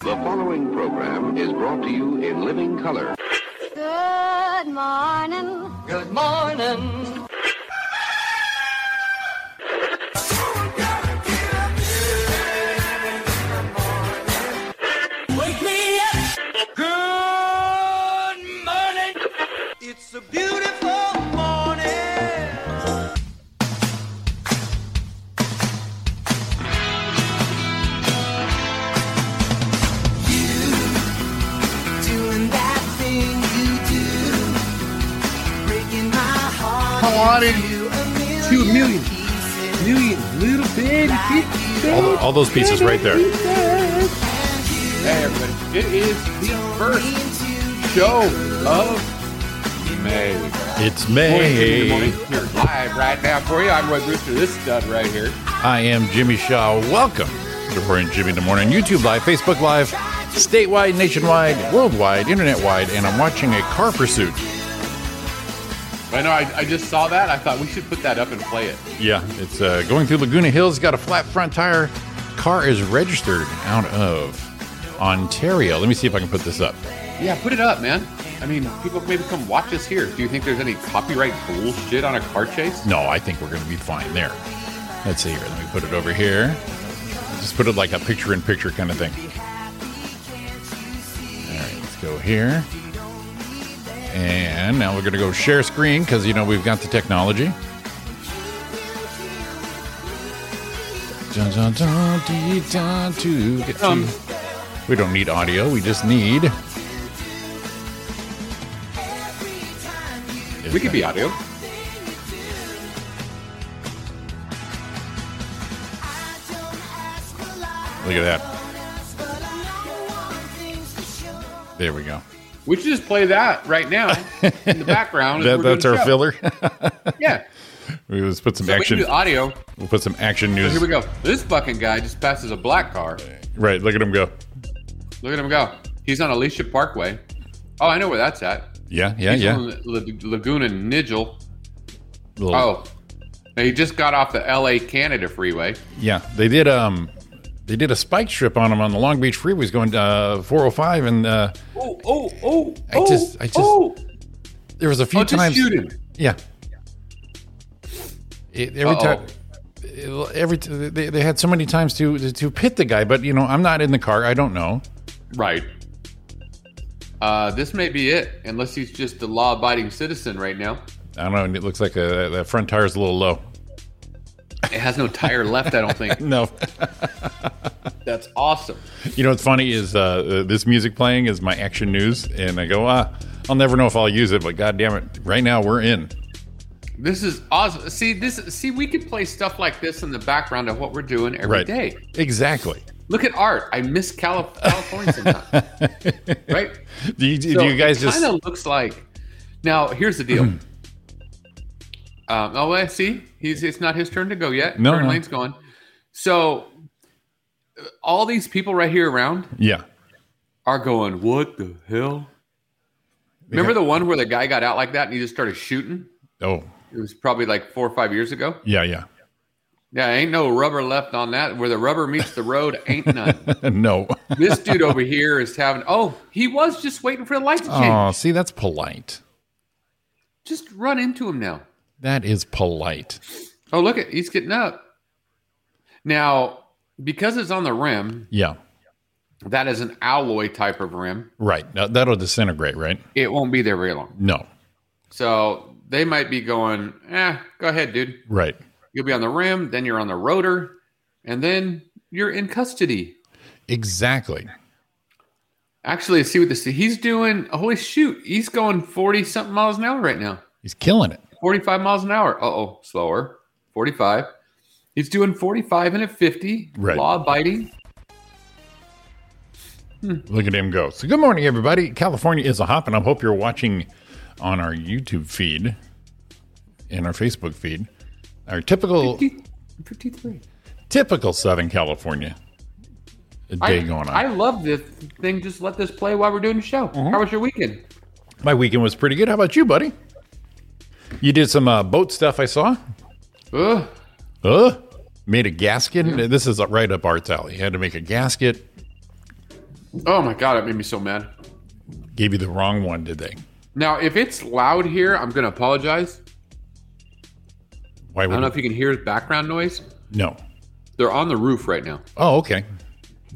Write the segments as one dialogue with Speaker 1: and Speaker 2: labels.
Speaker 1: The following program is brought to you in living color.
Speaker 2: Good morning.
Speaker 3: Good morning.
Speaker 4: Wake me up. Good morning. It's a beautiful morning.
Speaker 5: doing that thing you do, breaking my heart into a million,
Speaker 6: two million.
Speaker 5: pieces.
Speaker 6: Million little baby
Speaker 7: All, tho- all those pieces right there.
Speaker 6: Hey, everybody. It is the first
Speaker 5: Into
Speaker 6: show of May.
Speaker 7: It's
Speaker 6: Good
Speaker 7: May.
Speaker 6: morning. Here live right now for you. I'm Roy Brewster. This stud right here.
Speaker 7: I am Jimmy Shaw. Welcome to Roy and Jimmy in the Morning. YouTube Live, Facebook Live, statewide, nationwide, worldwide, internet wide, and I'm watching a car pursuit.
Speaker 6: I know I, I just saw that. I thought we should put that up and play it.
Speaker 7: Yeah, it's uh, going through Laguna Hills, got a flat front tire. Car is registered out of Ontario. Let me see if I can put this up.
Speaker 6: Yeah, put it up, man. I mean, people maybe come watch us here. Do you think there's any copyright bullshit on a car chase?
Speaker 7: No, I think we're going to be fine there. Let's see here. Let me put it over here. Just put it like a picture in picture kind of thing. All right, let's go here. And now we're going to go share screen because, you know, we've got the technology. Dun, dun, dun, dee, dun, to get to-
Speaker 6: Um.
Speaker 7: We don't need audio. We just need.
Speaker 6: We could be audio.
Speaker 7: Look at that. There we go.
Speaker 6: We should just play that right now in the background. as
Speaker 7: That,
Speaker 6: we're doing
Speaker 7: that's
Speaker 6: the
Speaker 7: our
Speaker 6: show.
Speaker 7: filler.
Speaker 6: Yeah.
Speaker 7: we just put some
Speaker 6: So we can
Speaker 7: action.
Speaker 6: do audio.
Speaker 7: We'll put some action
Speaker 6: So
Speaker 7: news.
Speaker 6: here we go. This fucking guy just passes a black car.
Speaker 7: Right, look at him go.
Speaker 6: Look at him go. He's on Alicia Parkway. Oh, I know where that's at.
Speaker 7: Yeah, yeah,
Speaker 6: He's
Speaker 7: yeah.
Speaker 6: on La- Laguna Nigel.
Speaker 7: Little-
Speaker 6: Oh, now he just got off the LA Canada freeway.
Speaker 7: yeah. They did um, they did a spike strip on him on the Long Beach freeways going uh 405, and uh,
Speaker 6: Oh, oh, oh!
Speaker 7: I just- I just- there was a few
Speaker 6: oh, just
Speaker 7: times.
Speaker 6: shoot him.
Speaker 7: Yeah. It- every
Speaker 6: Uh-oh.
Speaker 7: time. it- Every t- they, they had so many times to to pit the guy, but you know I'm not in the car. I don't know.
Speaker 6: Right. Uh, this may be it, unless he's just a law-abiding citizen right now.
Speaker 7: I don't know. and It looks like uh that front tire's a little low.
Speaker 6: It has no tire left, I don't think.
Speaker 7: No,
Speaker 6: That's awesome.
Speaker 7: You know what's funny is uh, uh, this music playing is my action news, and I go, ah, I'll never know if I'll use it, but god damn it, right now we're in.
Speaker 6: This is awesome. See this. See, we can play stuff like this in the background of what we're doing every
Speaker 7: right.
Speaker 6: day.
Speaker 7: Exactly.
Speaker 6: Look at art. I miss Calif- California sometimes, right?
Speaker 7: Do you, do you guys just?
Speaker 6: kind of looks like. Now here's the deal. um, oh, I see. He's it's not his turn to go yet.
Speaker 7: No,
Speaker 6: turn
Speaker 7: no.
Speaker 6: lane's going. So uh, all these people right here around
Speaker 7: Yeah.
Speaker 6: are going. What the hell? Remember the one where the guy got out like that and he just started shooting?
Speaker 7: Oh,
Speaker 6: It was probably like four or five years ago.
Speaker 7: yeah, yeah.
Speaker 6: Yeah, ain't no rubber left on that. Where the rubber meets the road, ain't none.
Speaker 7: no.
Speaker 6: this dude over here is having. Oh, he was just waiting for the light to change.
Speaker 7: Oh, see, that's polite.
Speaker 6: Just run into him now.
Speaker 7: That is polite.
Speaker 6: Oh, look at he's getting up. Now, because it's on the rim,
Speaker 7: Yeah.
Speaker 6: that is an alloy type of rim.
Speaker 7: Right. Now, that'll disintegrate, right?
Speaker 6: It won't be there very long.
Speaker 7: No.
Speaker 6: So they might be going, eh, go ahead, dude.
Speaker 7: Right.
Speaker 6: You'll be on the rim, then you're on the rotor, and then you're in custody.
Speaker 7: Exactly.
Speaker 6: Actually, see what this he's doing. Holy shoot, he's going 40 something miles an hour right now.
Speaker 7: He's killing it.
Speaker 6: 45 miles an hour. Uh oh, slower. 45. He's doing 45 and a 50.
Speaker 7: Right.
Speaker 6: Law abiding.
Speaker 7: Look at him go. So, good morning, everybody. California is a hop, and I hope you're watching on our YouTube feed and our Facebook feed. Our typical,
Speaker 6: 53.
Speaker 7: typical Southern California day
Speaker 6: I,
Speaker 7: going on. Mm-hmm.
Speaker 6: I love this thing. Just let this play while we're doing the show. How was your weekend?
Speaker 7: My weekend was pretty good. How about you, buddy? You did some uh, boat stuff. I saw.
Speaker 6: Ugh.
Speaker 7: Uh, made a gasket. This is right up Art's alley. You had to make a gasket.
Speaker 6: Oh my god, it made me so mad.
Speaker 7: Gave you the wrong one, did they?
Speaker 6: Now, if it's loud here, I'm gonna apologize.
Speaker 7: Why
Speaker 6: I don't
Speaker 7: would
Speaker 6: know if you can hear background noise.
Speaker 7: no?
Speaker 6: They're on the roof right now.
Speaker 7: Oh, okay.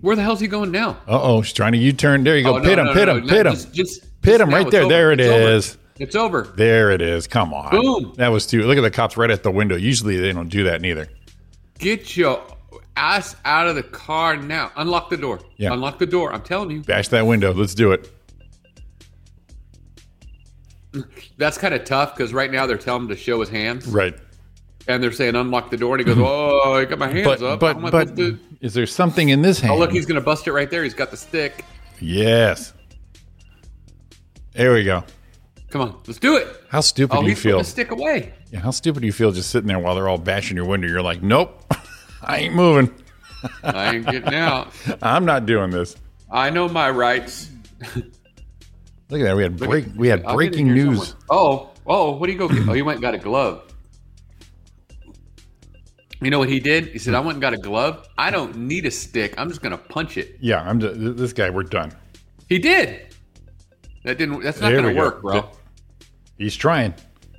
Speaker 6: Where the hell's he going now?
Speaker 7: Uh oh, she's trying to U-turn. There you go.
Speaker 6: Oh, no,
Speaker 7: pit him,
Speaker 6: no,
Speaker 7: pit
Speaker 6: no,
Speaker 7: him,
Speaker 6: no,
Speaker 7: pit him,
Speaker 6: just- just-
Speaker 7: pit
Speaker 6: just
Speaker 7: him
Speaker 6: now,
Speaker 7: right
Speaker 6: it's
Speaker 7: there.
Speaker 6: over.
Speaker 7: There it
Speaker 6: It's over.
Speaker 7: is.
Speaker 6: It's over.
Speaker 7: There it is. Come on.
Speaker 6: Boom.
Speaker 7: That was too. Look at the cops right at the window. Usually they don't do that neither.
Speaker 6: Get your ass out of the car now. Unlock the door.
Speaker 7: Yeah.
Speaker 6: Unlock the door. I'm telling you.
Speaker 7: Bash that window. Let's do it.
Speaker 6: That's kind of tough because right now they're telling him to show his hands
Speaker 7: Right.
Speaker 6: and they're saying unlock the door and he goes, Oh, I got my hands
Speaker 7: Mm-hmm. But
Speaker 6: up. How am
Speaker 7: but
Speaker 6: I
Speaker 7: but
Speaker 6: supposed to-"
Speaker 7: is there something in this hand?
Speaker 6: Oh, look, he's going to bust it right there. He's got the stick.
Speaker 7: yes. There we go.
Speaker 6: Come on, let's do it.
Speaker 7: How stupid
Speaker 6: Oh,
Speaker 7: do you
Speaker 6: he's putting
Speaker 7: feel?
Speaker 6: the stick away.
Speaker 7: Yeah, how stupid do you feel just sitting there while they're all bashing your window? You're like, nope, I ain't moving.
Speaker 6: I ain't getting out.
Speaker 7: I'm not doing this.
Speaker 6: I know my rights.
Speaker 7: Look at that. We had break. We had
Speaker 6: I'll get in
Speaker 7: breaking
Speaker 6: here
Speaker 7: news.
Speaker 6: somewhere. Oh, oh, what do you go get? Oh, you went and got a glove. You know what he did? He said, I went and got a glove. I don't need a stick. I'm just going to punch it.
Speaker 7: Yeah, I'm just, this guy. We're done.
Speaker 6: He did. That didn't, that's not
Speaker 7: There
Speaker 6: going
Speaker 7: we
Speaker 6: to
Speaker 7: go.
Speaker 6: work, bro.
Speaker 7: He's trying.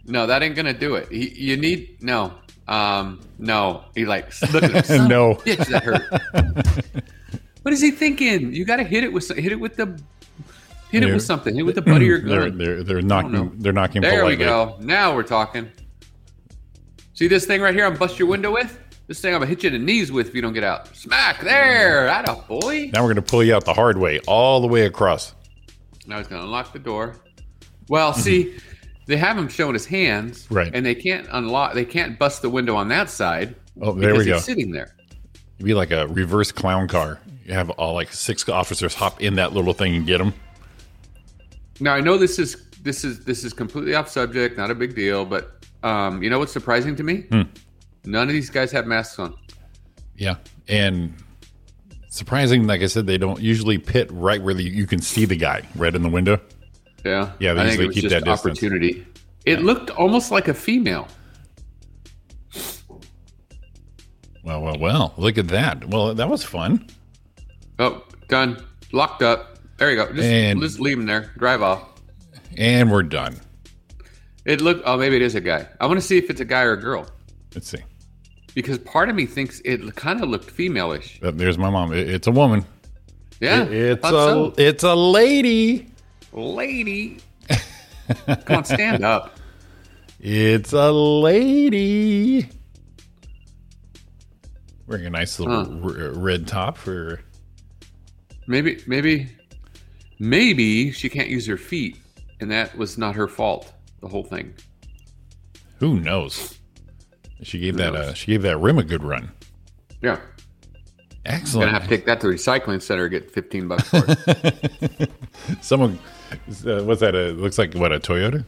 Speaker 6: No, that ain't gonna do it. He, you need no, um, no. He like look at him. son of a
Speaker 7: No.
Speaker 6: bitch, that hurt. what is he thinking? You got to hit it with so- hit it with the hit it
Speaker 7: They're-
Speaker 6: with something. Hit it with the butt of your
Speaker 7: They're
Speaker 6: gun.
Speaker 7: they're they're
Speaker 6: know.
Speaker 7: knocking. They're knocking.
Speaker 6: There we
Speaker 7: politely.
Speaker 6: go. Now we're talking. See this thing right here? I'm bust your window with. This thing I'm gonna hit you in the knees with if you don't get out. Smack there. That a boy.
Speaker 7: Now we're gonna pull you out the hard way, all the way across.
Speaker 6: Now he's gonna unlock the door. Well, see, they have him showing his hands,
Speaker 7: Mm-hmm. Right.
Speaker 6: And they can't unlock. They can't bust the window on that side.
Speaker 7: Oh, there
Speaker 6: because
Speaker 7: we go.
Speaker 6: He's sitting there.
Speaker 7: It'd be like a reverse clown car. You have all like six officers hop in that little thing and get them.
Speaker 6: Now I know this is this is this is completely off subject, not a big deal, but um, you know what's surprising to me?
Speaker 7: Hmm.
Speaker 6: None of these guys have masks on.
Speaker 7: Yeah, and surprising, like I said, they don't usually pit right where the, you can see the guy, right in the window.
Speaker 6: Yeah,
Speaker 7: Yeah, they
Speaker 6: I think
Speaker 7: usually
Speaker 6: it was
Speaker 7: keep
Speaker 6: just
Speaker 7: that distance.
Speaker 6: opportunity. It looked almost like a female.
Speaker 7: Well, well, well. Look at that. Well, that was fun.
Speaker 6: Oh, done. Locked up. There you go. Just,
Speaker 7: And-
Speaker 6: just leave him there. Drive off.
Speaker 7: And we're done.
Speaker 6: It looked. Oh, maybe it is a guy. I want to see if it's a guy or a girl.
Speaker 7: Let's see.
Speaker 6: because part of me thinks it kind of looked femaleish.
Speaker 7: Uh, There's my mom. It- It's a woman.
Speaker 6: Yeah,
Speaker 7: It's
Speaker 6: I
Speaker 7: a
Speaker 6: thought
Speaker 7: it's a lady.
Speaker 6: so. lady. Come on, stand up.
Speaker 7: It's a lady. Wearing a nice little r- uh, red top for.
Speaker 6: Maybe, maybe, maybe she can't use her feet, and that was not her fault. The whole thing.
Speaker 7: Who knows? She gave that uh,
Speaker 6: knows?
Speaker 7: she gave that rim a good run.
Speaker 6: Yeah, gonna
Speaker 7: Excellent.
Speaker 6: have to take that to the recycling center and get fifteen bucks for it.
Speaker 7: Someone, uh, what's that? Uh, looks like what a Toyota.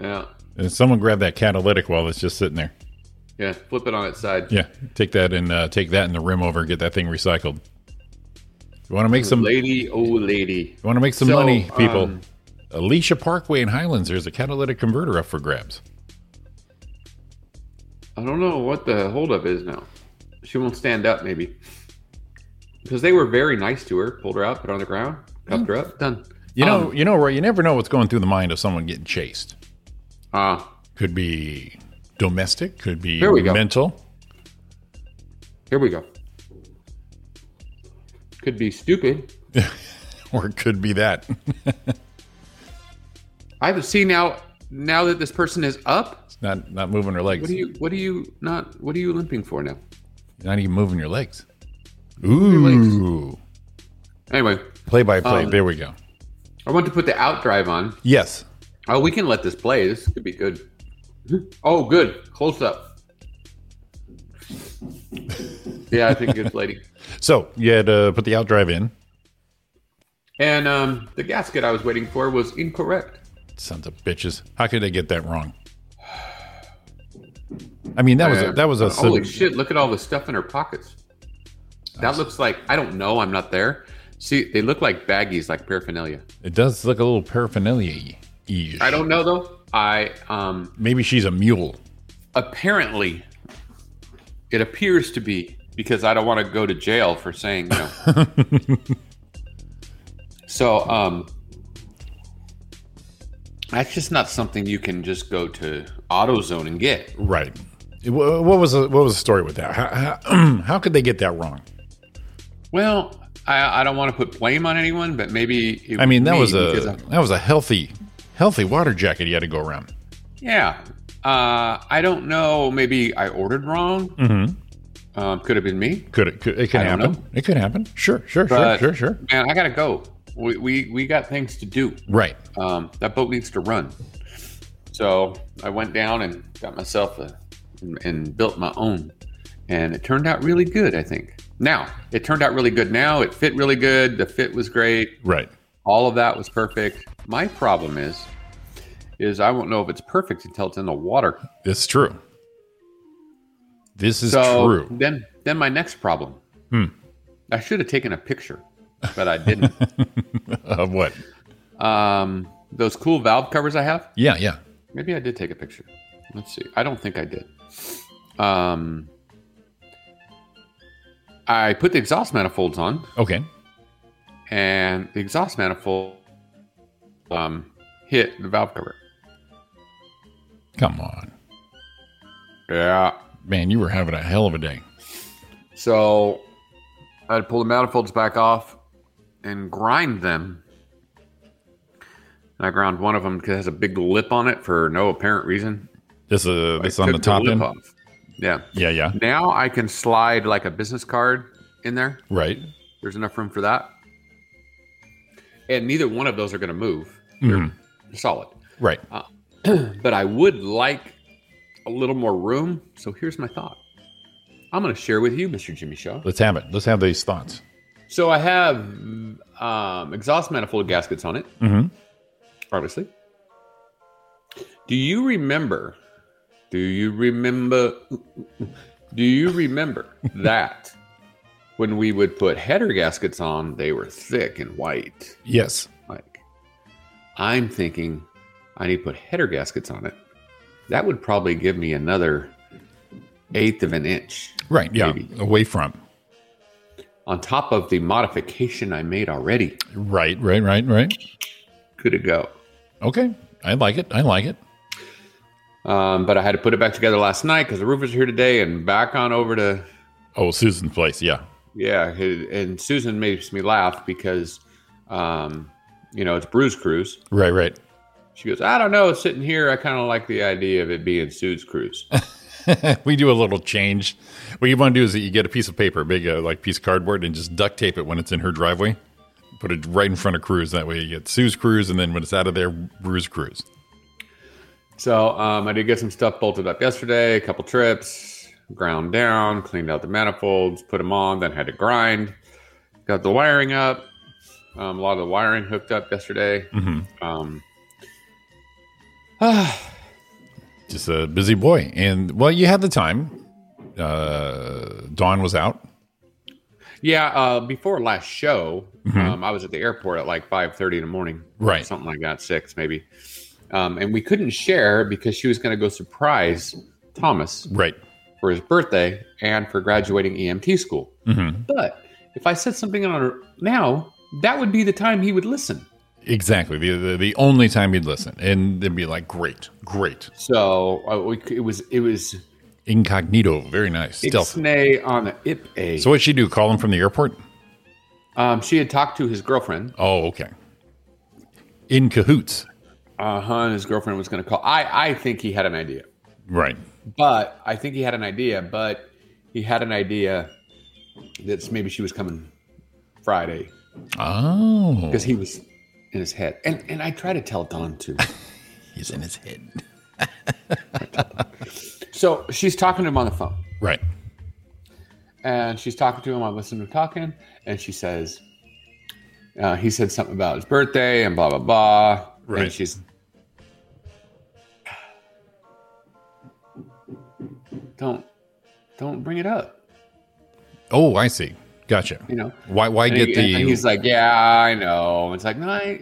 Speaker 6: yeah,
Speaker 7: Uh, Someone grab that catalytic while it's just sitting there.
Speaker 6: yeah. Flip it on its side.
Speaker 7: Yeah, take that and uh, take that and the rim over and get that thing recycled. You want to make some you
Speaker 6: Lady, oh lady.
Speaker 7: want to make some
Speaker 6: So,
Speaker 7: money, people.
Speaker 6: um,
Speaker 7: Alicia Parkway in Highlands, there's a catalytic converter up for grabs.
Speaker 6: I don't know what the holdup is now. She won't stand up, maybe. Because they were very nice to her, pulled her out, put her on the ground, cuffed her up, done.
Speaker 7: You know,
Speaker 6: Um,
Speaker 7: you know, Roy, you never know what's going through the mind of someone getting chased.
Speaker 6: Ah,
Speaker 7: Could be domestic, could be
Speaker 6: Here we go.
Speaker 7: mental.
Speaker 6: here we go. Could be stupid.
Speaker 7: Or it could be that.
Speaker 6: I have seen now. Now that this person is up,
Speaker 7: It's not not moving her legs.
Speaker 6: what are you? What are you not? What are you limping for now?
Speaker 7: not even moving your legs. Ooh.
Speaker 6: Anyway,
Speaker 7: Play by play.
Speaker 6: Um,
Speaker 7: there we go.
Speaker 6: I want to put the out drive on.
Speaker 7: Yes.
Speaker 6: Oh, we can let this play. This could be good. Oh, good close up. Yeah, I think it's lady.
Speaker 7: So you had to put the out drive in.
Speaker 6: And um, the gasket I was waiting for was incorrect.
Speaker 7: Sons of bitches. How could they get that wrong? I mean, that was a, that was a
Speaker 6: holy
Speaker 7: sub-
Speaker 6: shit! Look at all the stuff in her pockets. That looks like I don't know. I'm not there. See, they look like baggies, like paraphernalia.
Speaker 7: it does look a little paraphernalia.
Speaker 6: I don't know though. I um
Speaker 7: Maybe she's a mule.
Speaker 6: apparently it appears to be because I don't want to go to jail for saying you know So um, that's just not something you can just go to AutoZone and get.
Speaker 7: Right. Wh- What was the, what was the story with that? How, how, how could they get that wrong?
Speaker 6: Well, I, I don't want to put blame on anyone, but maybe it
Speaker 7: I mean, that
Speaker 6: me,
Speaker 7: was
Speaker 6: because
Speaker 7: a
Speaker 6: I'm-
Speaker 7: that was a healthy healthy water jacket you had to go around.
Speaker 6: yeah. Uh, I don't know. Maybe I ordered wrong. Mm-hmm. Um, could have been me.
Speaker 7: Could it? Could, it could
Speaker 6: I don't
Speaker 7: happen.
Speaker 6: know.
Speaker 7: It could happen. Sure. Sure.
Speaker 6: But
Speaker 7: sure. Sure. Sure.
Speaker 6: man, I gotta go. We we, we got things to do.
Speaker 7: Right.
Speaker 6: Um, that boat needs to run. So I went down and got myself a and, and built my own, and it turned out really good. I think now it turned out really good. Now it fit really good. The fit was great.
Speaker 7: Right.
Speaker 6: All of that was perfect. My problem is, is I won't know if it's perfect until it's in the water.
Speaker 7: It's true. This is
Speaker 6: so
Speaker 7: true. Hmm.
Speaker 6: then then my next problem. I should have taken a picture, but I didn't.
Speaker 7: Of what?
Speaker 6: um, those cool valve covers I have.
Speaker 7: Yeah. Yeah.
Speaker 6: Maybe I did take a picture. Let's see. I don't think I did. Um, I put the exhaust manifolds on,
Speaker 7: Okay.
Speaker 6: and the exhaust manifold um, hit the valve cover.
Speaker 7: Come on,
Speaker 6: Yeah.
Speaker 7: man. You were having a hell of a day.
Speaker 6: So I had to pull the manifolds back off and grind them. And I ground one of them because it has a big lip on it for no apparent reason.
Speaker 7: This uh, this
Speaker 6: I
Speaker 7: on the
Speaker 6: took
Speaker 7: top
Speaker 6: lip
Speaker 7: end.
Speaker 6: off. Yeah.
Speaker 7: Yeah. Yeah.
Speaker 6: Now I can slide like a business card in there.
Speaker 7: Right.
Speaker 6: There's enough room for that. And neither one of those are going to move. They're solid.
Speaker 7: Mm-hmm. Right.
Speaker 6: But I would like a little more room. So here's my thought. I'm going to share with you, Mr. Jimmy Shaw.
Speaker 7: Let's have it. Let's have these thoughts.
Speaker 6: So I have um, exhaust manifold gaskets on it,
Speaker 7: Mhm.
Speaker 6: obviously. Do you remember? Do you remember? Do you remember that when we would put header gaskets on, they were thick and white?
Speaker 7: Yes.
Speaker 6: Like, I'm thinking I need to put header gaskets on it. That would probably give me another eighth of an inch
Speaker 7: Right. Yeah.
Speaker 6: Maybe.
Speaker 7: Away from.
Speaker 6: on top of the modification I made already.
Speaker 7: Right. Right. Right. Right.
Speaker 6: Could it go?
Speaker 7: Okay. I like it. I like it.
Speaker 6: Um, but I had to put it back together last night because the roofers are here today and back on over to
Speaker 7: Oh, Susan's place. Yeah.
Speaker 6: yeah. And Susan makes me laugh because um, you know it's Bruce Cruise.
Speaker 7: Right. Right.
Speaker 6: She goes, I don't know. Sitting here, I kind of like the idea of it being Sue's Cruise.
Speaker 7: We do a little change. What you want to do is that you get a piece of paper, big uh, like piece of cardboard, and just duct tape it when it's in her driveway. Put it right in front of Cruz. That way you get Sue's Cruz, and then when it's out of there, Bruce Cruz.
Speaker 6: so um, I did get some stuff bolted up yesterday. A couple trips, ground down, cleaned out the manifolds, put them on, then had to grind. Got the wiring up. Um, a lot of the wiring hooked up yesterday. Um,
Speaker 7: Just a busy boy. And well, you had the time. Uh, Dawn was out.
Speaker 6: Yeah, uh, before last show, um, I was at the airport at like five thirty in the morning,
Speaker 7: Mm-hmm. Right.
Speaker 6: Something like that, six maybe. Um, and we couldn't share because she was going to go surprise Thomas
Speaker 7: Right.
Speaker 6: for his birthday and for graduating EMT school.
Speaker 7: Mm-hmm.
Speaker 6: But if I said something on her now, that would be the time he would listen.
Speaker 7: Exactly. The, the the only time you'd listen, and it'd be like, great, great,
Speaker 6: So uh, we, c- it was it was
Speaker 7: incognito, very nice, stealth.
Speaker 6: ixnay on the ip a.
Speaker 7: So what'd she do? Call him from the airport?
Speaker 6: Um, she had talked to his girlfriend.
Speaker 7: Oh, okay. In cahoots.
Speaker 6: Uh huh. And his girlfriend was going to call. I I think he had an idea.
Speaker 7: Right.
Speaker 6: but I think he had an idea. But he had an idea that maybe she was coming Friday
Speaker 7: Oh,
Speaker 6: because he was in his head. And and I try to tell Don too.
Speaker 7: he's in his head.
Speaker 6: So she's talking to him on the phone,
Speaker 7: Right.
Speaker 6: and she's talking to him. I'm listening to him talking, and she says, uh, he said something about his birthday and blah blah blah.
Speaker 7: Right.
Speaker 6: And she's. Don't, don't bring it up.
Speaker 7: Oh, I see. Gotcha.
Speaker 6: You know,
Speaker 7: Why? Why
Speaker 6: And
Speaker 7: get
Speaker 6: he-
Speaker 7: the?
Speaker 6: and he's like, yeah, I know. It's like, no, I,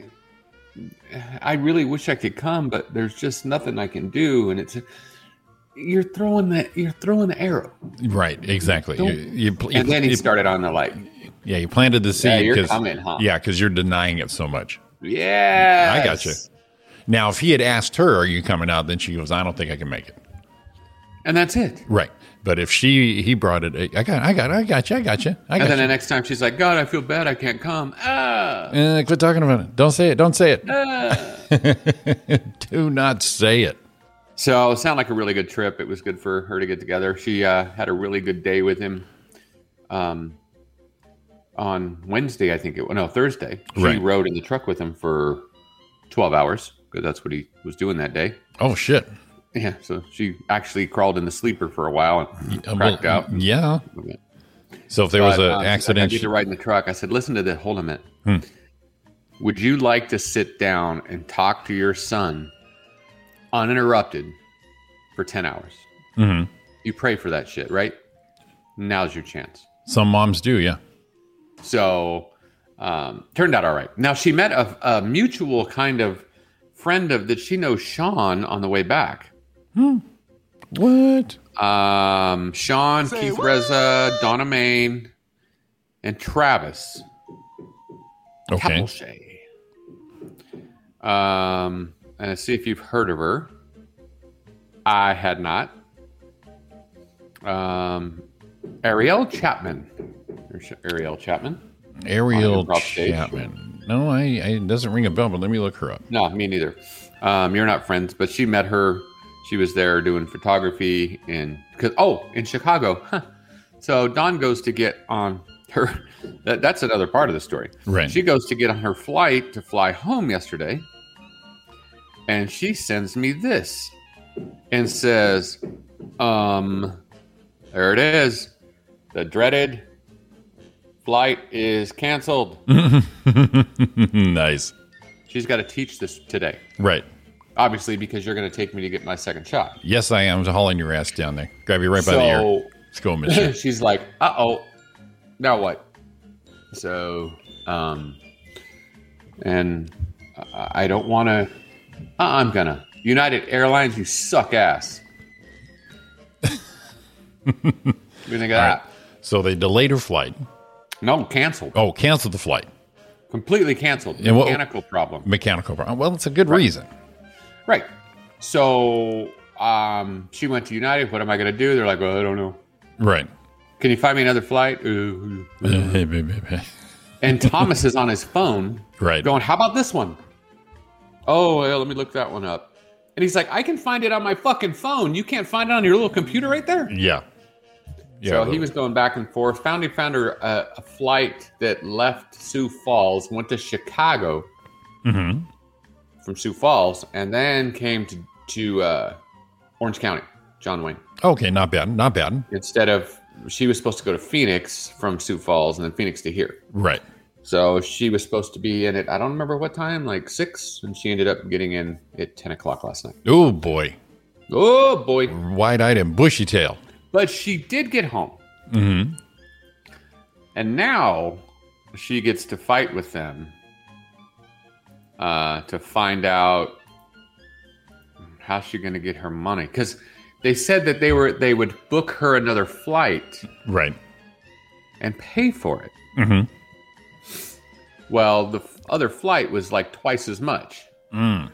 Speaker 6: I really wish I could come, but there's just nothing I can do. And it's, you're throwing the, you're throwing the arrow.
Speaker 7: right. Exactly. You, you, pl-
Speaker 6: And then he
Speaker 7: you-
Speaker 6: started on the like,
Speaker 7: Yeah, you planted the seed.
Speaker 6: you're
Speaker 7: 'cause-
Speaker 6: coming, huh?
Speaker 7: Yeah, because you're denying it so much.
Speaker 6: Yeah.
Speaker 7: I got you. Now, if he had asked her, "Are you coming out?" Then she goes, "I don't think I can make it."
Speaker 6: And that's it.
Speaker 7: Right. But if she he brought it, I got, I got, I got you, I got you, I
Speaker 6: And
Speaker 7: got
Speaker 6: then
Speaker 7: you.
Speaker 6: the next time she's like, God, I feel bad. I can't come. Ah.
Speaker 7: Uh, quit talking about it. Don't say it. Don't say it.
Speaker 6: Uh.
Speaker 7: Do not say it.
Speaker 6: So it sounded like a really good trip. It was good for her to get together. She uh, had a really good day with him. Um, on Wednesday, I think it was no Thursday. She
Speaker 7: Right.
Speaker 6: rode in the truck with him for twelve hours because that's what he was doing that day.
Speaker 7: Oh shit.
Speaker 6: Yeah, so she actually crawled in the sleeper for a while and
Speaker 7: Uh,
Speaker 6: cracked
Speaker 7: well,
Speaker 6: out.
Speaker 7: Yeah. So if there was
Speaker 6: But,
Speaker 7: an
Speaker 6: um, she's like,
Speaker 7: accident, Hmm.
Speaker 6: I need to ride in the truck. I said, listen to this. Hold a minute. Would you like to sit down and talk to your son uninterrupted for 10 hours?
Speaker 7: Mhm.
Speaker 6: You pray for that shit, right? Now's your chance.
Speaker 7: some moms do. Yeah.
Speaker 6: So um, turned out all right. Now she met a, a mutual kind of friend of that she knows Sean on the way back.
Speaker 7: What?
Speaker 6: Um, Sean, Keith Reza, Donna Main, and Travis.
Speaker 7: Okay.
Speaker 6: Capuchet. Um, and see if you've heard of her. I had not. Um, Ariel Chapman. There's Ariel Chapman.
Speaker 7: Ariel
Speaker 6: Prop stage.
Speaker 7: Chapman. No, I, I it doesn't ring a bell, but let me look her up.
Speaker 6: No, me neither. Um, you're not friends, but she met her. She was there doing photography in because oh, in Chicago. Huh. So Dawn goes to get on her. That, that's another part of the story.
Speaker 7: Right.
Speaker 6: She goes to get on her flight to fly home yesterday, and she sends me this and says, "Um, there it is. The dreaded flight is canceled.
Speaker 7: Hmm. nice.
Speaker 6: She's got to teach this today."
Speaker 7: Right.
Speaker 6: obviously because you're going to take me to get my second shot.
Speaker 7: Yes, I am hauling your ass down there. Grab you right by the ear.
Speaker 6: So-
Speaker 7: Let's go, Mister.
Speaker 6: She's like, "Uh oh, now what?" So, um, and I I don't want to. I'm gonna United Airlines. You suck ass. what do you think of that?
Speaker 7: so they delayed her flight.
Speaker 6: No, canceled.
Speaker 7: Oh, canceled the flight.
Speaker 6: Completely canceled.
Speaker 7: And what-
Speaker 6: Mechanical problem.
Speaker 7: Mechanical problem. Well, it's a good reason.
Speaker 6: Right. So um, she went to United. What am I gonna do? They're like, "Well, I don't know.
Speaker 7: Right.
Speaker 6: Can you find me another flight?" Ooh.
Speaker 7: right.
Speaker 6: And Thomas is on his phone, going, "How about this one? Oh, well, let me look that one up." And he's like, "I can find it on my fucking phone. You can't find it on your little computer right there."
Speaker 7: Yeah. Yeah.
Speaker 6: so he was going back and forth. Found he found her a, a flight that left Sioux Falls, went to Chicago
Speaker 7: hmm
Speaker 6: from Sioux Falls, and then came to to uh, Orange County, John Wayne.
Speaker 7: Okay, not bad. Not bad.
Speaker 6: Instead of she was supposed to go to Phoenix from Sioux Falls, and then Phoenix to here.
Speaker 7: Right.
Speaker 6: So she was supposed to be in at I don't remember what time, like six, and she ended up getting in at ten o'clock last night.
Speaker 7: Oh boy.
Speaker 6: Oh boy!
Speaker 7: Wide eyed and bushy tail.
Speaker 6: But she did get home,
Speaker 7: Mm-hmm.
Speaker 6: and now she gets to fight with them uh, to find out how she's going to get her money because they said that they were they would book her another flight
Speaker 7: Right.
Speaker 6: and pay for it.
Speaker 7: Mhm.
Speaker 6: Well, the f- other flight was like twice as much.
Speaker 7: Mm.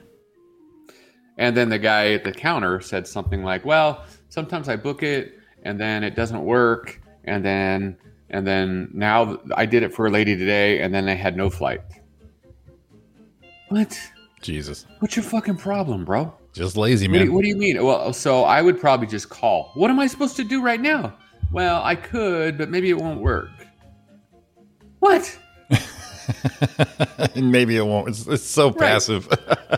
Speaker 6: And then the guy at the counter said something like, "Well, sometimes I book it and then it doesn't work, and then and then now th- I did it for a lady today, and then they had no flight." What?
Speaker 7: Jesus.
Speaker 6: What's your fucking problem, bro?
Speaker 7: Just lazy
Speaker 6: What do, you,
Speaker 7: man.
Speaker 6: what do you mean? Well, so I would probably just call. What am I supposed to do right now? Well, I could, but maybe it won't work. What?
Speaker 7: and maybe it won't. It's, it's so passive.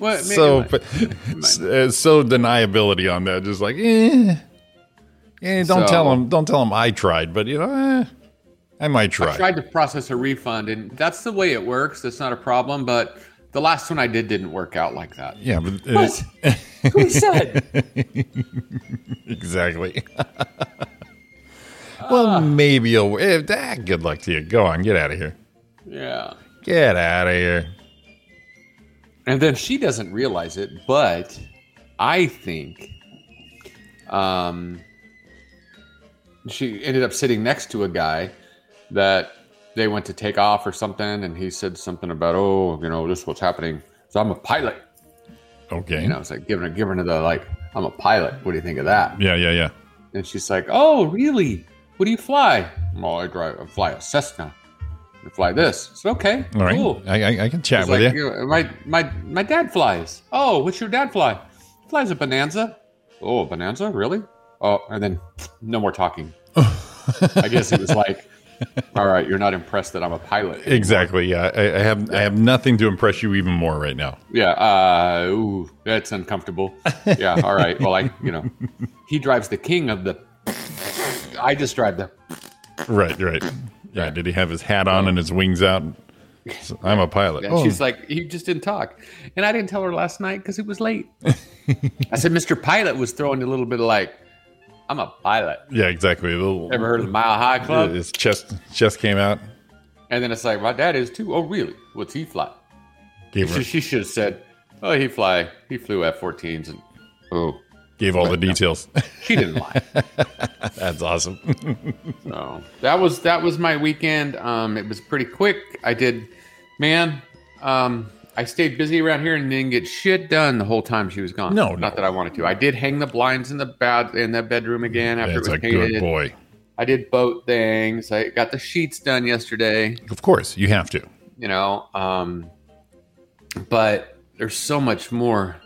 Speaker 6: What?
Speaker 7: so
Speaker 6: anyway.
Speaker 7: pa- s- uh, so deniability on that. Just like eh. Eh, don't
Speaker 6: So-
Speaker 7: tell him. Don't tell him I tried. But you know, eh, I might try.
Speaker 6: I tried to process a refund, and that's the way it works. That's not a problem. But the last one I did didn't work out like that.
Speaker 7: Yeah. But, uh,
Speaker 6: What? Who said?
Speaker 7: Exactly. well,
Speaker 6: Ah.
Speaker 7: maybe a if that. Good luck to you. Go on. Get out of here.
Speaker 6: Yeah.
Speaker 7: Get out of here.
Speaker 6: And then she doesn't realize it, but I think um, she ended up sitting next to a guy that they went to take off or something, and he said something about, "Oh, you know, this is what's happening." So I'm a pilot.
Speaker 7: Okay.
Speaker 6: You know, it's like giving her giving her the like, "I'm a pilot." What do you think of that?
Speaker 7: Yeah, yeah, yeah.
Speaker 6: And she's like, "Oh, really? What do you fly?" Well, I drive. I fly a Cessna. I fly this. It's okay.
Speaker 7: All right.
Speaker 6: Cool.
Speaker 7: I, I, I can chat
Speaker 6: It's
Speaker 7: with
Speaker 6: like,
Speaker 7: you.
Speaker 6: you know, my my my dad flies. Oh, what's your dad fly? Flies a Bonanza. Oh, a Bonanza, really? Oh, and then no more talking. I guess it was like, all right, you're not impressed that I'm a pilot.
Speaker 7: Exactly. Yeah. I, I have I have nothing to impress you even more right now.
Speaker 6: Yeah. Uh, ooh, that's uncomfortable. Yeah. All right. Well, I, you know, he drives the king of the. I just drive the.
Speaker 7: Right. Right. Yeah. Did he have his hat on and his wings out? I'm a pilot.
Speaker 6: And
Speaker 7: Oh,
Speaker 6: she's like, you just didn't talk. And I didn't tell her last night because it was late. I said, Mr. Pilot was throwing a little bit of like, I'm a pilot.
Speaker 7: yeah. Exactly. A little, uh,
Speaker 6: Ever heard of the Mile High Club?
Speaker 7: His chest chest came out.
Speaker 6: And then it's like, my dad is too. Oh, really? What's he fly?
Speaker 7: Gave her,
Speaker 6: She, she should have said, oh, he fly. He flew F-14s. And oh,
Speaker 7: gave all the details.
Speaker 6: she didn't lie.
Speaker 7: That's awesome.
Speaker 6: so that was that was my weekend. Um, it was pretty quick. I did, man. Um, I stayed busy around here and didn't get shit done the whole time she was gone.
Speaker 7: No,
Speaker 6: not
Speaker 7: no.
Speaker 6: that I wanted to. I did hang the blinds in the bed in the bedroom again after
Speaker 7: That's
Speaker 6: it
Speaker 7: a
Speaker 6: was painted.
Speaker 7: good boy.
Speaker 6: I did boat things. I got the sheets done yesterday.
Speaker 7: Of course, you have to.
Speaker 6: you know um but there's so much more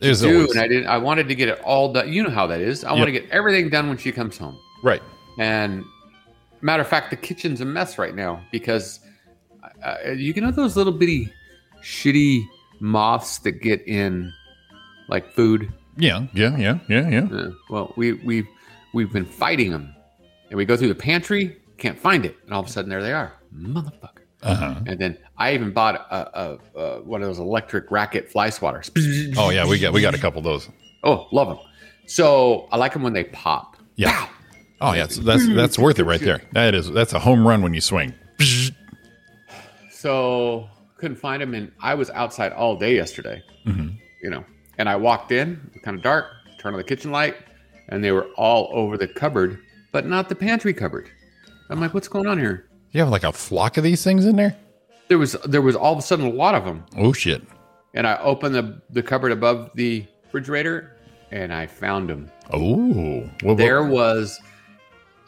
Speaker 7: There's
Speaker 6: dude
Speaker 7: always,
Speaker 6: and i didn't i wanted to get it all done you know how that is i want to get everything done when she comes home
Speaker 7: right.
Speaker 6: and matter of fact the kitchen's a mess right now because uh, you know those little bitty shitty moths that get in like food
Speaker 7: Yeah. Yeah. Yeah. Yeah. Yeah.
Speaker 6: Uh, well we we we've been fighting them and we go through the pantry can't find it and all of a sudden there they are motherfucker
Speaker 7: Uh huh.
Speaker 6: and then I even bought a, a, a one of those electric racket fly swatters.
Speaker 7: Oh yeah, we got we got a couple of those.
Speaker 6: Oh, love them. So I like them when they pop.
Speaker 7: Yeah. Oh yeah, that's that's, that's worth it right there. That is that's a home run when you swing.
Speaker 6: So couldn't find them, and I was outside all day yesterday. You know, and I walked in, kind of dark. Turned on the kitchen light, and they were all over the cupboard, but not the pantry cupboard. I'm like, what's going on here?
Speaker 7: You have like a flock of these things in there.
Speaker 6: There was there was all of a sudden a lot of them,
Speaker 7: Oh shit.
Speaker 6: and I opened the the cupboard above the refrigerator, and I found them.
Speaker 7: Oh, what,
Speaker 6: there was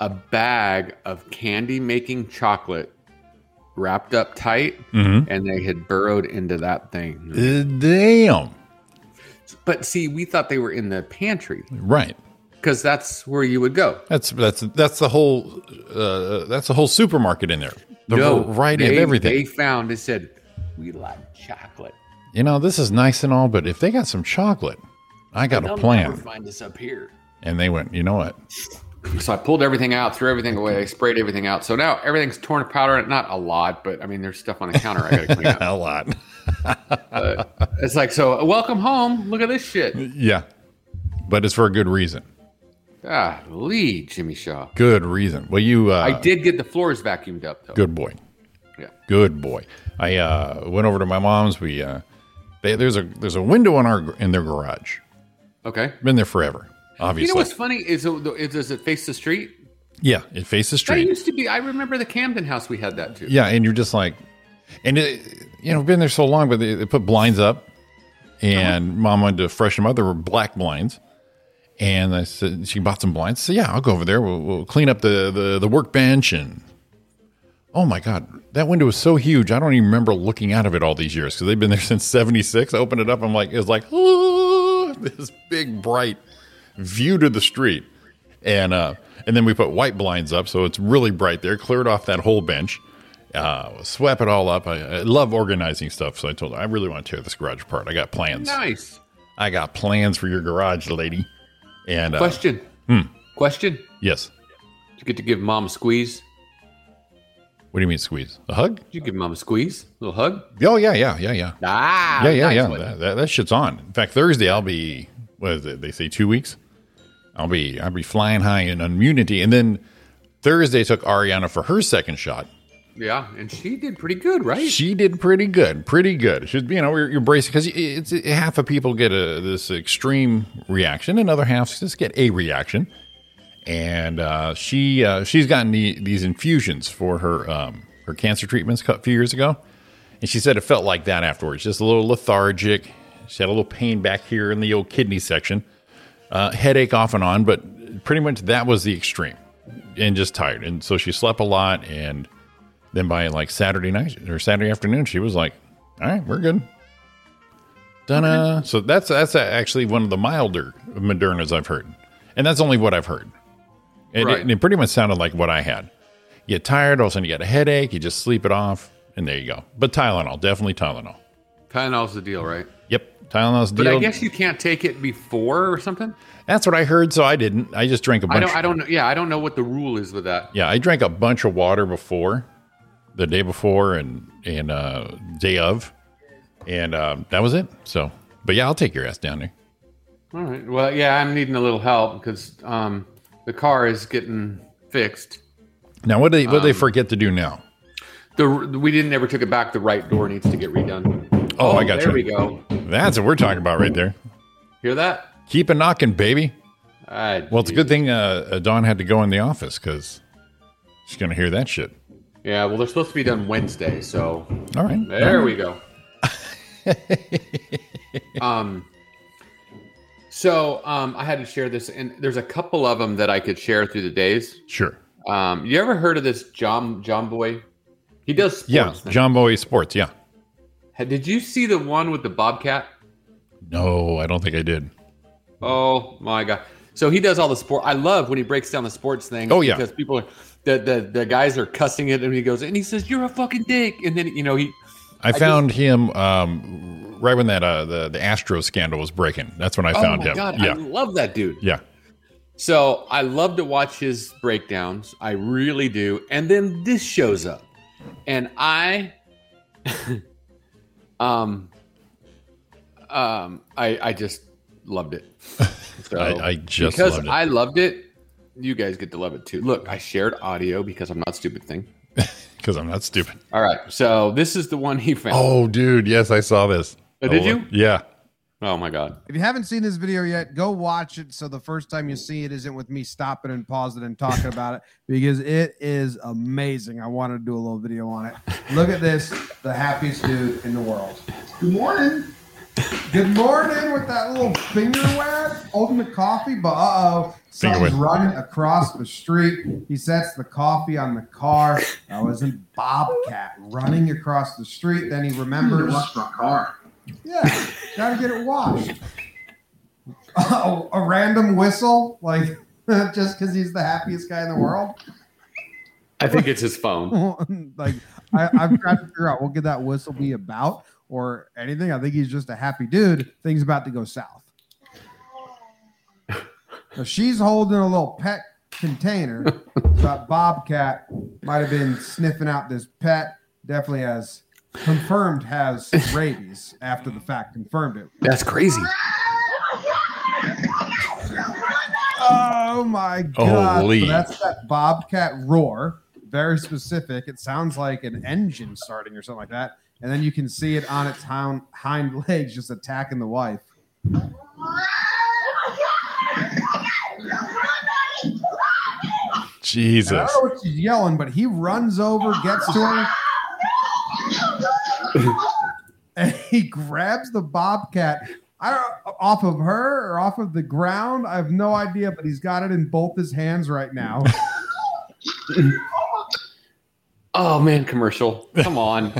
Speaker 6: a bag of candy making chocolate wrapped up tight
Speaker 7: Mhm.
Speaker 6: and they had burrowed into that thing
Speaker 7: Uh, damn.
Speaker 6: but see we thought they were in the pantry
Speaker 7: Right.
Speaker 6: because that's where you would go
Speaker 7: That's that's that's the whole uh, that's the whole supermarket in there. The variety
Speaker 6: they,
Speaker 7: of everything.
Speaker 6: they found it said we like chocolate
Speaker 7: you know, this is nice and all, but if they got some chocolate, I got a
Speaker 6: They'll never
Speaker 7: plan.
Speaker 6: find us up here
Speaker 7: And they went, you know what?
Speaker 6: so i pulled everything out threw everything away i sprayed everything out so now everything's torn to powder not a lot but i mean there's stuff on the counter i gotta clean up
Speaker 7: a lot.
Speaker 6: it's like so welcome home look at this shit
Speaker 7: yeah, but it's for a good reason.
Speaker 6: Ah, Lee, Jimmy Shaw.
Speaker 7: Good reason. Well, you. Uh,
Speaker 6: I did get the floors vacuumed up though.
Speaker 7: Good boy.
Speaker 6: Yeah.
Speaker 7: Good boy. I uh, went over to my mom's. We uh, they, there's a there's a window in our in their garage.
Speaker 6: Okay.
Speaker 7: Been there forever. Obviously.
Speaker 6: You know what's funny is it, is does it face the street?
Speaker 7: yeah, it faces the
Speaker 6: That
Speaker 7: street.
Speaker 6: used to be. I remember the Camden house we had that too.
Speaker 7: yeah, and you're just like, and it, you know, been there so long, but they, they put blinds up, and mom wanted to freshen them up. There were black blinds, and I said she bought some blinds. So yeah, I'll go over there. We'll, we'll clean up the, the the workbench and. Oh my God, that window was so huge. I don't even remember looking out of it all these years because they've been there since '76. I opened it up. I'm like, it's like "Ah," this big bright view to the street, and uh, and then we put white blinds up, so it's really bright there. Cleared off that whole bench, uh, swept it all up. I, I love organizing stuff, so I told her I really want to tear this garage apart. I got plans.
Speaker 6: Nice
Speaker 7: I got plans for your garage, lady. And uh,
Speaker 6: question. Question. Did
Speaker 7: yes,
Speaker 6: you get to give mom a squeeze?
Speaker 7: what do you mean squeeze? A hug?
Speaker 6: Did you give mom a squeeze? A little hug?
Speaker 7: Oh yeah, yeah, yeah, yeah.
Speaker 6: Ah.
Speaker 7: yeah, yeah,
Speaker 6: nice
Speaker 7: yeah.
Speaker 6: one.
Speaker 7: That, that, that shit's on. In fact, Thursday I'll be what is it? They say two weeks. I'll be I'll be flying high in immunity, and then Thursday took Ariana for her second shot.
Speaker 6: Yeah, and she did pretty good, right?
Speaker 7: She did pretty good, pretty good. She's you know you're, you're bracing because it's it- half of people get a this extreme reaction, another half just get a reaction, and uh, she uh, she's gotten the, these infusions for her um, her cancer treatments a few years ago, and she said it felt like that afterwards, just a little lethargic. She had a little pain back here in the old kidney section, uh, headache off and on, but pretty much that was the extreme, and just tired. And so she slept a lot, and then by like Saturday night or Saturday afternoon, she was like, "All right, we're good." Dunna. So that's that's actually one of the milder Modernas I've heard, and that's only what I've heard. And
Speaker 6: Right.
Speaker 7: it, it pretty much sounded like what I had. You get tired, all of a sudden you got a headache, you just sleep it off, and there you go. But Tylenol, definitely Tylenol.
Speaker 6: Tylenol's the deal, right?
Speaker 7: Yep, Tylenol's the
Speaker 6: But
Speaker 7: deal.
Speaker 6: I guess you can't take it before or something.
Speaker 7: that's what I heard, so I didn't. I just drank a bunch.
Speaker 6: I don't. I don't. know- Yeah, I don't know what the rule is with that.
Speaker 7: Yeah, I drank a bunch of water before, the day before, and and uh, day of, and uh, that was it. So, but yeah, I'll take your ass down there.
Speaker 6: All right. Well, yeah, I'm needing a little help because um, the car is getting fixed.
Speaker 7: Now, what do they what do they forget to do now?
Speaker 6: The we didn't ever took it back. The right door needs to get redone.
Speaker 7: Oh, I got
Speaker 6: there
Speaker 7: you.
Speaker 6: we go.
Speaker 7: That's what we're talking about right there.
Speaker 6: Hear that?
Speaker 7: Keep a knocking, baby.
Speaker 6: Ah,
Speaker 7: Well, it's a
Speaker 6: geez.
Speaker 7: good thing uh, uh, Dawn had to go in the office because she's gonna hear that shit.
Speaker 6: Yeah. Well, they're supposed to be done Wednesday, so
Speaker 7: All right,
Speaker 6: There we go. um, so um, I had to share this, and there's a couple of them that I could share through the days.
Speaker 7: sure.
Speaker 6: Um, you ever heard of this John John Boy? He does sports.
Speaker 7: Yeah,
Speaker 6: now.
Speaker 7: John Bowie Sports. Yeah.
Speaker 6: Ha- Did you see the one with the Bobcat?
Speaker 7: No, I don't think I did.
Speaker 6: Oh my god! So he does all the sport. I love when he breaks down the sports things.
Speaker 7: Oh, yeah.
Speaker 6: because people are the the the guys are cussing it, and he goes and he says, "You're a fucking dick," and then you know he
Speaker 7: I, found him um, right when that uh, the the Astro scandal was breaking. That's when I
Speaker 6: oh
Speaker 7: found
Speaker 6: my
Speaker 7: him.
Speaker 6: god,
Speaker 7: yeah,
Speaker 6: I love that dude.
Speaker 7: yeah.
Speaker 6: So I love to watch his breakdowns. I really do. And then this shows up. And I um um I I just loved it. So,
Speaker 7: I- I just
Speaker 6: because
Speaker 7: loved it.
Speaker 6: I loved it, you guys get to love it too. Look, I shared audio because I'm not stupid thing.
Speaker 7: Because I'm not stupid.
Speaker 6: All right. So this is the one he found.
Speaker 7: Oh, dude, yes, I saw this.
Speaker 6: Oh, did
Speaker 7: I
Speaker 6: you?
Speaker 7: love- Yeah.
Speaker 6: Oh, my god.
Speaker 3: If you haven't seen this video yet, go watch it. So the first time you see it isn't with me stopping and pausing and talking about it because it is amazing. I wanted to do a little video on it. Look at this, the happiest dude in the world. Good morning. Good morning with that little finger wag, ultimate coffee, but uh oh,
Speaker 7: Finger wag.
Speaker 3: something's running across the street. He sets the coffee on the car. That was a bobcat running across the street. Then he remembers. Yeah, gotta get it washed. Oh, a random whistle, like just because he's the happiest guy in the world.
Speaker 6: I think it's his phone.
Speaker 3: like I, I've tried to figure out what could that whistle be about or anything. I think he's just a happy dude. Things about to go south. So she's holding a little pet container. That bobcat might have been sniffing out this pet. Definitely has confirmed has rabies after the fact. Confirmed it.
Speaker 6: That's crazy.
Speaker 3: Oh my god!
Speaker 7: Holy.
Speaker 3: So that's that bobcat roar. Very specific. It sounds like an engine starting or something like that. And then you can see it on its hind, hind legs just attacking the wife. And I
Speaker 7: Jesus.
Speaker 3: don't know what she's yelling, but he runs over, gets to her, and he grabs the bobcat. I don't off of her or off of the ground. I have no idea, but he's got it in both his hands right now.
Speaker 6: Oh man, commercial. Come on.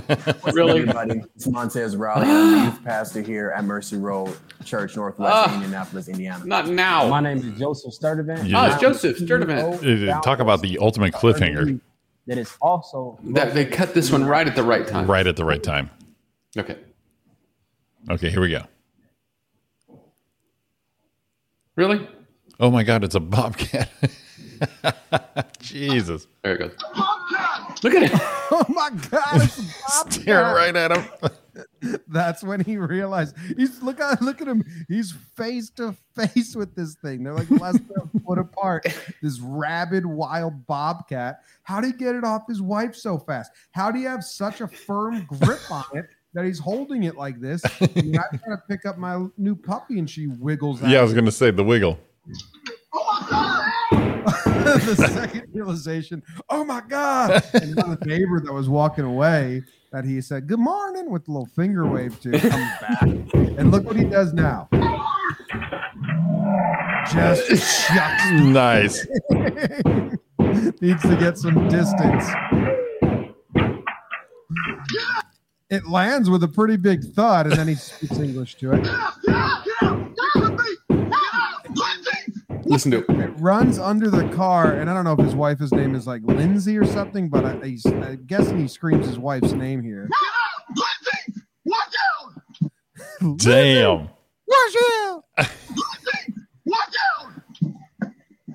Speaker 6: really?
Speaker 8: Everybody, it's Montez Rowley. I'm the youth pastor here at Mercy Road Church, Northwest
Speaker 6: Ah.
Speaker 8: Indianapolis, Indiana.
Speaker 6: Not now.
Speaker 8: My name is Joseph Sturdivant.
Speaker 7: Yeah. Oh, it's
Speaker 6: Joseph Sturdivant.
Speaker 7: Uh, Talk about the ultimate cliffhanger
Speaker 8: That is also
Speaker 6: That they cut this one right at the right time.
Speaker 7: right at the right time.
Speaker 6: Okay.
Speaker 7: Okay, here we go.
Speaker 6: Really?
Speaker 7: Oh my God, it's a bobcat. Jesus.
Speaker 6: There it goes. Look at it.
Speaker 3: oh my god! It's a
Speaker 7: Stare
Speaker 3: bobcat.
Speaker 7: right at him.
Speaker 3: That's when he realized he's look at look at him. He's face to face with this thing. They're like less than a foot apart. This rabid wild bobcat. How did he get it off his wife so fast? How do you have such a firm grip on it that he's holding it like this? I mean, I try to pick up my new puppy and she wiggles out.
Speaker 7: Yeah, I was going to say the wiggle.
Speaker 3: the second realization, oh my God. And the neighbor that was walking away that he said, Good morning with a little finger wave to comes back. And look what he does now. Just shucks.
Speaker 7: Nice.
Speaker 3: Needs to get some distance. It lands with a pretty big thud, and then he speaks English to it.
Speaker 6: Listen to it.
Speaker 3: runs under the car, and I don't know if his wife's name is like Lindsay or something, but I, he's, I'm guessing he screams his wife's name here.
Speaker 7: Damn.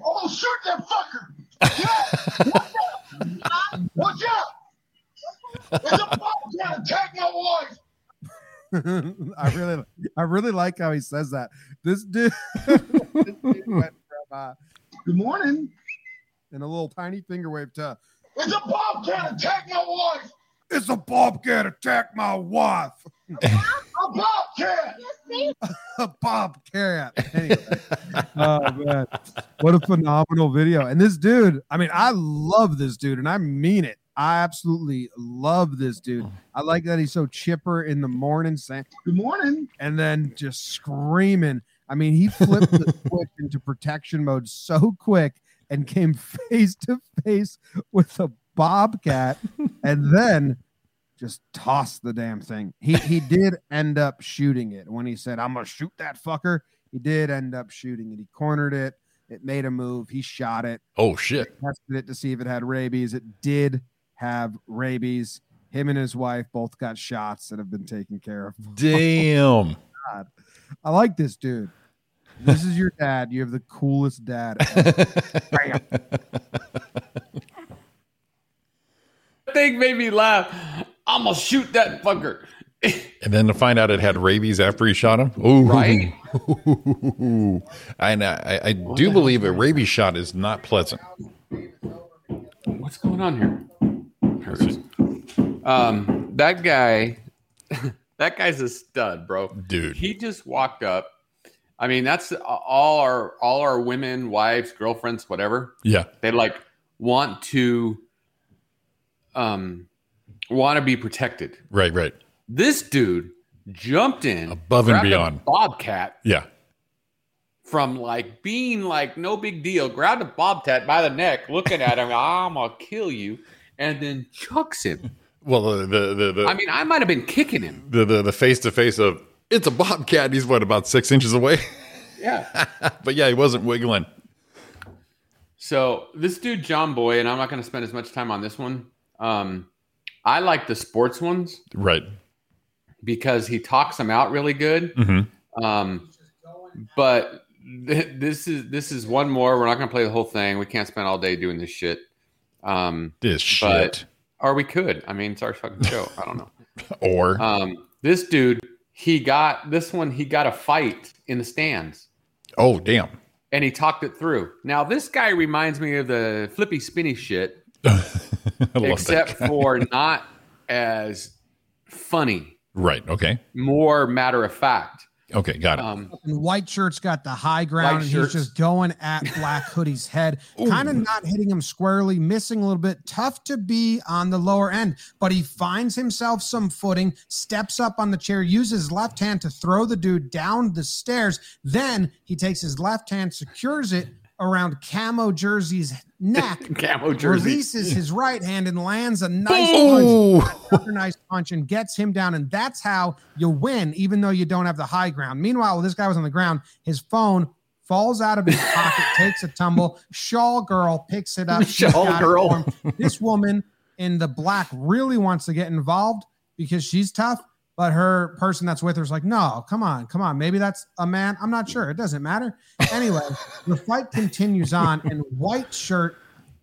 Speaker 9: Oh, shoot that fucker! Watch out! There's a fucker trying to attack my wife!
Speaker 3: I really, I really like how he says that. This dude, this dude went from, uh,
Speaker 9: Good morning.
Speaker 3: in a little tiny finger wave to
Speaker 9: There's a bobcat attack my wife!
Speaker 3: "It's a bobcat attack my wife."
Speaker 9: A bobcat!
Speaker 3: a bobcat. Anyway, oh man, what a phenomenal video! And this dude, I mean, I love this dude, and I mean it. I absolutely love this dude. I like that he's so chipper in the morning, saying,
Speaker 9: Good morning.
Speaker 3: and then just screaming. I mean, he flipped the switch into protection mode so quick and came face to face with a bobcat and then just tossed the damn thing. He he did end up shooting it when he said, I'm gonna shoot that fucker. He did end up shooting it. He cornered it, it made a move, he shot it
Speaker 7: Oh shit.
Speaker 3: tested it to see if it had rabies. It did have rabies. Him and his wife both got shots that have been taken care of.
Speaker 7: Damn.
Speaker 3: I like this dude. This is your dad. You have the coolest dad. ever.
Speaker 6: That thing made me laugh. I'm gonna shoot that fucker.
Speaker 7: And then to find out it had rabies after he shot him. Ooh.
Speaker 6: Right?
Speaker 7: And I, I, I do believe a rabies shot is not pleasant.
Speaker 6: What's going on here? There it is. Um, that guy, that guy's a stud, bro.
Speaker 7: Dude.
Speaker 6: he just walked up. I mean, that's all our all our women, wives, girlfriends, whatever.
Speaker 7: Yeah.
Speaker 6: They like want to, um, want to be protected.
Speaker 7: Right. Right.
Speaker 6: This dude jumped in
Speaker 7: Above and
Speaker 6: grabbed a
Speaker 7: beyond.
Speaker 6: bobcat
Speaker 7: Yeah.
Speaker 6: from like being like no big deal, grabbed a bobcat by the neck, looking at him, I'm gonna kill you, and then chucks him.
Speaker 7: Well, the the the the,
Speaker 6: I mean, I might have been kicking him.
Speaker 7: the, the, the face to face of it's a bobcat. and He's what about six inches away?
Speaker 6: Yeah.
Speaker 7: but yeah, he wasn't wiggling.
Speaker 6: So this dude John Boy, and I'm not gonna spend as much time on this one. Um, I like the sports ones
Speaker 7: Right.
Speaker 6: because he talks them out really good.
Speaker 7: Mm-hmm.
Speaker 6: Um, but th- this is this is one more. We're not gonna play the whole thing. We can't spend all day doing this shit. Um,
Speaker 7: This shit.
Speaker 6: But- or we could. I mean, it's our fucking show. I don't know.
Speaker 7: or
Speaker 6: Um, this dude, he got this one. He got a fight in the stands,
Speaker 7: oh damn.
Speaker 6: and he talked it through. Now this guy reminds me of the flippy spinny shit,
Speaker 7: I love
Speaker 6: except
Speaker 7: that.
Speaker 6: for not as funny,
Speaker 7: Right. Okay.
Speaker 6: more matter of fact.
Speaker 7: Okay. Got it.
Speaker 6: Um,
Speaker 3: And white shirt's got the high ground,
Speaker 6: White
Speaker 3: and
Speaker 6: shirts.
Speaker 3: he's just going at Black Hoodie's head, kind of not hitting him squarely, missing a little bit. Tough to be on the lower end, but he finds himself some footing, steps up on the chair, uses his left hand to throw the dude down the stairs. Then he takes his left hand, secures it around Camo Jersey's neck,
Speaker 6: camo jersey.
Speaker 3: releases his right hand, and lands a nice
Speaker 6: Uh,
Speaker 3: punch
Speaker 7: Ooh.
Speaker 3: another nice punch and gets him down. And that's how you win, even though you don't have the high ground. Meanwhile, while this guy was on the ground, his phone falls out of his pocket, takes a tumble. Shaw girl picks it up. She's
Speaker 6: Shaw
Speaker 3: got it
Speaker 6: girl.
Speaker 3: for him. This woman in the black really wants to get involved because she's tough. But her person that's with her is like, no, come on, come on. Maybe that's a man. I'm not sure. It doesn't matter. Anyway, the fight continues on, and white shirt.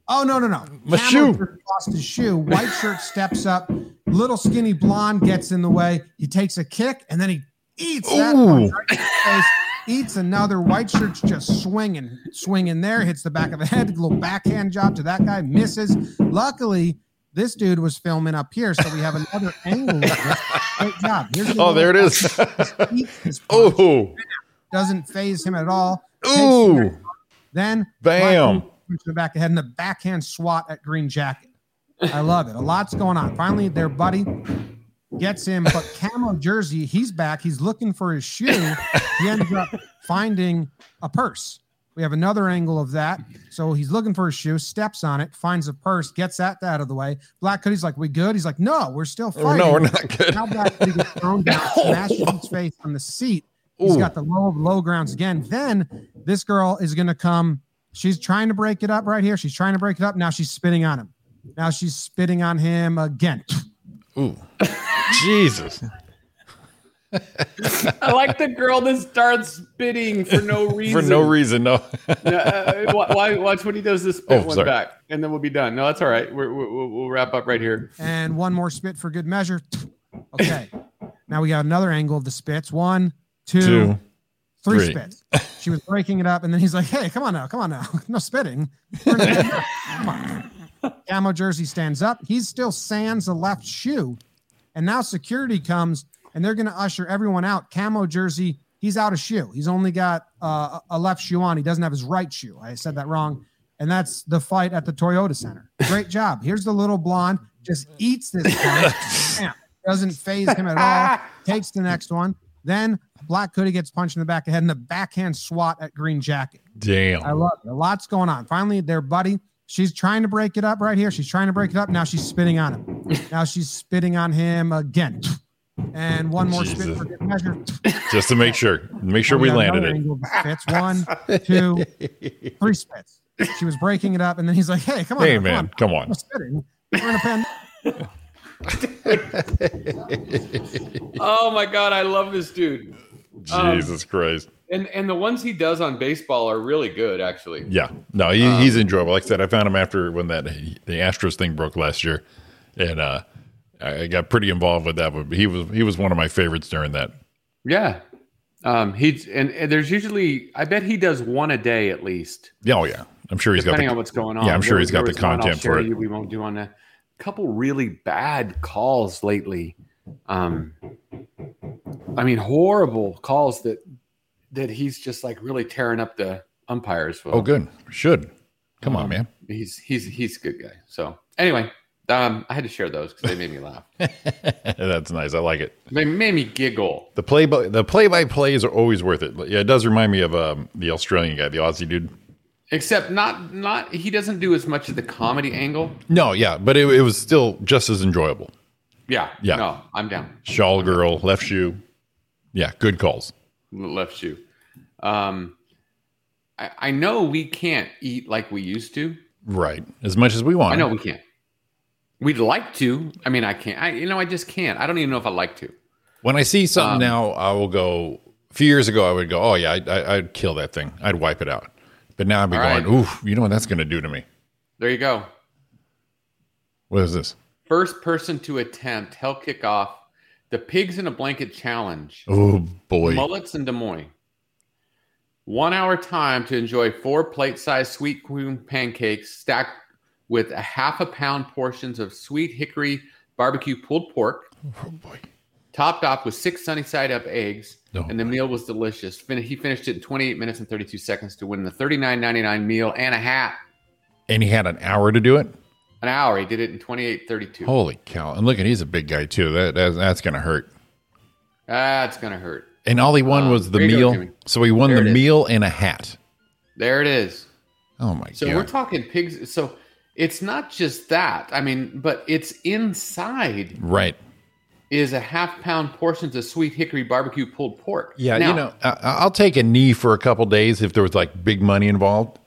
Speaker 3: Oh no, no, no!
Speaker 7: My
Speaker 3: Camo
Speaker 7: shoe.
Speaker 3: shirt lost his shoe. White shirt steps up. Little skinny blonde gets in the way. He takes a kick, and then he eats that
Speaker 7: Ooh.
Speaker 3: punch right in the face. Eats another. White shirt's just swinging, swinging there. Hits the back of the head. Little backhand job to that guy. Misses. Luckily. This dude was filming up here, so we have another angle. of this. Great job. Here's the
Speaker 7: Oh, there it
Speaker 3: little-
Speaker 7: is.
Speaker 3: eats this punch.
Speaker 7: oh.
Speaker 3: Doesn't phase him at all. Takes the
Speaker 7: Ooh.
Speaker 3: then
Speaker 7: Bam.
Speaker 3: punch in the back of the head and a backhand swat at Green Jacket. I love it. A lot's going on. Finally, their buddy gets him, but camo jersey, he's back. He's looking for his shoe. He ends up finding a purse. We have another angle of that. So he's looking for his shoe, steps on it, finds a purse, gets that out of the way. Black Hoodie's like, We good? He's like, No, we're still
Speaker 7: Oh,
Speaker 3: fighting.
Speaker 7: no, we're not good.
Speaker 3: Now Black Hoodie gets thrown down, smashes his face on the seat. He's
Speaker 7: Ooh.
Speaker 3: got the low low grounds again. Then this girl is gonna come. She's trying to break it up right here. She's trying to break it up. Now she's spitting on him. Now she's spitting on him again.
Speaker 7: Ooh. Jesus.
Speaker 6: I like the girl that starts spitting for no reason.
Speaker 7: For no reason. No.
Speaker 6: No, uh, wa- why, watch when he does this spit
Speaker 7: Oh,
Speaker 6: one
Speaker 7: sorry.
Speaker 6: back, and then we'll be done. No, that's all right. We're, we're, we'll- we'll wrap up right here.
Speaker 3: and one more spit for good measure. Okay. Now we got another angle of the spits. One, two, three
Speaker 7: Two. three.
Speaker 3: spits. She was breaking it up, and then he's like, "Hey, come on now, come on now, no spitting." We're in the middle. come on. Camo jersey stands up. He still sands the left shoe, and now security comes, and they're going to usher everyone out. Camo jersey. He's out of shoe. He's only got uh, a left shoe on. He doesn't have his right shoe. I said that wrong. And that's the fight at the Toyota Center. Great job. Here's the little blonde. Just eats this guy. Bam. Doesn't phase him at all. Takes the next one. Then Black Hoodie gets punched in the back of the head and the backhand swat at Green Jacket.
Speaker 7: Damn.
Speaker 3: I love it. A lot's going on. Finally, their buddy, she's trying to break it up right here. She's trying to break it up. Now she's spitting on him. Now she's spitting on him again. And one more spit
Speaker 7: Jesus.
Speaker 3: for good measure.
Speaker 7: Just to make sure. Make sure we
Speaker 3: got
Speaker 7: landed
Speaker 3: another
Speaker 7: it.
Speaker 3: angle of Spits. One, two, three spits. She was breaking it up. And then he's like, hey, come on.
Speaker 7: Hey,
Speaker 3: now,
Speaker 7: man. Come on.
Speaker 3: I'm spitting. We're in a pandemic.
Speaker 6: Oh my god, I love this dude.
Speaker 3: Uh,
Speaker 6: Um,
Speaker 7: Jesus Christ.
Speaker 6: And and the ones he does on baseball are really good, actually.
Speaker 7: Yeah. No, he,
Speaker 3: uh,
Speaker 7: he's enjoyable. Like I said, I found him after when that the Astros thing broke last year, and uh, I I got pretty involved with that. But he was he was one of my favorites during that.
Speaker 6: Yeah. Um, he's and, and there's usually I bet he does one a day at least,
Speaker 7: Yeah, oh yeah, I'm sure he's
Speaker 6: depending
Speaker 7: got.
Speaker 6: on
Speaker 7: The,
Speaker 6: what's going on.
Speaker 7: Yeah, I'm sure
Speaker 6: There-
Speaker 7: he's got
Speaker 6: there
Speaker 7: the
Speaker 6: was one I'll
Speaker 7: content
Speaker 6: share
Speaker 7: for
Speaker 6: with
Speaker 7: it.
Speaker 6: you We won't do on a couple really bad calls lately. Um, I mean, horrible calls that that he's just like really tearing up the umpires. With.
Speaker 7: oh, good. Should come on, man.
Speaker 6: he's he's he's a good guy. So anyway, um, I had to share those because they made me laugh.
Speaker 7: That's nice. I like it.
Speaker 6: They made me giggle.
Speaker 7: The play by the play by plays are always worth it. Yeah, it does remind me of um, the Australian guy, the Aussie dude.
Speaker 6: Except not not he doesn't do as much of the comedy angle.
Speaker 7: No, yeah, but it, it was still just as enjoyable.
Speaker 6: Yeah.
Speaker 7: Yeah.
Speaker 6: No, I'm down.
Speaker 7: Shawl girl, left shoe. Yeah, good calls.
Speaker 6: Left shoe. Um, I, I know we can't eat like we used to.
Speaker 7: Right, as much as we want.
Speaker 6: I know we can't. We'd like to. I mean, I can't. I, you know, I just can't. I don't even know if I like to.
Speaker 7: When I see something
Speaker 6: Um,
Speaker 7: now, I will go. A few years ago, I would go, "Oh yeah, I'd, I- I'd kill that thing. I'd wipe it out." But now I'd be
Speaker 6: All
Speaker 7: going,
Speaker 6: right.
Speaker 7: "Oof, you know what that's going to do to me?
Speaker 6: There you go.
Speaker 7: What is this?
Speaker 6: First person to attempt hell kickoff, the pigs in a blanket challenge.
Speaker 7: Oh boy,
Speaker 6: Mullets in Des Moines. One hour time to enjoy four plate sized sweet cream pancakes stacked with a half a pound portions of sweet hickory barbecue pulled pork,
Speaker 7: oh boy,
Speaker 6: topped off with six sunny side up eggs.
Speaker 7: No.
Speaker 6: And the meal was delicious. Fin- he finished it in 28 minutes and 32 seconds to win the $39.99 meal and a hat.
Speaker 7: And he had an hour to do it.
Speaker 6: An hour. He did it in 28.32.
Speaker 7: Holy cow! And look at he's a big guy too. That, that that's going to hurt.
Speaker 6: That's going to hurt.
Speaker 7: And all he won
Speaker 6: Uh,
Speaker 7: was the
Speaker 6: there you go,
Speaker 7: meal.
Speaker 6: Jimmy.
Speaker 7: so he won
Speaker 6: There
Speaker 7: the
Speaker 6: it is.
Speaker 7: meal and a hat.
Speaker 6: There it is.
Speaker 7: Oh my
Speaker 6: So
Speaker 7: god!
Speaker 6: we're talking pigs. So it's not just that. I mean, but it's inside
Speaker 7: right?
Speaker 6: is a half pound portions of sweet hickory barbecue pulled pork.
Speaker 7: Yeah,
Speaker 6: Now-
Speaker 7: you know, I, I'll take a knee for a couple days if there was like big money involved.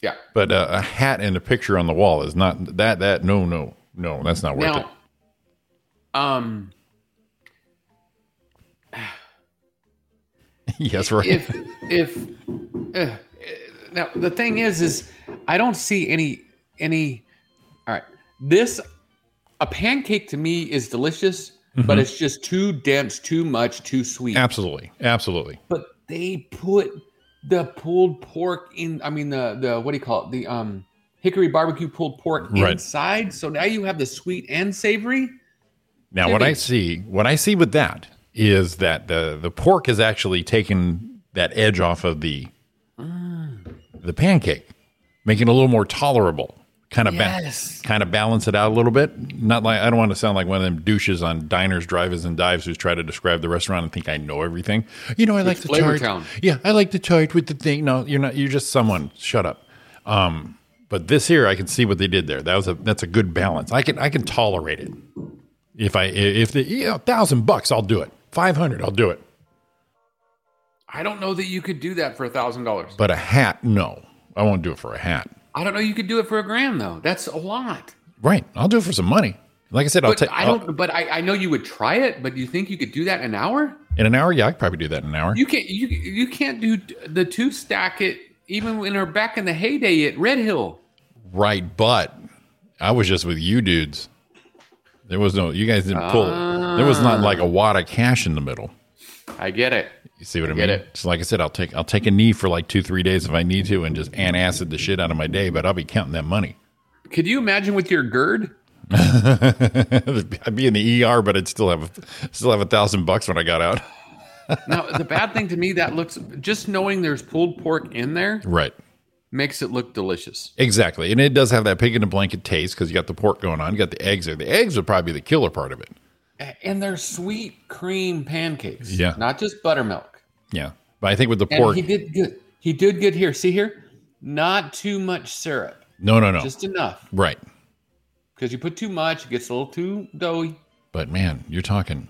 Speaker 6: Yeah.
Speaker 7: But uh, a hat and a picture on the wall is not that. That no, no, no. That's not worth it.
Speaker 6: Now, um,
Speaker 7: Yes, right.
Speaker 6: if if uh, now the thing is, is I don't see any any. All right, this a pancake to me is delicious,
Speaker 7: Mm-hmm.
Speaker 6: but it's just too dense, too much, too sweet.
Speaker 7: absolutely, absolutely.
Speaker 6: but they put the pulled pork in i mean the the what do you call it the um hickory barbecue pulled pork
Speaker 7: Right.
Speaker 6: inside so now you have the sweet and savory
Speaker 7: Now, what I
Speaker 6: Jimmy.
Speaker 7: see, what I see with that is that the the pork has actually taken that edge off of the the pancake, make it a little more tolerable. Kind of
Speaker 10: Yes.
Speaker 7: kind of balance it out a little bit. Not like I don't want to sound like one of them douches on diners, drivers, and dives who's try to describe the restaurant and think I know everything. You know, I like the
Speaker 6: Flavor
Speaker 7: chart.
Speaker 6: Town.
Speaker 7: Yeah, I like the chart with the thing. No, you're not. You're just someone. Shut up. Um, but this here, I can see what they did there. That was a that's a good balance. I can I can tolerate it. If I if the you know, thousand bucks, I'll do it. Five hundred, I'll do it.
Speaker 6: I don't know that you could do that for a thousand dollars.
Speaker 7: But a hat, no, I won't do it for a hat.
Speaker 6: I don't know you could do it for a grand though. That's a lot.
Speaker 7: Right, I'll do it for some money. Like I said, I'll
Speaker 6: But
Speaker 7: take
Speaker 6: I don't. But I, I know you would try it. But you think you could do that in an hour?
Speaker 7: in an hour. Yeah, I could probably do that in an hour.
Speaker 6: You can't. You you can't do the two stack it even when they're back in the heyday at Red Hill.
Speaker 7: Right, but I was just with you dudes. There was no, you guys didn't pull. there was not
Speaker 6: Ah.
Speaker 7: like a wad of cash in the middle.
Speaker 6: I get it.
Speaker 7: You see what I,
Speaker 6: get
Speaker 7: mean?
Speaker 6: it.
Speaker 7: So like I said, I'll take I'll take a knee for like two three days if I need to, and just antacid the shit out of my day. But I'll be counting that money.
Speaker 6: Could you imagine with your gird?
Speaker 7: I'd be in the ER, but I'd still have still have a thousand bucks when I got out.
Speaker 6: Now the bad thing to me that looks just knowing there's pulled pork in there
Speaker 7: Right.
Speaker 6: makes it look delicious.
Speaker 7: Exactly, and it does have that pig in a blanket taste because you got the pork going on, you got the eggs there. The eggs would probably be the killer part of it.
Speaker 6: A- And they're sweet cream pancakes.
Speaker 7: Yeah.
Speaker 6: Not just buttermilk.
Speaker 7: Yeah, but I think with the
Speaker 6: And
Speaker 7: pork,
Speaker 6: he did good. He did good here. See here? Not too much syrup.
Speaker 7: no, no, no,
Speaker 6: Just enough.
Speaker 7: right.
Speaker 6: Because you put too much, it gets a little too doughy.
Speaker 7: But man, you're talking.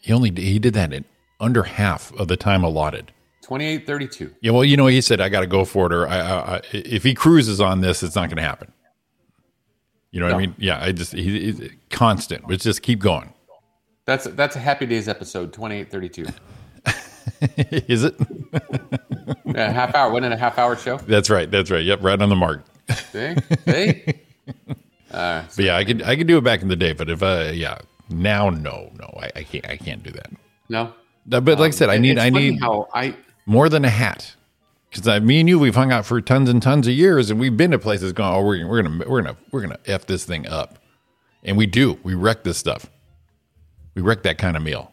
Speaker 7: He only he did that in under half of the time allotted.
Speaker 6: 28, 32.
Speaker 7: Yeah, well, you know, he said I got to go for it, or I, I, I, if he cruises on this, it's not going to happen. You know what I
Speaker 6: No.
Speaker 7: mean? Yeah, I just he, he constant. Let's just keep going.
Speaker 6: That's that's a happy days episode, 28, 32.
Speaker 7: Is it?
Speaker 6: a half hour, one and a half hour show.
Speaker 7: That's right. That's right. Yep, right on the mark.
Speaker 6: See? See?
Speaker 7: But yeah, I could I could do it back in the day, but if uh yeah now no no I, I can't I can't do that.
Speaker 6: No.
Speaker 7: But like I said, I
Speaker 6: It-
Speaker 7: need
Speaker 6: it's
Speaker 7: I
Speaker 6: funny
Speaker 7: need
Speaker 6: how I
Speaker 7: more than a hat. Because me and you, we've hung out for tons and tons of years, and we've been to places going, "Oh, we're, we're gonna, we're gonna, we're gonna f this thing up," and we do. We wreck this stuff. We wreck that kind of meal.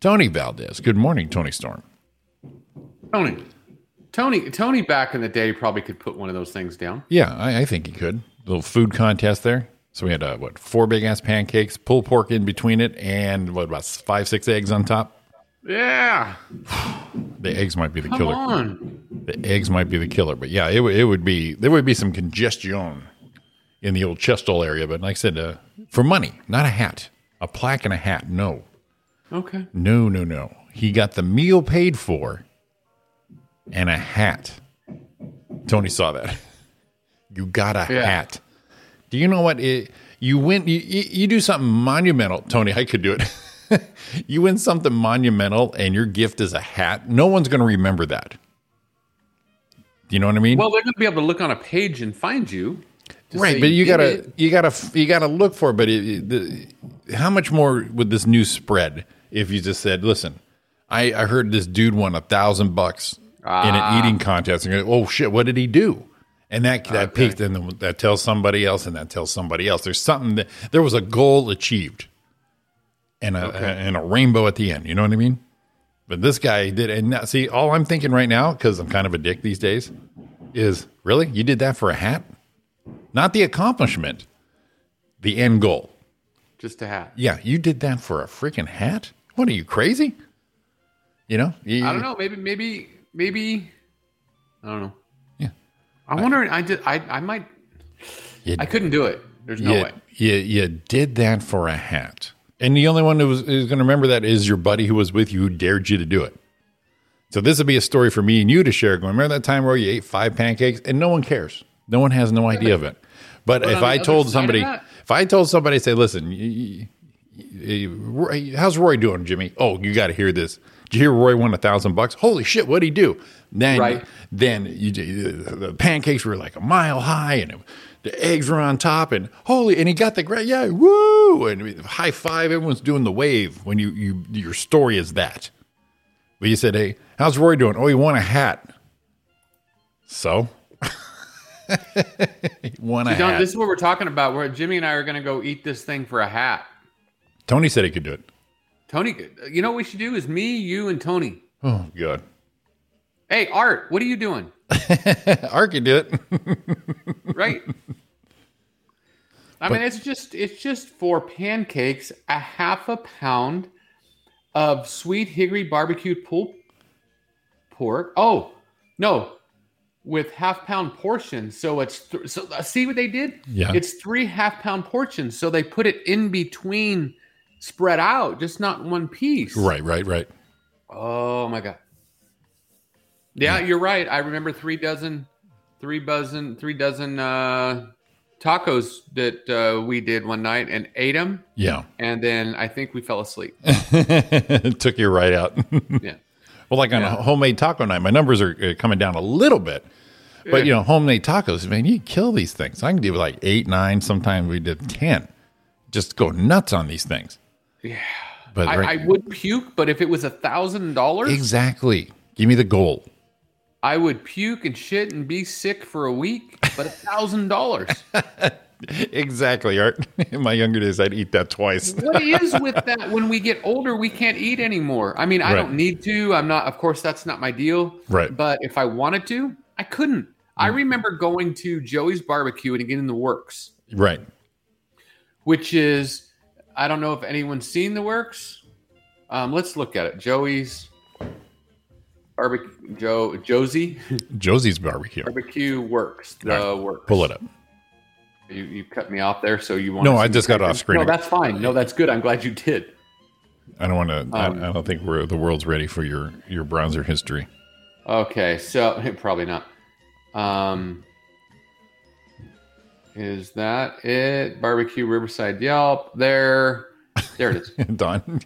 Speaker 7: Tony Valdez. Good morning, Tony Storm.
Speaker 6: Tony. Tony Tony back in the day probably could put one of those things down.
Speaker 7: Yeah, I, I think he could. Little food contest there. So we had uh, what four big ass pancakes, pulled pork in between it, and what about five six eggs on top.
Speaker 6: Yeah.
Speaker 7: The eggs might be the
Speaker 6: Come
Speaker 7: killer.
Speaker 6: on.
Speaker 7: The eggs might be the killer, but yeah, it, would- it would be there would be some congestion in the old Chestol area. But like I said, uh, for money, not a hat, a plaque and a hat. No,
Speaker 6: Okay.
Speaker 7: no, no, no. He got the meal paid for and a hat. Tony saw that. You got a
Speaker 6: Yeah.
Speaker 7: hat. Do you know what? It, you win. You, you, you do something monumental, Tony. I could do it. you win something monumental, and your gift is a hat. No one's going to remember that. Do you know what I mean?
Speaker 6: Well, they're going to be able to look on a page and find you. to
Speaker 7: right
Speaker 6: say
Speaker 7: but you
Speaker 6: did
Speaker 7: gotta
Speaker 6: it.
Speaker 7: you gotta you gotta look for it but it, it- the, how much more would this news spread if you just said listen i i heard this dude won a thousand bucks in
Speaker 6: Ah.
Speaker 7: an eating contest and go, oh shit what did he do and that that peaked and that tells somebody else and that tells somebody else there's something that there was a goal achieved and a, and a rainbow at the end you know what i mean but this guy did and now, see all i'm thinking right now because i'm kind of a dick these days is really you did that for a hat not the accomplishment, the end goal.
Speaker 6: Just a hat.
Speaker 7: Yeah, you did that for a freaking hat. What are you crazy? You know, you,
Speaker 6: I don't know. Maybe, maybe, maybe. I don't know.
Speaker 7: Yeah.
Speaker 6: I wonder. I did. I. I might.
Speaker 7: You-
Speaker 6: I couldn't do it. There's no
Speaker 7: you,
Speaker 6: way.
Speaker 7: you, you did that for a hat, and the only one who was, who's going to remember that is your buddy who was with you who dared you to do it. So this would be a story for me and you to share. Going, remember that time where you ate five pancakes and no one cares, no one has no idea of it. But,
Speaker 6: on
Speaker 7: if
Speaker 6: the
Speaker 7: I
Speaker 6: other
Speaker 7: told
Speaker 6: side of
Speaker 7: somebody,
Speaker 6: that-
Speaker 7: if I told somebody, say, listen, you, you, Roy- how's Roy doing, Jimmy? Oh, you got to hear this. Did you hear Roy won a thousand bucks? Holy shit! What'd he do? Then,
Speaker 6: Right.
Speaker 7: then you, the pancakes were like a mile high, and the eggs were on top, and holy, and he got the great, yeah, woo, and high five. Everyone's doing the wave when you, you your story is that. But you said, hey, how's Roy doing? Oh, he won a hat. So, he won a
Speaker 6: See, Don,
Speaker 7: hat.
Speaker 6: this is what we're talking about. Where Jimmy and I are going to go eat this thing for a hat.
Speaker 7: Tony said he could do it.
Speaker 6: Tony, you know what we should do is me, you, and Tony.
Speaker 7: Oh God.
Speaker 6: Hey, Art, what are you doing?
Speaker 7: Ark can do it.
Speaker 6: right? I mean, it's just it's just for pancakes, a half a pound of sweet hickory barbecued pulled pork. Oh no, with half pound portions. So it's th- so uh, see what they did.
Speaker 7: Yeah.
Speaker 6: it's three half pound portions. So they put it in between, spread out, just not one piece.
Speaker 7: right, right, right.
Speaker 6: Oh my god. Yeah, you're right. I remember three dozen, three dozen, three dozen uh, tacos that uh, we did one night and ate them,
Speaker 7: Yeah.
Speaker 6: and then I think we fell asleep.
Speaker 7: Took you right out.
Speaker 6: Yeah,
Speaker 7: well, like on
Speaker 6: Yeah.
Speaker 7: a homemade taco night, my numbers are uh, coming down a little bit. But you know, homemade tacos, man, you kill these things. I can do like eight, nine. Sometimes we did ten. Just go nuts on these things. Yeah, but
Speaker 6: I,
Speaker 7: right,
Speaker 6: I would puke, but if it was a thousand dollars,
Speaker 7: exactly. Give me the goal.
Speaker 6: I would puke and shit and be sick for a week. But a thousand dollars,
Speaker 7: exactly, Art. In my younger days, I'd eat that twice.
Speaker 6: what is with that? When we get older, we can't eat anymore. I mean, I
Speaker 7: Right.
Speaker 6: don't need to. I'm not. Of course, that's not my deal.
Speaker 7: Right. Mm.
Speaker 6: But if I wanted to, I couldn't. I remember going to Joey's barbecue and getting the works,
Speaker 7: Right.
Speaker 6: which is I don't know if anyone's seen the works. Um, let's look at it. Joey's barbecue Joe Josie
Speaker 7: Josie's barbecue.
Speaker 6: barbecue works. The
Speaker 7: All
Speaker 6: works.
Speaker 7: Pull it up.
Speaker 6: You, you cut me off there, so you want
Speaker 7: No, I just got off screen.
Speaker 6: No, that's fine. No, that's good. I'm glad you did.
Speaker 7: I don't want to. I,
Speaker 6: Um,
Speaker 7: I don't think we're the world's ready for your your browser history.
Speaker 6: Okay, so probably not. Um, is that it? Barbecue Riverside Yelp. There, there it is.
Speaker 7: Don,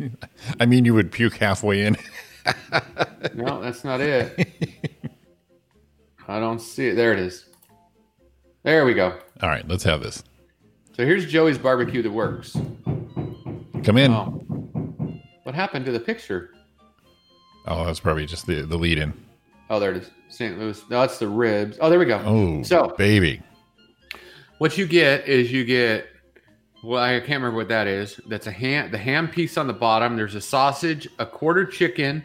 Speaker 7: I mean, you would puke halfway in.
Speaker 6: No, that's not it. I don't see it. There it is. There we go.
Speaker 7: All right, let's have this.
Speaker 6: So here's Joey's barbecue that works.
Speaker 7: Come in.
Speaker 6: Oh, what happened to the picture?
Speaker 7: Oh, that's probably just the, the lead in.
Speaker 6: Oh, there it is. St. Louis. No, that's the ribs. Oh, there we go.
Speaker 7: Oh,
Speaker 6: so
Speaker 7: baby.
Speaker 6: What you get is you get well, I can't remember what that is. That's a ham the ham piece on the bottom. There's a sausage, a quarter chicken,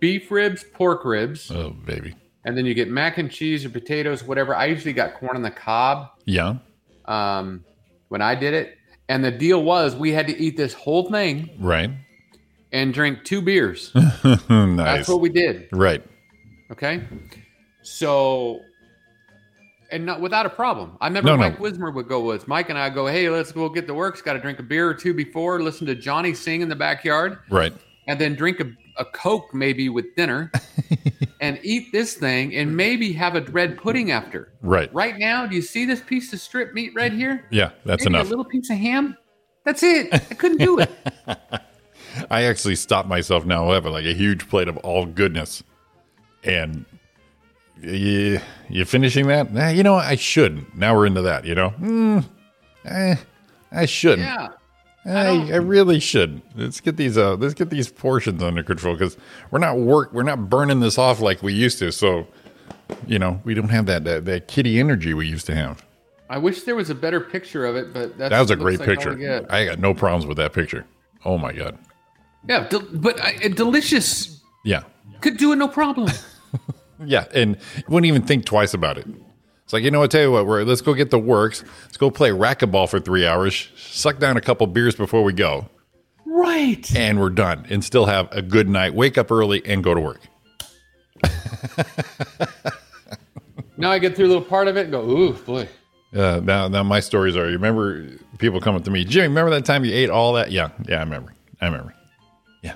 Speaker 6: beef ribs, pork ribs,
Speaker 7: Oh, baby.
Speaker 6: and then you get mac and cheese or potatoes, whatever. I usually got corn on the cob
Speaker 7: Yeah.
Speaker 6: um, when I did it. And the deal was we had to eat this whole thing
Speaker 7: Right.
Speaker 6: and drink two beers.
Speaker 7: nice.
Speaker 6: That's what we did.
Speaker 7: right.
Speaker 6: Okay. So, and not without a problem. I remember
Speaker 7: No, no.
Speaker 6: Mike Wismer would go with Mike and I go, hey, let's go get the works. Got to drink a beer or two before, listen to Johnny sing in the backyard,
Speaker 7: Right.
Speaker 6: and then drink a, a Coke maybe with dinner and eat this thing and maybe have a red pudding after.
Speaker 7: Right.
Speaker 6: Right now, do you see this piece of strip meat right here?
Speaker 7: Yeah, that's
Speaker 6: Maybe
Speaker 7: enough.
Speaker 6: A little piece of ham? That's it. I couldn't do it.
Speaker 7: I actually stopped myself now. I have like a huge plate of all goodness, and you you finishing that? Nah, you know I shouldn't. Now we're into that. You know, mm, eh, I shouldn't.
Speaker 6: yeah.
Speaker 7: I, I,
Speaker 6: don't-
Speaker 7: really should. Let's get these uh let's get these portions under control because we're not work we're not burning this off like we used to. So you know, we don't have that that, that kitty energy we used to have.
Speaker 6: I wish there was a better picture of it, but that's,
Speaker 7: That was a
Speaker 6: looks
Speaker 7: great
Speaker 6: like all we
Speaker 7: picture.
Speaker 6: get.
Speaker 7: I got no problems with that picture. Oh my god.
Speaker 6: Yeah, del- but I, delicious.
Speaker 7: Yeah.
Speaker 6: Could do it no problem.
Speaker 7: Yeah, and you wouldn't even think twice about it. It's like, you know what, tell you what, we're, let's go get the works. Let's go play racquetball for three hours, suck down a couple beers before we go,
Speaker 6: right.
Speaker 7: and we're done, and still have a good night, wake up early, and go to work.
Speaker 6: Now I get through a little part of it and go, ooh, boy.
Speaker 7: Uh, now, now my stories are. You remember people coming to me, Jimmy? Remember that time you ate all that? Yeah, yeah, I remember. I remember. Yeah,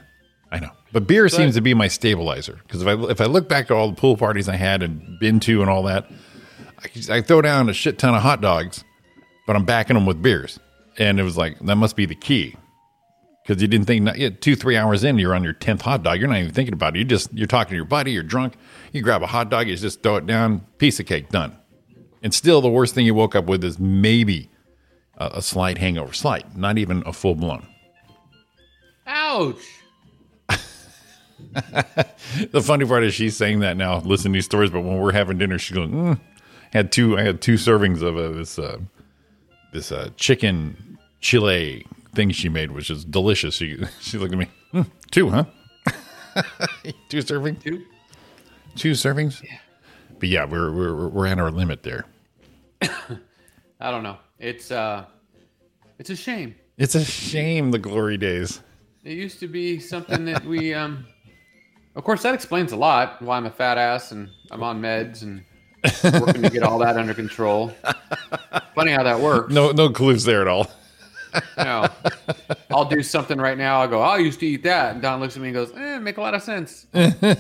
Speaker 7: I know. But beer seems to be my stabilizer because if I if I look back at all the pool parties I had and been to and all that, I, could- I throw down a shit ton of hot dogs, but I'm backing them with beers, and it was like that must be the key because you didn't think yeah, two three hours in you're on your tenth hot dog. You're not even thinking about it. You just you're talking to your buddy. You're drunk. You grab a hot dog. You just throw it down. Piece of cake. Done. And still, the worst thing you woke up with is maybe a, a slight hangover, slight, not even a full blown.
Speaker 6: Ouch.
Speaker 7: The funny part is she's saying that now, listening to these stories, but when we're having dinner, she's going, mm, "Had two, I had two servings of uh, this uh, this uh, chicken chile thing she made, which is delicious." She she looked at me, "Mm, two, huh? two serving,
Speaker 6: Two.
Speaker 7: two servings. But yeah, we're we're we're at our limit there.
Speaker 6: I don't know. It's uh, it's a shame.
Speaker 7: It's a shame the glory days.
Speaker 6: It used to be something that we um, of course that explains a lot why I'm a fat ass and I'm on meds and working to get all that under control. Funny how that works.
Speaker 7: No no clues there at all.
Speaker 6: No. I'll do something right now. I'll go, I used to eat that. And Don looks at me and goes, eh, make a lot of sense.
Speaker 7: Eh,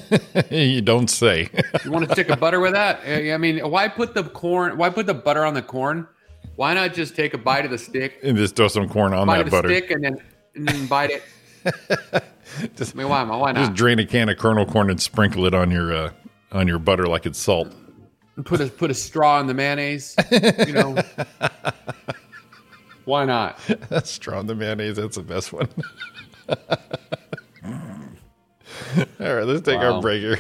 Speaker 7: you don't say.
Speaker 6: You want to stick a butter with that? Eh, I mean, why put the corn? Why put the butter on the corn? Why not just take a bite of the stick,
Speaker 7: and just throw some corn on
Speaker 6: bite
Speaker 7: that
Speaker 6: of the
Speaker 7: butter.
Speaker 6: stick, and then, and then bite it?
Speaker 7: Just-
Speaker 6: I mean, why, why
Speaker 7: Just
Speaker 6: not?
Speaker 7: drain a can of kernel corn and sprinkle it on your uh, on your butter like it's salt.
Speaker 6: put a put a straw in the mayonnaise. You know, why not?
Speaker 7: That's strong the mayonnaise. That's the best one. All right, let's take
Speaker 6: Wow.
Speaker 7: our break here.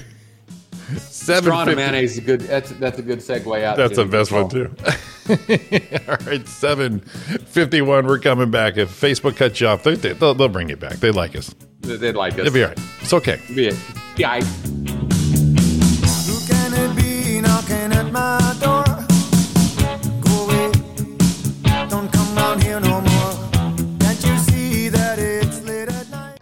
Speaker 7: Seven
Speaker 6: Straw and mayonnaise is a good. That's that's a good segue out.
Speaker 7: That's the
Speaker 6: to-
Speaker 7: best one too. All right, seven fifty-one. We're coming back. If Facebook cuts you off, they, they, will they'll bring it back. They like us.
Speaker 6: They- They'd like us.
Speaker 7: It'll be all right. It's okay.
Speaker 6: Be it. Yeah. I-
Speaker 5: Who can it be knocking at my door? Go away, don't come round here no more. Can't you see that it's late at night?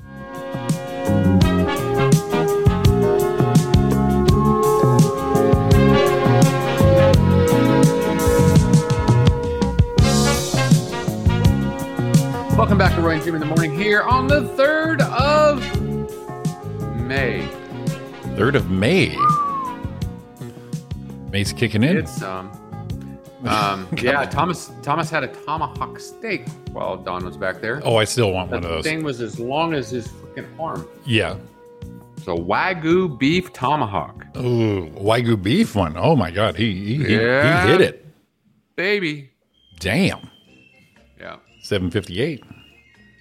Speaker 6: Welcome back to Roy and Jim in the morning here on the third of May.
Speaker 7: Third of May. May's kicking in.
Speaker 6: It's um, um yeah. Thomas Thomas had a tomahawk steak while Don was back there.
Speaker 7: oh, I still want
Speaker 6: that
Speaker 7: one of those.
Speaker 6: thing was as long as his freaking arm.
Speaker 7: Yeah.
Speaker 6: It's a wagyu beef tomahawk,
Speaker 7: Ooh, wagyu beef one. Oh my god, he he, he-
Speaker 6: Yeah.
Speaker 7: he hit it.
Speaker 6: baby.
Speaker 7: Damn.
Speaker 6: Yeah.
Speaker 7: Seven fifty-eight.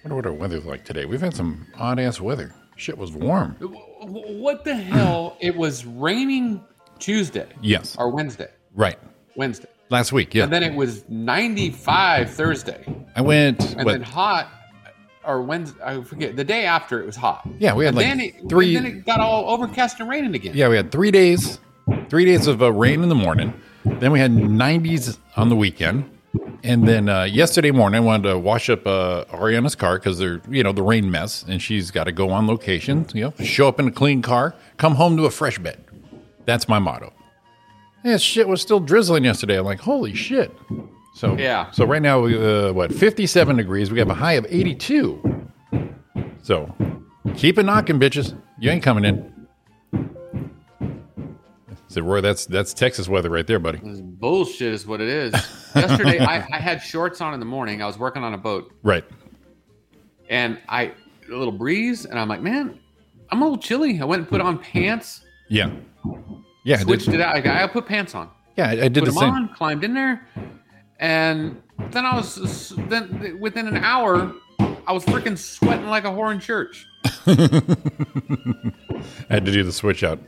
Speaker 7: Wonder what our weather's like today. We've had some odd ass weather. Shit was warm.
Speaker 6: W- w- What the hell? it was raining Tuesday
Speaker 7: Yes.
Speaker 6: or Wednesday.
Speaker 7: Right.
Speaker 6: Wednesday.
Speaker 7: Last week. Yeah.
Speaker 6: And then it was 95 Thursday.
Speaker 7: I went.
Speaker 6: And
Speaker 7: what,
Speaker 6: then hot uh, or Wednesday. I forget. The day after it was hot.
Speaker 7: Yeah, we had
Speaker 6: And
Speaker 7: like
Speaker 6: then it,
Speaker 7: three-
Speaker 6: And then it got all overcast and raining again.
Speaker 7: Yeah, we had three days, three days of uh, rain in the morning. Then we had 90s on the weekend, and then uh, yesterday morning I wanted to wash up uh, Ariana's car because they're you know the rain mess, and she's got to go on location. You know, show up in a clean car, come home to a fresh bed. That's my motto. Yeah, shit was still drizzling yesterday. I'm like, holy shit. So
Speaker 6: Yeah.
Speaker 7: So right now, we, uh, what 57 degrees. We have a high of 82. So keep it knocking, bitches. You ain't coming in. So Roy, that's that's Texas weather right there, buddy.
Speaker 6: This bullshit is what it is. Yesterday, I, I had shorts on in the morning. I was working on a boat
Speaker 7: Right.
Speaker 6: and I, a little breeze. And I'm like, man, I'm a little chilly. I went and put on pants,
Speaker 7: Yeah. Yeah. I
Speaker 6: switched
Speaker 7: did,
Speaker 6: it out. Like, I put pants on.
Speaker 7: yeah, I, I did
Speaker 6: put
Speaker 7: the
Speaker 6: them
Speaker 7: same.
Speaker 6: on, climbed in there, and then I was then within an hour, I was freaking sweating like a whore in church.
Speaker 7: I had to do the switch out.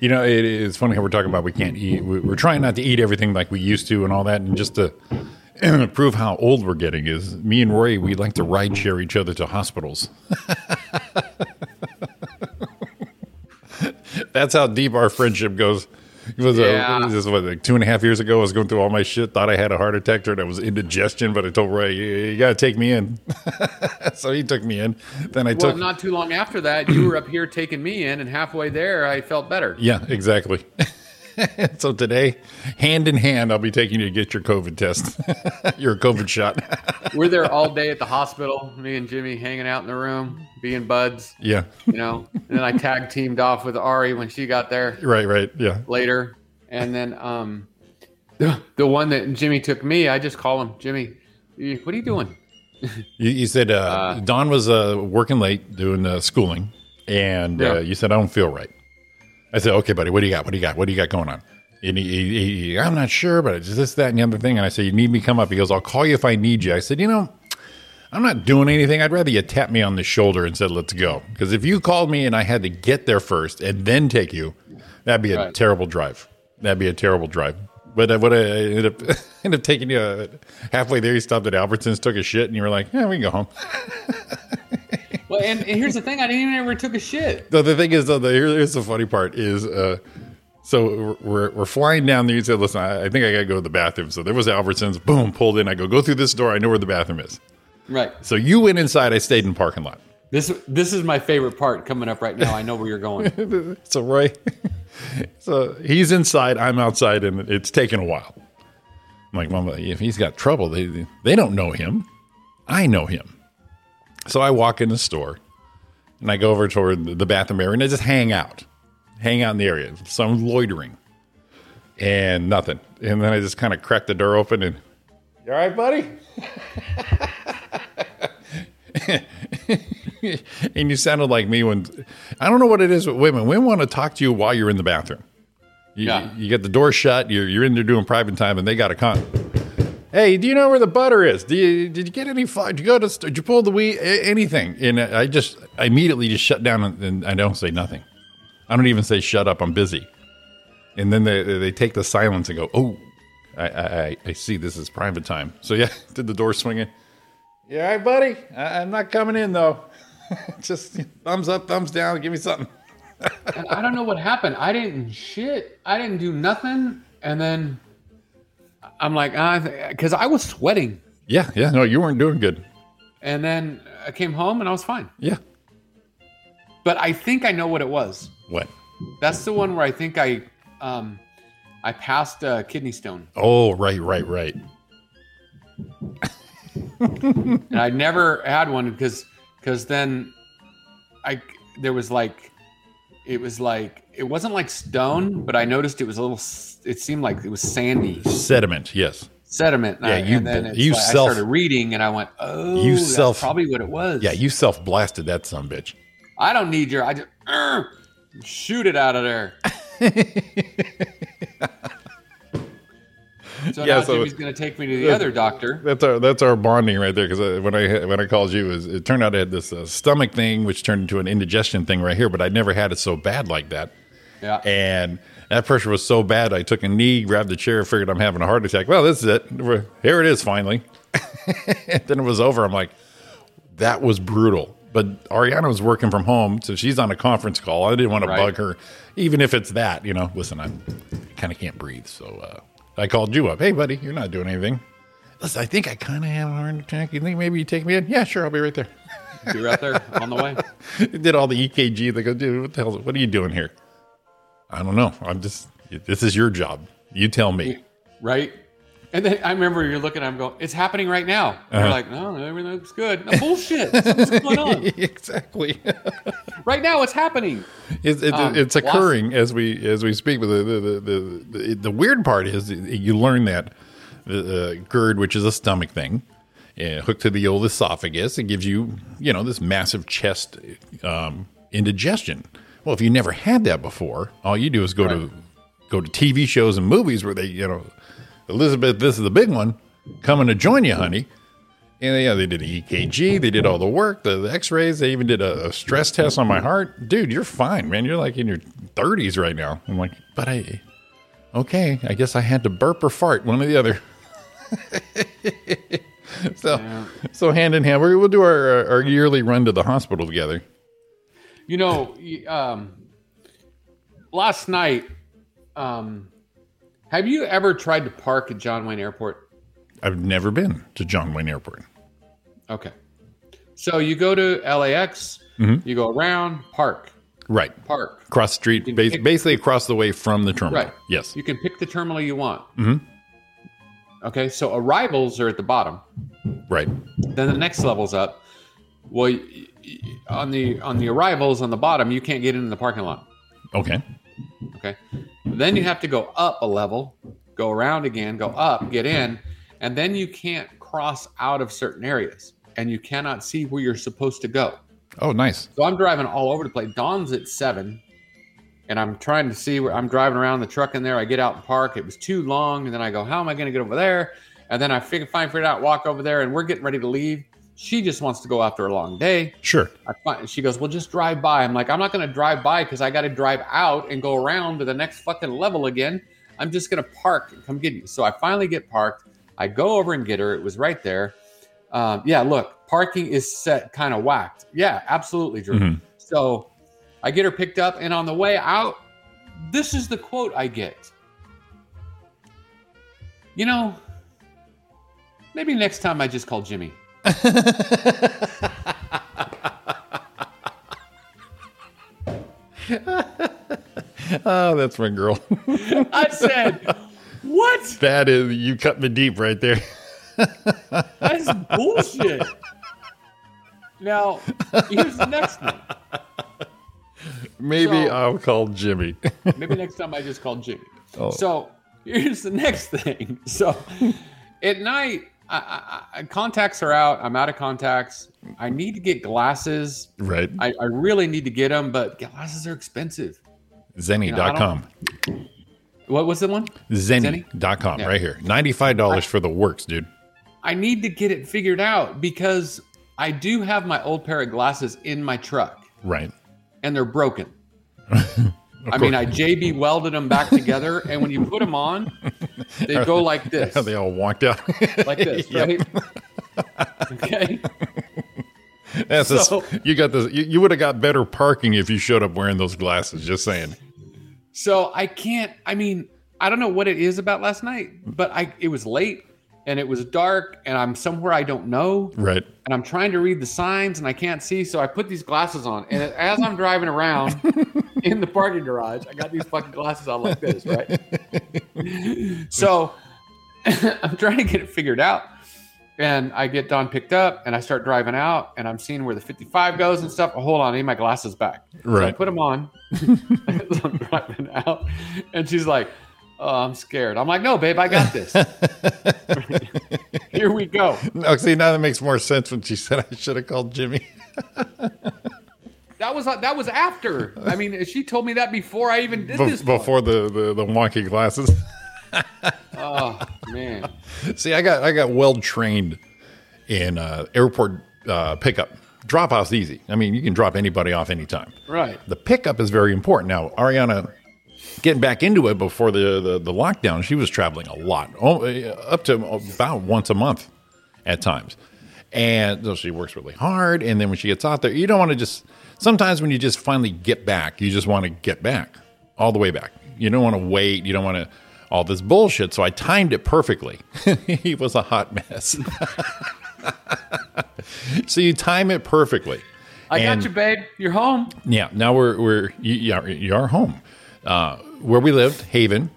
Speaker 7: You know, it is funny how we're talking about we can't eat. we- We're trying not to eat everything like we used to and all that. And just to prove how old we're getting is me and Roy, we like to ride share each other to hospitals. That's how deep our friendship goes. It was, uh,
Speaker 6: Yeah.
Speaker 7: this is what, like two and a half years ago, I was going through all my shit, thought I had a heart attack, turned out it was indigestion, but I told Roy, you, you got to take me in. so he took me in. Then I
Speaker 6: Well,
Speaker 7: took.
Speaker 6: not too long after that, you were up here taking me in, and halfway there, I felt better.
Speaker 7: Yeah, exactly. so today, hand in hand, I'll be taking you to get your COVID test, your COVID shot.
Speaker 6: We're there all day at the hospital, me and Jimmy hanging out in the room, being buds,
Speaker 7: yeah,
Speaker 6: you know. And then I tag teamed off with Ari when she got there
Speaker 7: right, right. Yeah,
Speaker 6: later, and then um, the, the one that Jimmy took me, I just call him Jimmy. "Eh, What are you doing?
Speaker 7: you, you said uh, Don was uh, working late doing uh, schooling, and
Speaker 6: Yeah.
Speaker 7: uh, you said I don't feel right. I said, okay, buddy, what do you got? What do you got? What do you got going on? And he, he, he- I'm not sure, but it's this, that, and the other thing. And I said, you need me to come up. He goes, I'll call you if I need you. I said, you know, I'm not doing anything. I'd rather you tap me on the shoulder and said, let's go. Because if you called me and I had to get there first and then take you, that'd be a
Speaker 6: Right.
Speaker 7: terrible drive. That'd be a terrible drive. But I would have ended up, ended up taking you uh, halfway there. You stopped at Albertsons, took a shit, and you were like, yeah, we can go home.
Speaker 6: Well, and, and here's the thing: I didn't even ever took a shit.
Speaker 7: No, the thing is, though, the, here- here's the funny part is, uh, So we're, we're flying down there. He said, Listen, I, I think I got to go to the bathroom. So there was Albertsons. Boom, pulled in. I go, Go through this door. I know where the bathroom is.
Speaker 6: Right.
Speaker 7: So you went inside. I stayed in the parking lot.
Speaker 6: This this is my favorite part coming up right now. I know where you're going.
Speaker 7: So Roy, so he's inside, I'm outside, and it's taken a while. I'm like, Mama, if he's got trouble, they they don't know him. I know him. So I walk in the store, and I go over toward the bathroom area, and I just hang out, hang out in the area. So I'm loitering, and nothing. And then I just kind of crack the door open, and you all right, buddy? and you sounded like me when I don't know what it is with women. Women want to talk to you while you're in the bathroom. You,
Speaker 6: Yeah.
Speaker 7: you get the door shut. You're, you're in there doing private time, and they got a con. Hey, do you know where the butter is? Do you, did you get any? fly- Did you go to? st- Did you pull the weed? A- Anything? And I just I immediately just shut down, and, and I don't say nothing. I don't even say shut up. I'm busy. And then they they take the silence and go, oh, I I, I- I see this is private time. So yeah, did the door swing in? Yeah, all right, buddy. I, I'm not coming in though just thumbs up, thumbs down, give me something.
Speaker 6: I don't know what happened. I didn't shit. I didn't do nothing. And then I'm like, because I was sweating.
Speaker 7: Yeah, yeah, no, you weren't doing good.
Speaker 6: And then I came home and I was fine.
Speaker 7: Yeah.
Speaker 6: But I think I know what it was.
Speaker 7: What?
Speaker 6: That's the one where I think I um I passed a kidney stone.
Speaker 7: Oh, right, right, right.
Speaker 6: And I never had one because because then I there was like it was like it wasn't like stone, but I noticed it was a little. s- It seemed like it was sandy
Speaker 7: Sediment, yes.
Speaker 6: sediment.
Speaker 7: Yeah,
Speaker 6: and I-
Speaker 7: you-
Speaker 6: and then it's
Speaker 7: you
Speaker 6: like
Speaker 7: self-
Speaker 6: I started reading, and I went, "Oh,
Speaker 7: You
Speaker 6: that's
Speaker 7: self-
Speaker 6: probably what it was."
Speaker 7: Yeah, you self blasted that some bitch.
Speaker 6: I don't need your. I just "Urgh, shoot it out of there. so
Speaker 7: Yeah,
Speaker 6: now
Speaker 7: so- uh,
Speaker 6: Jimmy's going to take me to the other doctor.
Speaker 7: That's our that's our bonding right there. Because when I when I called you, is it turned out I had this uh, stomach thing, which turned into an indigestion thing right here. But I never had it so bad like that.
Speaker 6: Yeah.
Speaker 7: And that pressure was so bad, I took a knee, grabbed the chair, figured I'm having a heart attack. Well, this is it. We're- Here it is, finally. then it was over. I'm like, that was brutal. But Ariana was working from home, so she's on a conference call. I didn't want to
Speaker 6: Right.
Speaker 7: bug her, even if it's that. You know, listen, I'm, I kind of can't breathe, so uh, I called you up. Hey, buddy, you're not doing anything. Listen, I think I kind of have a heart attack. You think maybe you take me in? Yeah, sure, I'll be right there.
Speaker 6: You're out there on the way.
Speaker 7: did all the EKG. They go, dude, what the hell? What are you doing here? I don't know. I'm just. This is your job. You tell me.
Speaker 6: Right? And then I remember you're looking at him going, it's happening right now. And You're like, no, everything looks good. No, bullshit. What's going on?
Speaker 7: exactly.
Speaker 6: Right now, it's happening.
Speaker 7: It's, it,
Speaker 6: Um,
Speaker 7: it's
Speaker 6: lost-
Speaker 7: occurring as we as we speak. But the the, the, the, the, the weird part is you learn that the uh, GERD, which is a stomach thing, uh, hooked to the old esophagus, it gives you you know this massive chest um, indigestion. Well, if you never had that before, all you do is go to go to TV shows and movies where they you know Elizabeth, this is the big one, coming to join you, honey. And yeah, they did the EKG, they did all the work, the, the X rays, they even did a, a stress test on my heart. Dude, you're fine, man. You're like in your 30s right now. I'm like, but I, okay, I guess I had to burp or fart, one or the other. so, so hand in hand, we- we'll do our, our yearly run to the hospital together.
Speaker 6: You know, y- um, last night, um, have you ever tried to park at John Wayne Airport?
Speaker 7: I've never been to John Wayne Airport.
Speaker 6: Okay. So you go to LAX, you go around, park,
Speaker 7: Right.
Speaker 6: park.
Speaker 7: Across the street, bas- basically across the way from the terminal.
Speaker 6: Right.
Speaker 7: Yes.
Speaker 6: You can pick the terminal you want. Mm-hmm. Okay. So arrivals are at the bottom.
Speaker 7: Right.
Speaker 6: Then the next level's up. Well, y- y- on the on the arrivals on the bottom, you can't get into the parking lot.
Speaker 7: Okay.
Speaker 6: Okay. Then you have to go up a level, go around again, go up, get in, and then you can't cross out of certain areas, and you cannot see where you're supposed to go.
Speaker 7: Oh, nice.
Speaker 6: So I'm driving all over the place. Dawn's at seven, and I'm trying to see where I'm driving around the truck in there. I get out and park. It was too long, and then I go, "How am I going to get over there?" And then I figure, find, figure it out, walk over there, and we're getting ready to leave. She just wants to go after a long day.
Speaker 7: Sure.
Speaker 6: I find, she goes, "Well, just drive by." I'm like, "I'm not going to drive by because I got to drive out and go around to the next fucking level again. I'm just going to park and come get you." So I finally get parked. I go over and get her. It was right there. Um, yeah, look, parking is set kind of whacked. Yeah, absolutely, Drew.
Speaker 7: Mhm.
Speaker 6: So I get her picked up, and on the way out, This is the quote I get. You know, maybe next time I just call Jimmy.
Speaker 7: Oh, that's my girl.
Speaker 6: I said, "What?
Speaker 7: that is, you cut me deep right there.
Speaker 6: That's bullshit." Now, here's the next one.
Speaker 7: Maybe
Speaker 6: So-
Speaker 7: I'll call Jimmy.
Speaker 6: Maybe next time I just call Jimmy.
Speaker 7: Oh.
Speaker 6: So here's the next thing. So at night, I, I, I, contacts are out. I'm out of contacts. I need to get glasses.
Speaker 7: right.
Speaker 6: I, I really need to get them, but glasses are expensive.
Speaker 7: Zenny.com.
Speaker 6: What was the one?
Speaker 7: Zenny.com
Speaker 6: Yeah.
Speaker 7: right here. $95 for the works, dude.
Speaker 6: I need to get it figured out because I do have my old pair of glasses in my truck
Speaker 7: Right.
Speaker 6: and they're broken. I mean, I JB welded them back together, and when you put them on, they go like this.
Speaker 7: How they all walked out.
Speaker 6: like this, right? okay.
Speaker 7: That's a-
Speaker 6: So-
Speaker 7: you got this. You, you would have got better parking if you showed up wearing those glasses. Just saying.
Speaker 6: So I can't. I mean, I don't know what it is about last night, but I it was late and it was dark, and I'm somewhere I don't know,
Speaker 7: Right.
Speaker 6: and I'm trying to read the signs and I can't see. So I put these glasses on, and as I'm driving around in the parking garage, I got these fucking glasses on like this, right? so I'm trying to get it figured out. And I get Don picked up and I start driving out and I'm seeing where the 55 goes and stuff. Oh, hold on, I need my glasses back. So I
Speaker 7: Right.
Speaker 6: put them on. as I'm driving out. And she's like, Oh, I'm scared. I'm like, No, babe, I got this. Here we go.
Speaker 7: No, see, now that makes more sense when she said I should have called Jimmy.
Speaker 6: That was that was after. I mean, she told me that before I even did
Speaker 7: Be-
Speaker 6: this. part.
Speaker 7: before the, the, the wonky glasses.
Speaker 6: Oh man.
Speaker 7: See, I got I got well trained in uh, airport uh, pickup. Drop off's easy. I mean, you can drop anybody off anytime.
Speaker 6: Right.
Speaker 7: The pickup is very important. Now, Ariana, getting back into it before the the, the lockdown, she was traveling a lot, oh, uh, up to about once a month at times. And so she works really hard. And then when she gets out there, you don't want to just. Sometimes when you just finally get back, you just want to get back all the way back. You don't want to wait. You don't want to all this bullshit. So I timed it perfectly. he was a hot mess. so you time it perfectly.
Speaker 6: I
Speaker 7: And-
Speaker 6: got you, babe. You're home.
Speaker 7: yeah, now we're we're you, you are, you are home. Uh, where we lived, Haven,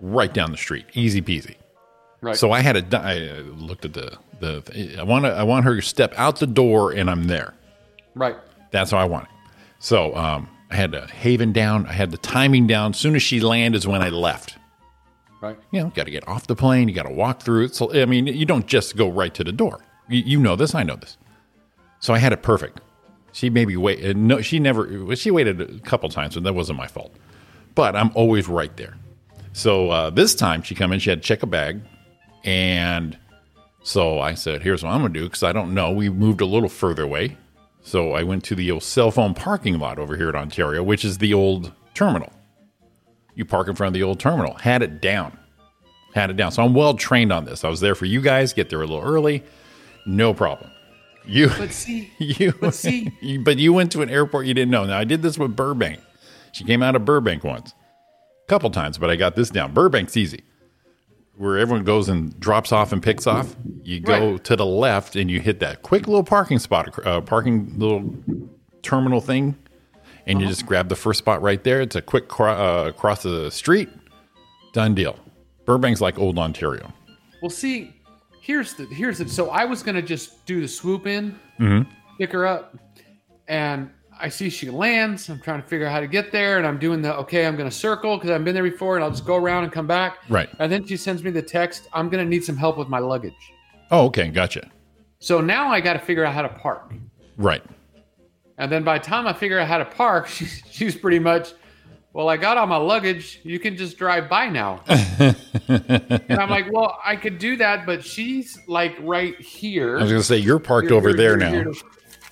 Speaker 7: right down the street, easy peasy.
Speaker 6: Right.
Speaker 7: So I had a di- I uh, looked at the the I want to I want her to step out the door and I'm there.
Speaker 6: right.
Speaker 7: That's how I want it. So um, I had the Haven down. I had the timing down. Soon as she landed is when I left.
Speaker 6: Right.
Speaker 7: You know, got to get off the plane. You got to walk through it. So I mean, you don't just go right to the door. You, you know this. I know this. So I had it perfect. She maybe wait. uh, No, she never. well, She waited a couple times, but that wasn't my fault. But I'm always right there. So uh, this time she come in. She had to check a bag, and so I said, "Here's what I'm gonna do," because I don't know. We moved a little further away, so I went to the old cell phone parking lot over here at Ontario, which is the old terminal. You park in front of the old terminal. Had it down. Had it down. So I'm well trained on this. I was there for you guys. Get there a little early. No problem. You
Speaker 6: But see,
Speaker 7: you
Speaker 6: But see-
Speaker 7: you- but you went to an airport you didn't know. Now I did this with Burbank. She came out of Burbank once, a couple times, but I got this down. Burbank's easy, where everyone goes and drops off and picks off. You go
Speaker 6: Right.
Speaker 7: to the left and you hit that quick little parking spot, ac- uh, parking little terminal thing, and
Speaker 6: Uh-huh.
Speaker 7: you just grab the first spot right there. It's a quick cro- uh, across the street. Done deal. Burbank's like old Ontario.
Speaker 6: well, see, here's the here's the. So I was gonna just do the swoop in,
Speaker 7: Mm-hmm.
Speaker 6: pick her up, and I see she lands. I'm trying to figure out how to get there, and I'm doing the okay. I'm gonna circle because I've been there before, and I'll just go around and come back.
Speaker 7: Right.
Speaker 6: And then she sends me the text. I'm gonna need some help with my luggage.
Speaker 7: Oh, okay, gotcha.
Speaker 6: So now I got to figure out how to park.
Speaker 7: Right.
Speaker 6: And then by the time I figure out how to park, she's, she's pretty much, well, I got all my luggage. You can just drive by now. and I'm like, well, I could do that, but she's like right here.
Speaker 7: I was gonna say you're parked over
Speaker 6: Here,
Speaker 7: there
Speaker 6: here,
Speaker 7: now.
Speaker 6: here.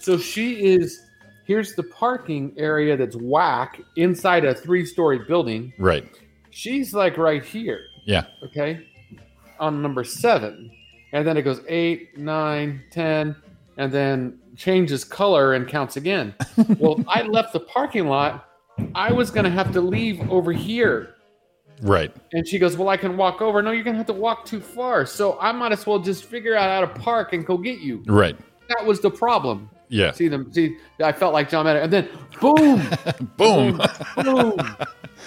Speaker 6: So she is, here's the parking area that's whack inside a three story building.
Speaker 7: Right.
Speaker 6: She's like right here,
Speaker 7: Yeah.
Speaker 6: okay, on number seven. And then it goes eight, nine, ten, and then changes color and counts again. well, I left the parking lot I was going to have to leave over here.
Speaker 7: Right.
Speaker 6: And she goes, Well, I can walk over. No, you're going to have to walk too far. So I might as well just figure out how to park and go get you.
Speaker 7: Right.
Speaker 6: That was the problem.
Speaker 7: Yeah.
Speaker 6: See them. See, I felt like John Madden. And then boom,
Speaker 7: Boom.
Speaker 6: boom.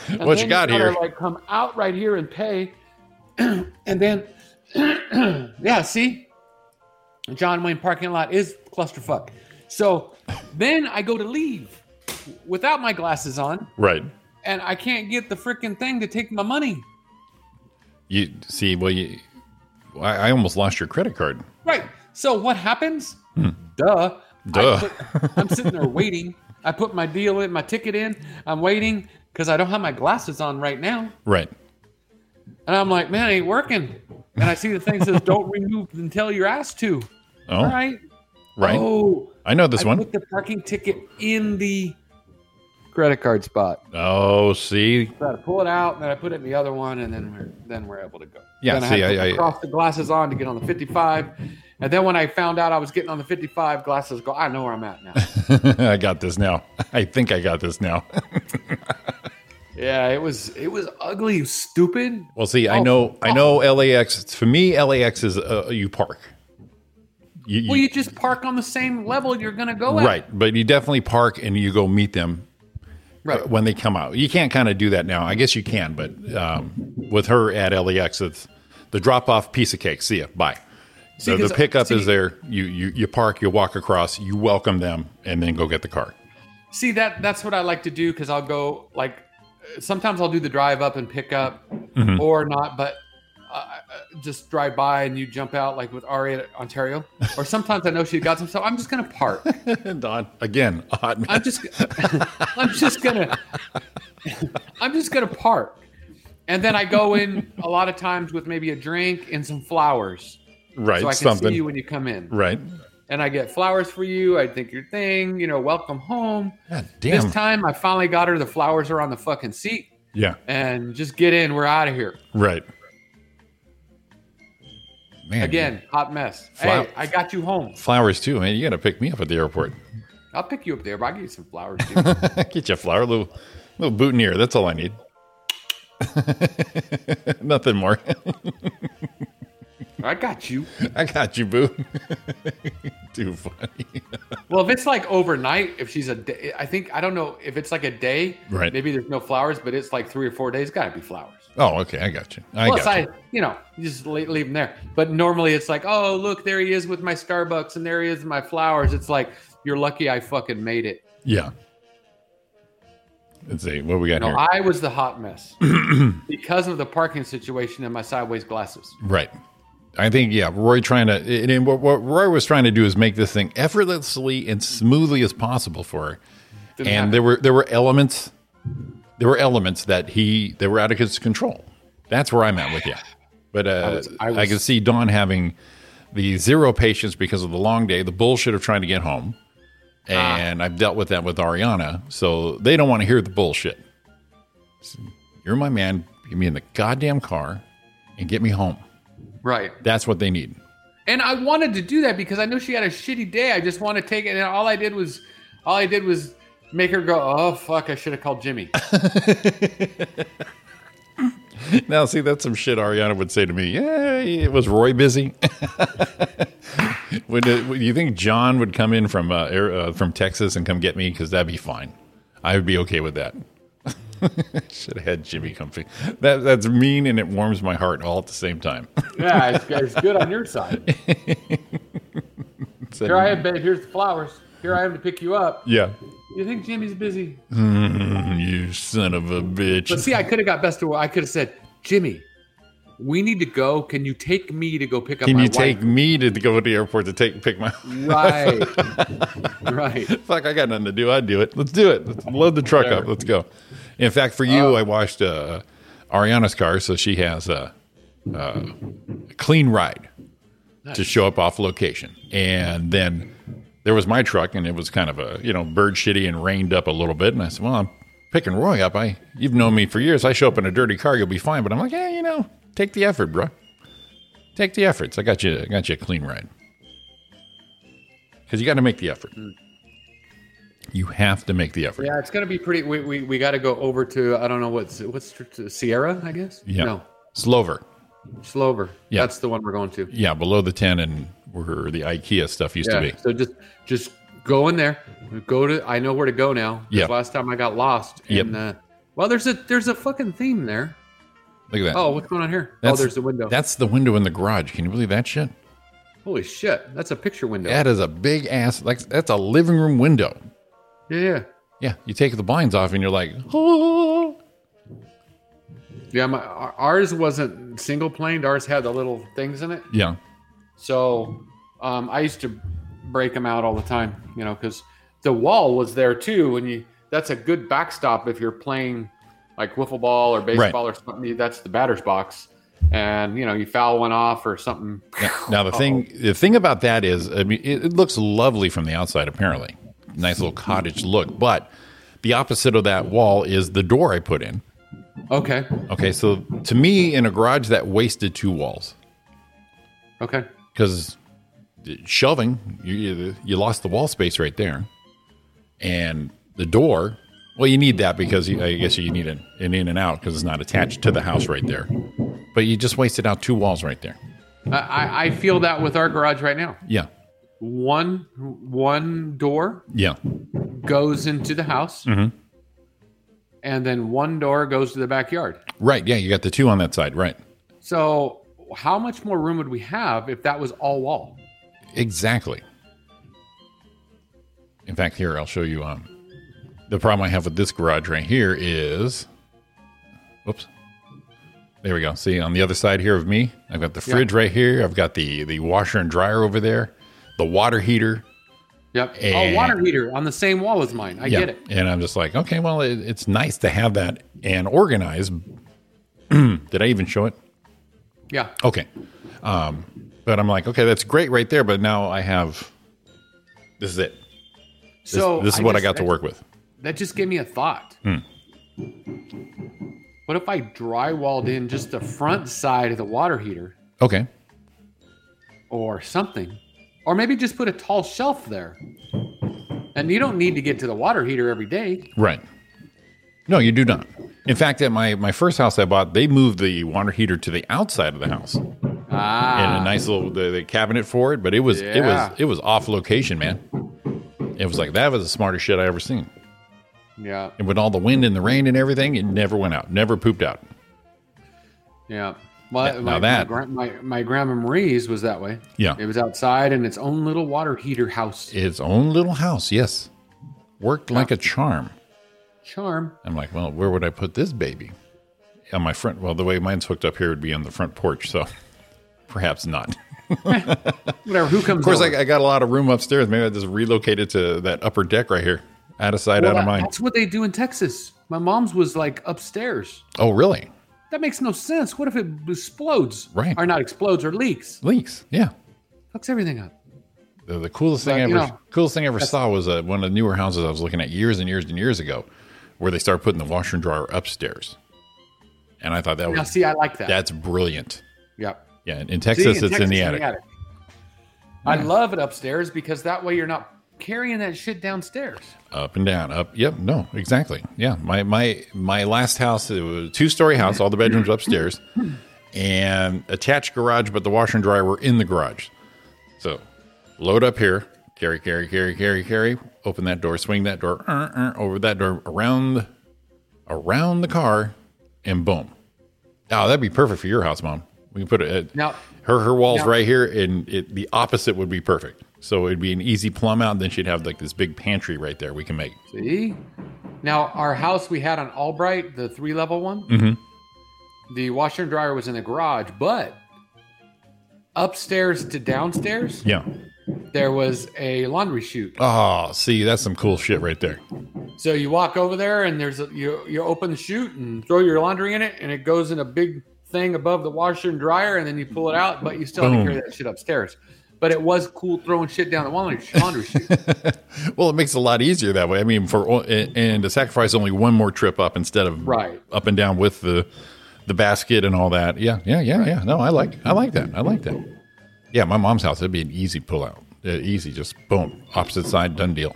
Speaker 6: And
Speaker 7: What you got
Speaker 6: then gotta,
Speaker 7: here?
Speaker 6: Like come out right here and pay. and then, yeah, see, John Wayne parking lot is clusterfuck. So then I go to leave without my glasses on,
Speaker 7: Right.
Speaker 6: and I can't get the freaking thing to take my money.
Speaker 7: You see, well, you, I, I almost lost your credit card.
Speaker 6: Right. So what happens? Duh.
Speaker 7: Hmm. Duh.
Speaker 6: I am sitting there waiting. I put my deal in, my ticket in. I'm waiting because I don't have my glasses on right now.
Speaker 7: Right.
Speaker 6: And I'm like, man, it ain't working. And I see the thing says, don't remove until you're asked to.
Speaker 7: Oh,
Speaker 6: All
Speaker 7: right.
Speaker 6: right. Oh,
Speaker 7: I know this
Speaker 6: I
Speaker 7: one.
Speaker 6: put the parking ticket in the credit card spot.
Speaker 7: oh, see,
Speaker 6: So I pull it out, and then I put it in the other one, and then we're then we're able to go.
Speaker 7: Yeah,
Speaker 6: Then
Speaker 7: see,
Speaker 6: I, had
Speaker 7: I-
Speaker 6: to
Speaker 7: I-
Speaker 6: cross the glasses on to get on the 55, and then when I found out I was getting on the 55, glasses go. I know where I'm at now.
Speaker 7: I got this now. I think I got this now.
Speaker 6: yeah, it was it was ugly, stupid.
Speaker 7: Well, see, I
Speaker 6: Oh,
Speaker 7: know, I know LAX. For me, LAX is uh, you park. You,
Speaker 6: Well, you just park on the same level you're gonna go at.
Speaker 7: right, but you definitely park and you go meet them uh,
Speaker 6: Right.
Speaker 7: when they come out. You can't kind of do that now. I guess you can, but um, with her at LAX, it's the drop off piece of cake. See ya. Bye.
Speaker 6: See,
Speaker 7: the, the
Speaker 6: 'cause-
Speaker 7: pickup
Speaker 6: see-
Speaker 7: is there. You, you you park, you walk across, you welcome them, and then go get the car.
Speaker 6: See that that's what I like to do because I'll go like sometimes I'll do the drive up and pick up
Speaker 7: Mm-hmm.
Speaker 6: or not, but uh, uh, just drive by and you jump out like with Ari at Ontario. Or sometimes I know she got some stuff. I'm just gonna park.
Speaker 7: Don again, a hot
Speaker 6: I'm
Speaker 7: mess.
Speaker 6: just I'm just gonna I'm just gonna park. And then I go in a lot of times with maybe a drink and some flowers.
Speaker 7: right?
Speaker 6: so I can
Speaker 7: something
Speaker 6: see you when you come in.
Speaker 7: right?
Speaker 6: And I get flowers for you. I think your thing, you know, welcome home.
Speaker 7: God damn.
Speaker 6: This time I finally got her. The flowers are on the fucking seat.
Speaker 7: yeah.
Speaker 6: And just get in. We're out of here.
Speaker 7: Right. Man,
Speaker 6: Again, hot mess.
Speaker 7: Flow-
Speaker 6: Hey, I got you home.
Speaker 7: flowers too, man. You gotta pick me up at the airport.
Speaker 6: I'll pick you up there, but I'll give you some flowers. Dude.
Speaker 7: Get you a flower, little little boutonniere. That's all I need. Nothing more.
Speaker 6: I got you.
Speaker 7: I got you, boo. too funny.
Speaker 6: Well, if it's like overnight, if she's a day, I think, I don't know if it's like a day,
Speaker 7: Right.
Speaker 6: maybe there's no flowers, but it's like three or four days. Got to be flowers.
Speaker 7: Oh, okay. I got you. I
Speaker 6: Plus,
Speaker 7: got
Speaker 6: I,
Speaker 7: you.
Speaker 6: you know, you just le- leave them there. But normally it's like, oh, look, there he is with my Starbucks and there he is with my flowers. It's like, you're lucky I fucking made it.
Speaker 7: Yeah. Let's see what we got
Speaker 6: No,
Speaker 7: here.
Speaker 6: I was the hot mess because of the parking situation and my sideways glasses.
Speaker 7: Right. I think yeah, Roy trying to and and what, what Roy was trying to do is make this thing effortlessly and smoothly as possible for her.
Speaker 6: Didn't
Speaker 7: and
Speaker 6: happen.
Speaker 7: there were there were elements there were elements that he they were out of his control. That's where I'm at with you. But uh, I,
Speaker 6: was- I was-
Speaker 7: can see Dawn having the zero patience because of the long day, the bullshit of trying to get home,
Speaker 6: Ah.
Speaker 7: and I've dealt with that with Ariana. So they don't want to hear the bullshit. You're my man. Get me in the goddamn car and get me home.
Speaker 6: right.
Speaker 7: That's what they need.
Speaker 6: And I wanted to do that because I knew she had a shitty day. I just want to take it, and all I did was, all I did was make her go, "Oh fuck, I should have called Jimmy."
Speaker 7: Now, see, that's some shit Ariana would say to me. Yeah, it was Roy busy. would, it, would you think John would come in from uh, air, uh, from Texas and come get me? Because that'd be fine. I would be okay with that. Should have had Jimmy comfy. That that's mean and it warms my heart all at the same time.
Speaker 6: yeah, it's, it's good on your side. Here I am, babe. Here's the flowers. Here I am to pick you up.
Speaker 7: yeah,
Speaker 6: You think Jimmy's busy?
Speaker 7: you son of a
Speaker 6: But
Speaker 7: bitch.
Speaker 6: see, I could have got best of. I could have said, Jimmy, we need to go. Can you take me to go pick up
Speaker 7: Can
Speaker 6: my
Speaker 7: you
Speaker 6: wife?
Speaker 7: take me to go to the airport to take pick my?
Speaker 6: Right. right.
Speaker 7: Fuck, I got nothing to do. I'd do it. Let's do it. Let's load the truck up. Let's go. In fact, for you, I washed uh, Ariana's car, so she has uh, a, a clean ride to show up off location. And then there was my truck, and it was kind of a you know bird shitty and rained up a little bit. And I said, well, I'm picking Roy up. I you've known me for years. I show up in a dirty car, you'll be fine. But I'm like, yeah, you know, take the effort, bro. Take the efforts. I got you. I got you a clean ride. Because you got to make the effort. You have to make the effort.
Speaker 6: Hmm. Yeah, it's gonna be pretty. We we, we got to go over to I don't know what's what's Sierra, I guess.
Speaker 7: Yeah.
Speaker 6: No,
Speaker 7: Slover.
Speaker 6: Slover.
Speaker 7: Yeah.
Speaker 6: that's the one we're going to.
Speaker 7: Yeah, below the 10 and where the IKEA stuff used to
Speaker 6: Yeah.
Speaker 7: be.
Speaker 6: So just just go in there. Go to. I know where to go now. 'cause
Speaker 7: Yep.
Speaker 6: Last time I got lost.
Speaker 7: Yep.
Speaker 6: And, uh, well, there's a there's a fucking theme there.
Speaker 7: Look at that.
Speaker 6: Oh, what's going on here? oh,
Speaker 7: That's-
Speaker 6: there's the window.
Speaker 7: That's the window in the garage. Can you believe that shit?
Speaker 6: Holy shit! That's a picture window.
Speaker 7: That is a big ass like that's a living room window.
Speaker 6: yeah, yeah.
Speaker 7: Yeah, you take the blinds off and you're like, "Oh."
Speaker 6: Yeah, my, our- ours wasn't single planed. Ours had the little things in it.
Speaker 7: Yeah.
Speaker 6: So um, I used to break them out all the time, you know, because the wall was there too. And you, that's a good backstop if you're playing like wiffle ball or baseball or something. That's the batter's box. And, you know, you foul one off or something.
Speaker 7: Now, now the thing
Speaker 6: Oh.
Speaker 7: the thing about that is I mean it, it looks lovely from the outside apparently. Nice little cottage look, but the opposite of that wall is the door I put in.
Speaker 6: Okay.
Speaker 7: Okay, so to me in a garage that wasted two walls.
Speaker 6: Okay.
Speaker 7: because shoving you- you you lost the wall space right there, and the door. Well, you need that because you, I guess you need an, an in and out because it's not attached to the house right there. But you just wasted out two walls right there.
Speaker 6: I- I, I feel that with our garage right now.
Speaker 7: Yeah,
Speaker 6: One one door
Speaker 7: yeah,
Speaker 6: goes into the house, and then one door goes to the backyard.
Speaker 7: right. Yeah, you got the two on that side, right?
Speaker 6: So, how much more room would we have if that was all wall?
Speaker 7: Exactly. In fact, here I'll show you. Um, the problem I have with this garage right here is, whoops. There we go. See on the other side here of me, I've got the fridge right here. I've got the the washer and dryer over there, the water heater.
Speaker 6: Yep.
Speaker 7: And-
Speaker 6: oh, water heater on the same wall as mine. I get it.
Speaker 7: And I'm just like, okay, well, it, it's nice to have that and organized. Did I even show it?
Speaker 6: Yeah.
Speaker 7: Okay. Um, but I'm like, okay, that's great right there. But now I have. This is it. This,
Speaker 6: So
Speaker 7: this is what I
Speaker 6: just-
Speaker 7: got to
Speaker 6: that-
Speaker 7: work Hmm. with.
Speaker 6: That just gave me a thought. What if I drywalled in just the front side of the water heater
Speaker 7: Okay.
Speaker 6: or something, or maybe just put a tall shelf there? And you don't need to get to the water heater every day.
Speaker 7: Right. No, you do not. In fact, at my, my first house I bought, they moved the water heater to the outside of the house and
Speaker 6: Ah,
Speaker 7: a nice little the, the cabinet for it. But it was it
Speaker 6: Yeah.
Speaker 7: was it was off location, man. It was like that was the smartest shit I ever seen.
Speaker 6: yeah,
Speaker 7: And with all the wind and the rain and everything, it never went out, never pooped out.
Speaker 6: yeah. My,
Speaker 7: Now
Speaker 6: my, my
Speaker 7: that-
Speaker 6: gran- my, my grandma Marie's was that way.
Speaker 7: Yeah.
Speaker 6: it was outside in its own little water heater house.
Speaker 7: Its own little house, yes, worked like a charm.
Speaker 6: Charm.
Speaker 7: I'm like, well, where would I put this baby? On my front. Well, the way mine's hooked up here would be on the front porch, so perhaps not.
Speaker 6: Whatever. Who comes?
Speaker 7: Of course,
Speaker 6: over?
Speaker 7: I, I got a lot of room upstairs. Maybe I just relocated to that upper deck right here, out of sight, out
Speaker 6: Well,
Speaker 7: of mind.
Speaker 6: That's what they do in Texas. My mom's was like upstairs.
Speaker 7: Oh, really?
Speaker 6: That makes no sense. What if it explodes?
Speaker 7: Right.
Speaker 6: Or not explodes or leaks?
Speaker 7: Leaks? Yeah.
Speaker 6: Fucks everything up.
Speaker 7: The, the coolest thing I
Speaker 6: But,
Speaker 7: ever
Speaker 6: you know,
Speaker 7: coolest thing I ever saw was uh, one of the newer houses I was looking at years and years and years ago, where they started putting the washer and dryer upstairs, and I thought Oh, that
Speaker 6: Now,
Speaker 7: was
Speaker 6: see, I like that.
Speaker 7: that's brilliant.
Speaker 6: yeah.
Speaker 7: Yeah, in, in Texas,
Speaker 6: See,
Speaker 7: it's in the attic.
Speaker 6: I love it upstairs because that way you're not carrying that shit downstairs.
Speaker 7: up and down up yep no exactly yeah my my my last house it was a two-story house all the bedrooms upstairs and attached garage but the washer and dryer were in the garage so load up here carry carry carry carry carry open that door swing that door er, er, over that door around around the car and boom oh that'd be perfect for your house mom we can put it at,
Speaker 6: Now-
Speaker 7: her her walls
Speaker 6: now-
Speaker 7: right here and it the opposite would be perfect so it'd be an easy plumb out and then she'd have like this big pantry right there we can make
Speaker 6: See? Now, our house we had on Albright, the three level one,
Speaker 7: Mm-hmm.
Speaker 6: the washer and dryer was in the garage, but upstairs to downstairs,
Speaker 7: Yeah.
Speaker 6: there was a laundry chute.
Speaker 7: Oh, see, that's some cool shit right there.
Speaker 6: So you walk over there, and there's a, you you open the chute and throw your laundry in it, and it goes in a big thing above the washer and dryer, and then you pull it out, but you still have to
Speaker 7: Boom.
Speaker 6: carry that shit upstairs. But it was cool throwing shit down the laundry laundry chute.
Speaker 7: Well, it makes it a lot easier that way. I mean, for o- and and to sacrifice only one more trip up instead of
Speaker 6: Right.
Speaker 7: up and down with the the basket and all that. Yeah, yeah, yeah, yeah. No, I like I like that. I like that. Yeah, my mom's house it'd be an easy pull out. Uh, easy, just boom, opposite side, done deal.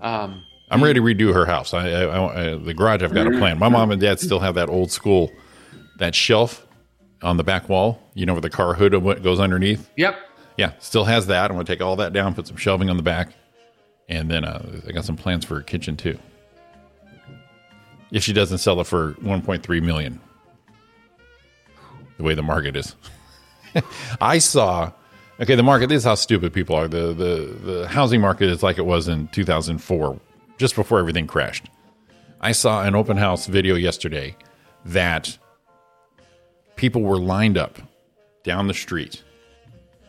Speaker 6: Um,
Speaker 7: I'm ready to redo her house. I, I, I, I- the garage. I've got a plan. My mom and dad still have that old school, that shelf on the back wall. You know where the car hood went- goes underneath.
Speaker 6: yep.
Speaker 7: Yeah, still has that. I'm gonna take all that down, put some shelving on the back, and then uh, I got some plans for her kitchen too. If she doesn't sell it for 1.3 million, the way the market is, I saw. Okay, the market. This is how stupid people are. the the The housing market is like it was in 2004, just before everything crashed. I saw an open house video yesterday that people were lined up down the street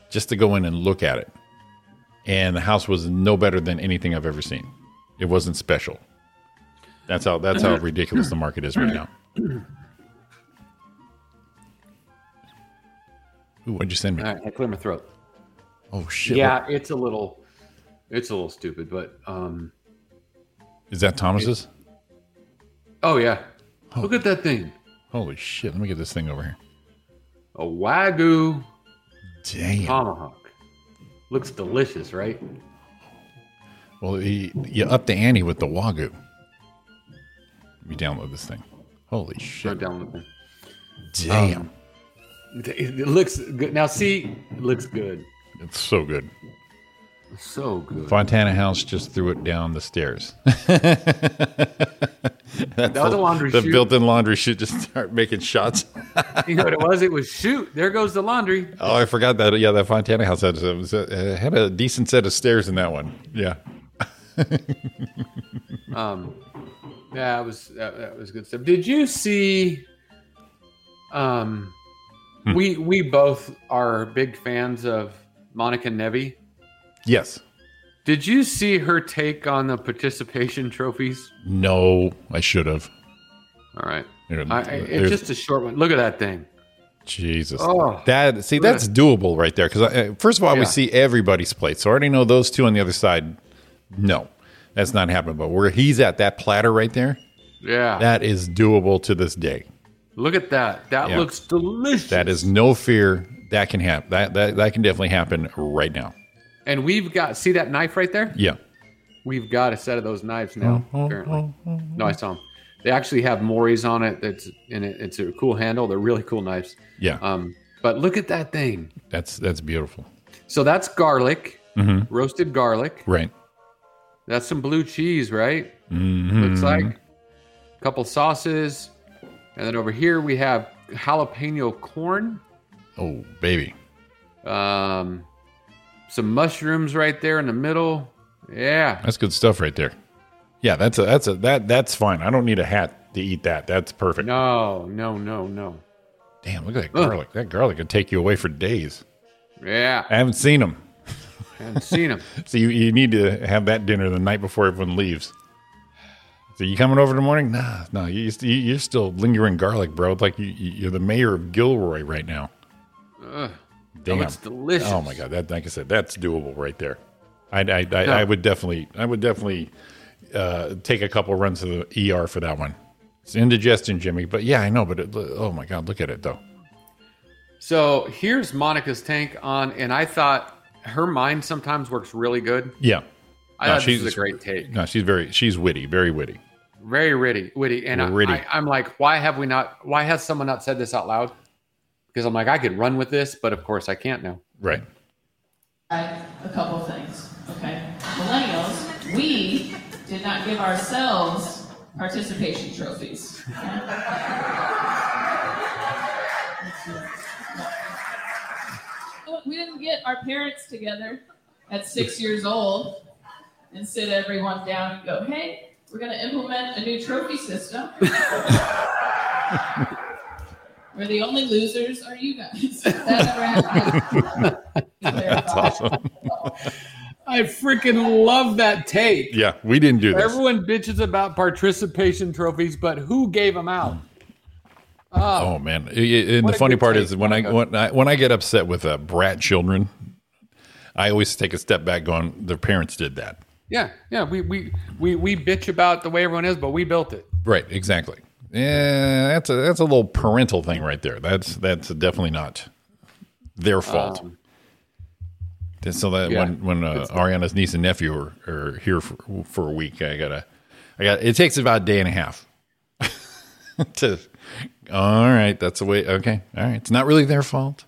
Speaker 7: just to go in and look at it. And the house was no better than anything I've ever seen. It wasn't special. That's how that's how ridiculous the market is right now. Ooh, what'd you send me?
Speaker 6: All right, I clear my throat.
Speaker 7: Oh shit!
Speaker 6: yeah, it's a little, it's a little stupid, but um,
Speaker 7: is that Thomas's?
Speaker 6: oh yeah, look at that thing,
Speaker 7: Holy shit! Let me get this thing over here.
Speaker 6: a wagyu
Speaker 7: Damn.
Speaker 6: tomahawk. Looks delicious, right?
Speaker 7: Well, he, you up the ante with the wagyu. Let me download this thing. Holy
Speaker 6: Shut
Speaker 7: shit!
Speaker 6: down with them.
Speaker 7: Damn,
Speaker 6: It it looks good. Now see, it looks good.
Speaker 7: it's so good.
Speaker 6: So good.
Speaker 7: Fontana House just threw it down the stairs. That's
Speaker 6: was a laundry
Speaker 7: the
Speaker 6: chute.
Speaker 7: built-in laundry chute just start making shots.
Speaker 6: You know what it was? It was shoot. There goes the laundry.
Speaker 7: Oh, I forgot that. Yeah, that Fontana House had, was, uh, had a decent set of stairs in that one. Yeah,
Speaker 6: Um, yeah, that was that, that was good stuff. Did you see? Um,
Speaker 7: Hmm.
Speaker 6: we we both are big fans of Monica Nevi.
Speaker 7: yes.
Speaker 6: Did you see her take on the participation trophies?
Speaker 7: No, I should have.
Speaker 6: All right,
Speaker 7: Here,
Speaker 6: I, I- it's
Speaker 7: there's-
Speaker 6: just a short one. Look at that thing.
Speaker 7: Jesus.
Speaker 6: Oh.
Speaker 7: that see, that's doable right there. Because first of all,
Speaker 6: Yeah.
Speaker 7: we see everybody's plate, so I already know those two on the other side. No, that's not happening. But where he's at, that platter right there,
Speaker 6: Yeah,
Speaker 7: that is doable to this day.
Speaker 6: look at that. That
Speaker 7: Yeah.
Speaker 6: looks delicious.
Speaker 7: That is no fear. That can happen. That that that can definitely happen right now.
Speaker 6: And we've got see that knife right there.
Speaker 7: Yeah.
Speaker 6: We've got a set of those knives now. apparently, no, I saw them. They actually have Mori's on it. That's and it, it's a cool handle. They're really cool knives.
Speaker 7: Yeah.
Speaker 6: Um, but look at that thing.
Speaker 7: that's that's beautiful.
Speaker 6: So that's garlic, roasted garlic.
Speaker 7: Right.
Speaker 6: That's some blue cheese, right? Looks like a couple sauces. And then over here we have jalapeno corn,
Speaker 7: Oh, baby.
Speaker 6: um, some mushrooms right there in the middle. Yeah.
Speaker 7: That's good stuff right there. Yeah, that's a that's a that that's fine. I don't need a hat to eat that. That's perfect.
Speaker 6: No, no, no, no.
Speaker 7: Damn, look at that garlic. That garlic could take you away for days.
Speaker 6: Yeah.
Speaker 7: I haven't seen them.
Speaker 6: I haven't seen them.
Speaker 7: So you, you need to have that dinner the night before everyone leaves. So you coming over in the morning? Nah, no, you, you you're still lingering garlic, bro. It's like you, you- you're the mayor of Gilroy right now. Damn,
Speaker 6: looks delicious.
Speaker 7: Oh my god, that like I said, that's doable right there. I I, I, I would definitely I would definitely uh, take a couple runs to the ER for that one. It's indigestion, Jimmy. But yeah, I know. But it, oh my god, look at it though.
Speaker 6: So here's Monica's tank on, and I thought her mind sometimes works really good.
Speaker 7: Yeah,
Speaker 6: I
Speaker 7: No,
Speaker 6: thought this was
Speaker 7: she's-
Speaker 6: a great take.
Speaker 7: no, she's very she's witty, very witty.
Speaker 6: very witty, witty, and I-
Speaker 7: Witty.
Speaker 6: I, I'm like, why have we not? Why has someone not said this out loud? Because I'm like, I could run with this, but of course I can't now.
Speaker 7: Right.
Speaker 10: a couple things, okay? Millennials, we did not give ourselves participation trophies. We didn't get our parents together at six years old and sit everyone down and go, hey, we're going to implement a new trophy system. Where the only losers are you guys. That never happened.
Speaker 7: That's awesome.
Speaker 6: I freaking love that take.
Speaker 7: Yeah, we didn't do this.
Speaker 6: Everyone bitches about participation trophies, but who gave them out?
Speaker 7: Oh man! I- I- And
Speaker 6: What
Speaker 7: the
Speaker 6: a
Speaker 7: funny
Speaker 6: good
Speaker 7: part
Speaker 6: take,
Speaker 7: is when I,
Speaker 6: Monica.
Speaker 7: when I when I get upset with uh, brat children, I always take a step back, going, "Their parents did that."
Speaker 6: Yeah, yeah. We we we we bitch about the way everyone is, but we built it.
Speaker 7: Right? Exactly. Yeah, that's a that's a little parental thing right there. That's that's definitely not their fault. So that
Speaker 6: Yeah.
Speaker 7: when when uh, Ariana's niece and nephew are, are here for, for a week, I gotta, I got. It takes about a day and a half. to, all right, that's the way. Okay, all right, it's not really their fault.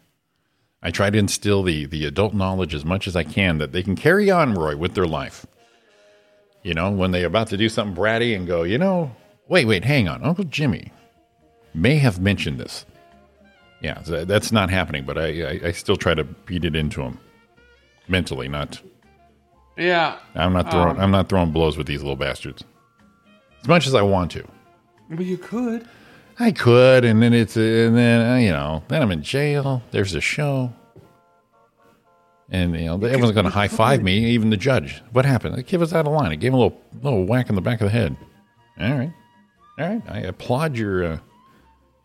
Speaker 7: I try to instill the the adult knowledge as much as I can that they can carry on, Roy, with their life. You know, when they're about to do something bratty and go, you know, wait, wait, hang on, Uncle Jimmy may have mentioned this. Yeah, so that's not happening, but I, I, I still try to beat it into them mentally. Not
Speaker 6: Yeah.
Speaker 7: I'm not throwing
Speaker 6: Um,
Speaker 7: I'm not throwing blows with these little bastards as much as I want to.
Speaker 6: Well, you could.
Speaker 7: I could, and then it's and then uh, you know then I'm in jail. There's a show, and you know everyone's going to high five me, even the judge. What happened? The kid was out of line. I gave him a little little whack in the back of the head. All right, all right. I applaud your uh,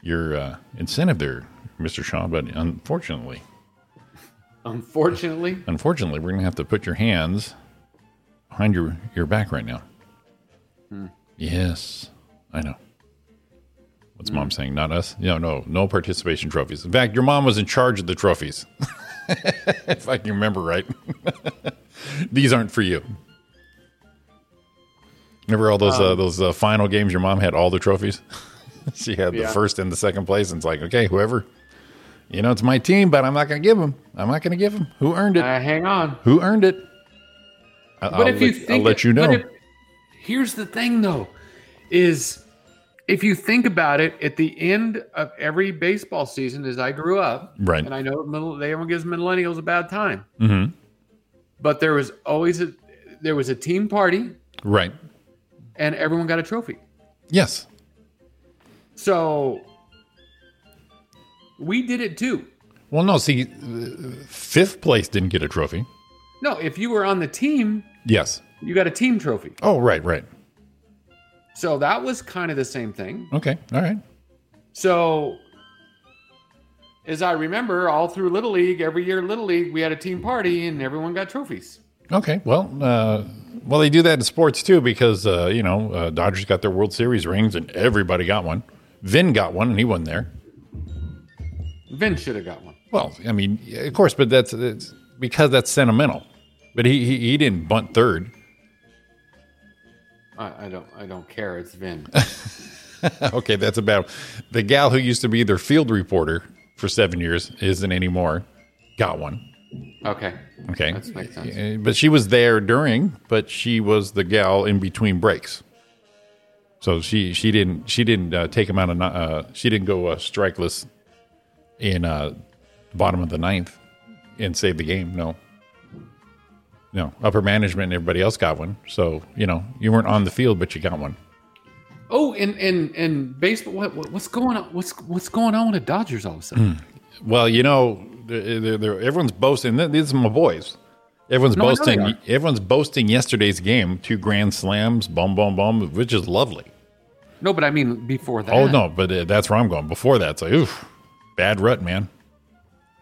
Speaker 7: your uh, incentive there, Mister Shaw, but unfortunately,
Speaker 6: Unfortunately,
Speaker 7: unfortunately, we're going to have to put your hands behind your your back right now. Yes, I know. What's mom saying? Not us. No, no, no participation trophies. In fact, your mom was in charge of the trophies, if I can remember right. These aren't for you. Remember all those uh, those uh, final games? Your mom had all the trophies. she had the
Speaker 6: Yeah.
Speaker 7: first and the second place, and it's like, okay, whoever, you know, it's my team, but I'm not going to give them. I'm not going to give them. Who earned it?
Speaker 6: uh, hang on.
Speaker 7: Who earned it? I-
Speaker 6: But
Speaker 7: I'll
Speaker 6: if you
Speaker 7: let-
Speaker 6: think,
Speaker 7: I'll let you
Speaker 6: but
Speaker 7: know.
Speaker 6: if- here's the thing, though, is if you think about it, at the end of every baseball season, as I grew up,
Speaker 7: Right.
Speaker 6: and I know middle, they everyone gives millennials a bad time,
Speaker 7: Mhm.
Speaker 6: but there was always a there was a team party,
Speaker 7: Right.
Speaker 6: and everyone got a trophy.
Speaker 7: Yes.
Speaker 6: So we did it too.
Speaker 7: Well, no. See, uh, fifth place didn't get a trophy.
Speaker 6: No, if you were on the team,
Speaker 7: Yes.
Speaker 6: you got a team trophy.
Speaker 7: Oh, right, right.
Speaker 6: So that was kind of the same thing.
Speaker 7: Okay. All right.
Speaker 6: So, as I remember, all through Little League, every year Little League, we had a team party and everyone got trophies.
Speaker 7: Okay. Well, uh, well, they do that in sports too because uh, you know uh, Dodgers got their World Series rings and everybody got one. Vin got one and he wasn't there.
Speaker 6: Vin should have got one.
Speaker 7: Well, I mean, yeah, of course, but that's, that's because that's sentimental. But he, he he didn't bunt third.
Speaker 6: I, I don't. I don't care. It's Vin.
Speaker 7: okay, that's about the gal who used to be their field reporter for seven years isn't anymore. Got one.
Speaker 6: Okay.
Speaker 7: Okay,
Speaker 6: That makes sense.
Speaker 7: Uh, but she was there during, but she was the gal in between breaks. So she she didn't she didn't uh, take him out of ni- uh, she didn't go uh, strikeless in uh, bottom of the ninth and save the game. No, no upper management and everybody else got one. So you know you weren't on the field, but you got one.
Speaker 6: Oh, and and and baseball. What, what, what's going on? What's what's going on with the Dodgers all of
Speaker 7: Hmm.
Speaker 6: a sudden?
Speaker 7: Well, you know, they're, they're, they're- everyone's boasting. th- These are my boys. Everyone's
Speaker 6: No, I know they
Speaker 7: boasting.
Speaker 6: are.
Speaker 7: Everyone's boasting yesterday's game, two grand slams, boom, boom, boom, which is lovely.
Speaker 6: No, but I mean before that.
Speaker 7: Oh no, but uh, that's where I'm going. Before that, it's like, oof, bad rut, man.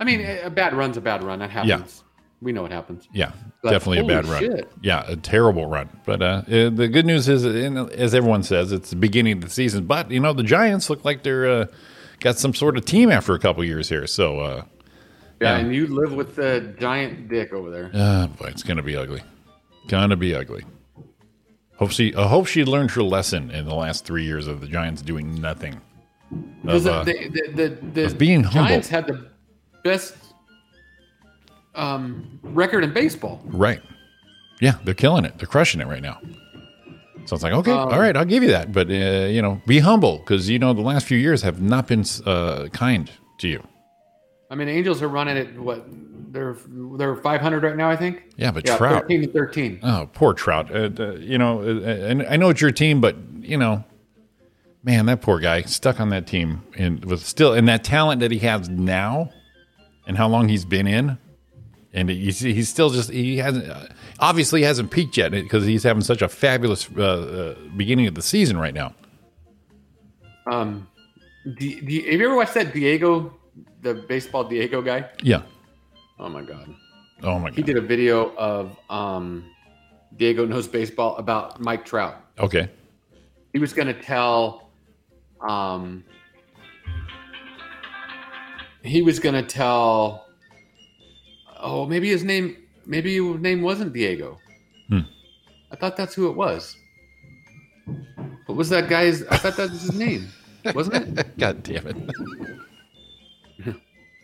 Speaker 6: I mean a a bad run's a bad run. That happens. We know it happens.
Speaker 7: Yeah,
Speaker 6: Like,
Speaker 7: definitely a
Speaker 6: holy
Speaker 7: bad run.
Speaker 6: shit.
Speaker 7: Yeah, a terrible run. But uh, uh, the good news is, in, as everyone says, it's the beginning of the season. But you know, the Giants look like they're uh, got some sort of team after a couple years here. So, uh,
Speaker 6: Yeah, and you live with the giant dick over there.
Speaker 7: Ah, boy, it's gonna be ugly. Gonna be ugly. Hope she. I hope she learned her lesson in the last three years of the Giants doing nothing.
Speaker 6: Because
Speaker 7: Of, uh,
Speaker 6: the, the, the, the
Speaker 7: of being humble.
Speaker 6: Giants had the best um, record in baseball.
Speaker 7: right. Yeah, they're killing it. They're crushing it right now. So it's like, okay, all right, I'll give you that, but uh, you know, be humble because you know the last few years have not been uh, kind to you.
Speaker 6: I mean, Angels are running at what they're they're 500 right now, I think.
Speaker 7: Yeah, but Trout.
Speaker 6: 13 to 13.
Speaker 7: Oh, poor Trout. Uh, uh, you know, uh, and I know it's your team, but you know, man, that poor guy stuck on that team and with still and that talent that he has now, and how long he's been in, and he- he's, he's still just he hasn't uh, obviously he hasn't peaked yet because he's having such a fabulous uh, uh, beginning of the season right now.
Speaker 6: Um, D, D, have you ever watched that Diego, the baseball Diego guy?
Speaker 7: Yeah.
Speaker 6: Oh my God,
Speaker 7: Oh my
Speaker 6: he
Speaker 7: god.
Speaker 6: did a video of um, Diego knows baseball about Mike Trout.
Speaker 7: Okay.
Speaker 6: he was going to tell um he was going to tell oh maybe his name maybe your name wasn't Diego.
Speaker 7: Hmm.
Speaker 6: I thought that's who it was. What was that guy's? I thought that was his name, wasn't it?
Speaker 7: God damn it.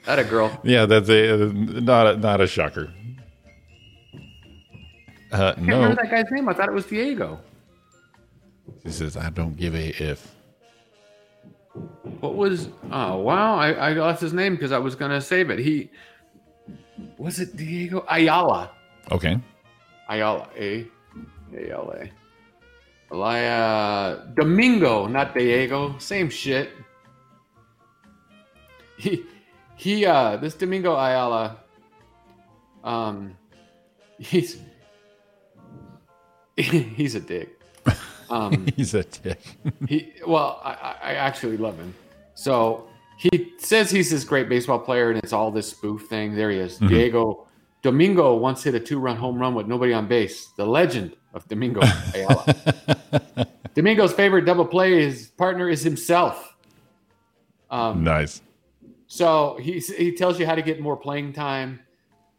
Speaker 6: That a girl.
Speaker 7: Yeah, that's a uh, not a, not a shocker. Uh,
Speaker 6: I can't
Speaker 7: no,
Speaker 6: remember that guy's name. I thought it was Diego.
Speaker 7: he says I don't give a if.
Speaker 6: What was? Oh wow, I, I lost his name because I was gonna save it. He was it Diego Ayala.
Speaker 7: Okay,
Speaker 6: Ayala, A A L A. Elia Domingo, not Diego. Same shit. He he uh this Domingo Ayala um he's he's a dick. Um
Speaker 7: he's a dick.
Speaker 6: he well I, I- I actually love him so he says he's this great baseball player and it's all this spoof thing there he is diego domingo once hit a two-run home run with nobody on base the legend of domingo ayala domingo's favorite double play his partner is himself um,
Speaker 7: nice.
Speaker 6: so he he tells you how to get more playing time.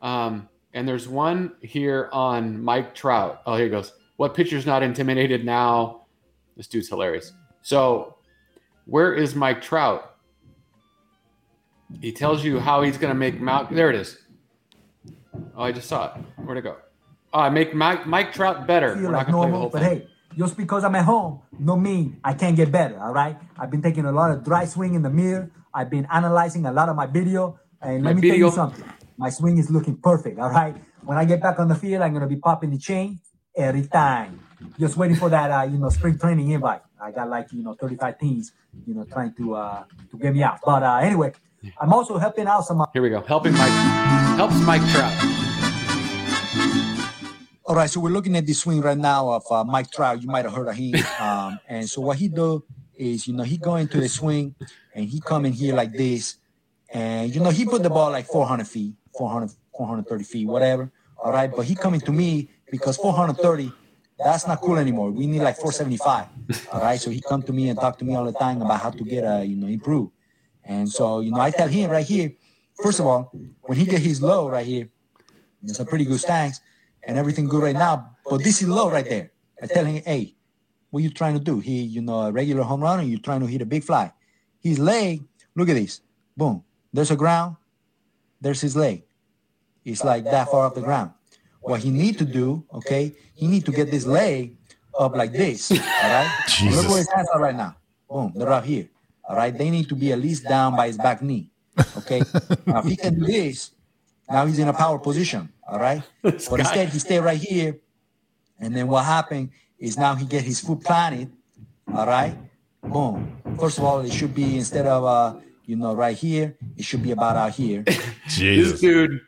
Speaker 6: Um, and there's one here on Mike Trout. Oh, here he goes. What pitcher's not intimidated now? This dude's hilarious. So, where is Mike Trout? He tells you how he's going to make Mount. There it is. Oh, I just saw it. Where'd it go? Oh, I make Mike, Mike Trout better.
Speaker 11: feel
Speaker 6: We're not
Speaker 11: like
Speaker 6: going to play the
Speaker 11: normal,
Speaker 6: whole
Speaker 11: but
Speaker 6: thing.
Speaker 11: hey, just because I'm at home, no mean I can't get better. All right, I've been taking a lot of dry swing in the mirror. I've been analyzing a lot of my video, and
Speaker 6: My
Speaker 11: let me
Speaker 6: video.
Speaker 11: tell you something. My swing is looking perfect. All right, when I get back on the field, I'm gonna be popping the chain every time. Just waiting for that, uh, you know, spring training invite. I got like you know 35 teams, you know, trying to uh to get me out. But uh anyway, I'm also helping out some. Uh,
Speaker 6: Here we go. Helping Mike. Helps Mike Trout.
Speaker 11: All right, so we're looking at this swing right now of uh, Mike Trout. You might have heard of him. Um, and so what he do is, you know, he go into the swing and he come in here like this, and you know he put the ball like 400 feet, 400, 430 feet, whatever. All right, but he coming to me because 430, that's not cool anymore. We need like 475. All right, so he come to me and talk to me all the time about how to get, uh, you know, improve. And so you know, I tell him right here, first of all, when he get his low right here, it's a pretty good stance and everything good right now. But this is low right there. I tell him, hey, what you trying to do? He, you know, a regular home run, and you trying to hit a big fly. His leg, look at this. Boom. There's a ground. There's his leg. It's like that far off the ground. What he need to do, okay? He need to get this leg up like this. All right. Look where
Speaker 7: Jesus.
Speaker 11: his hands are right now. Boom. They're up here. All right. They need to be at least down by his back knee. Okay. now if he can do this, now he's in a power position. All right. But instead, he stayed right here. And then what happened is now he get his foot planted. All right. Boom. First of all, it should be instead of uh, you know, right here, it should be about out here.
Speaker 7: Jesus,
Speaker 6: This dude.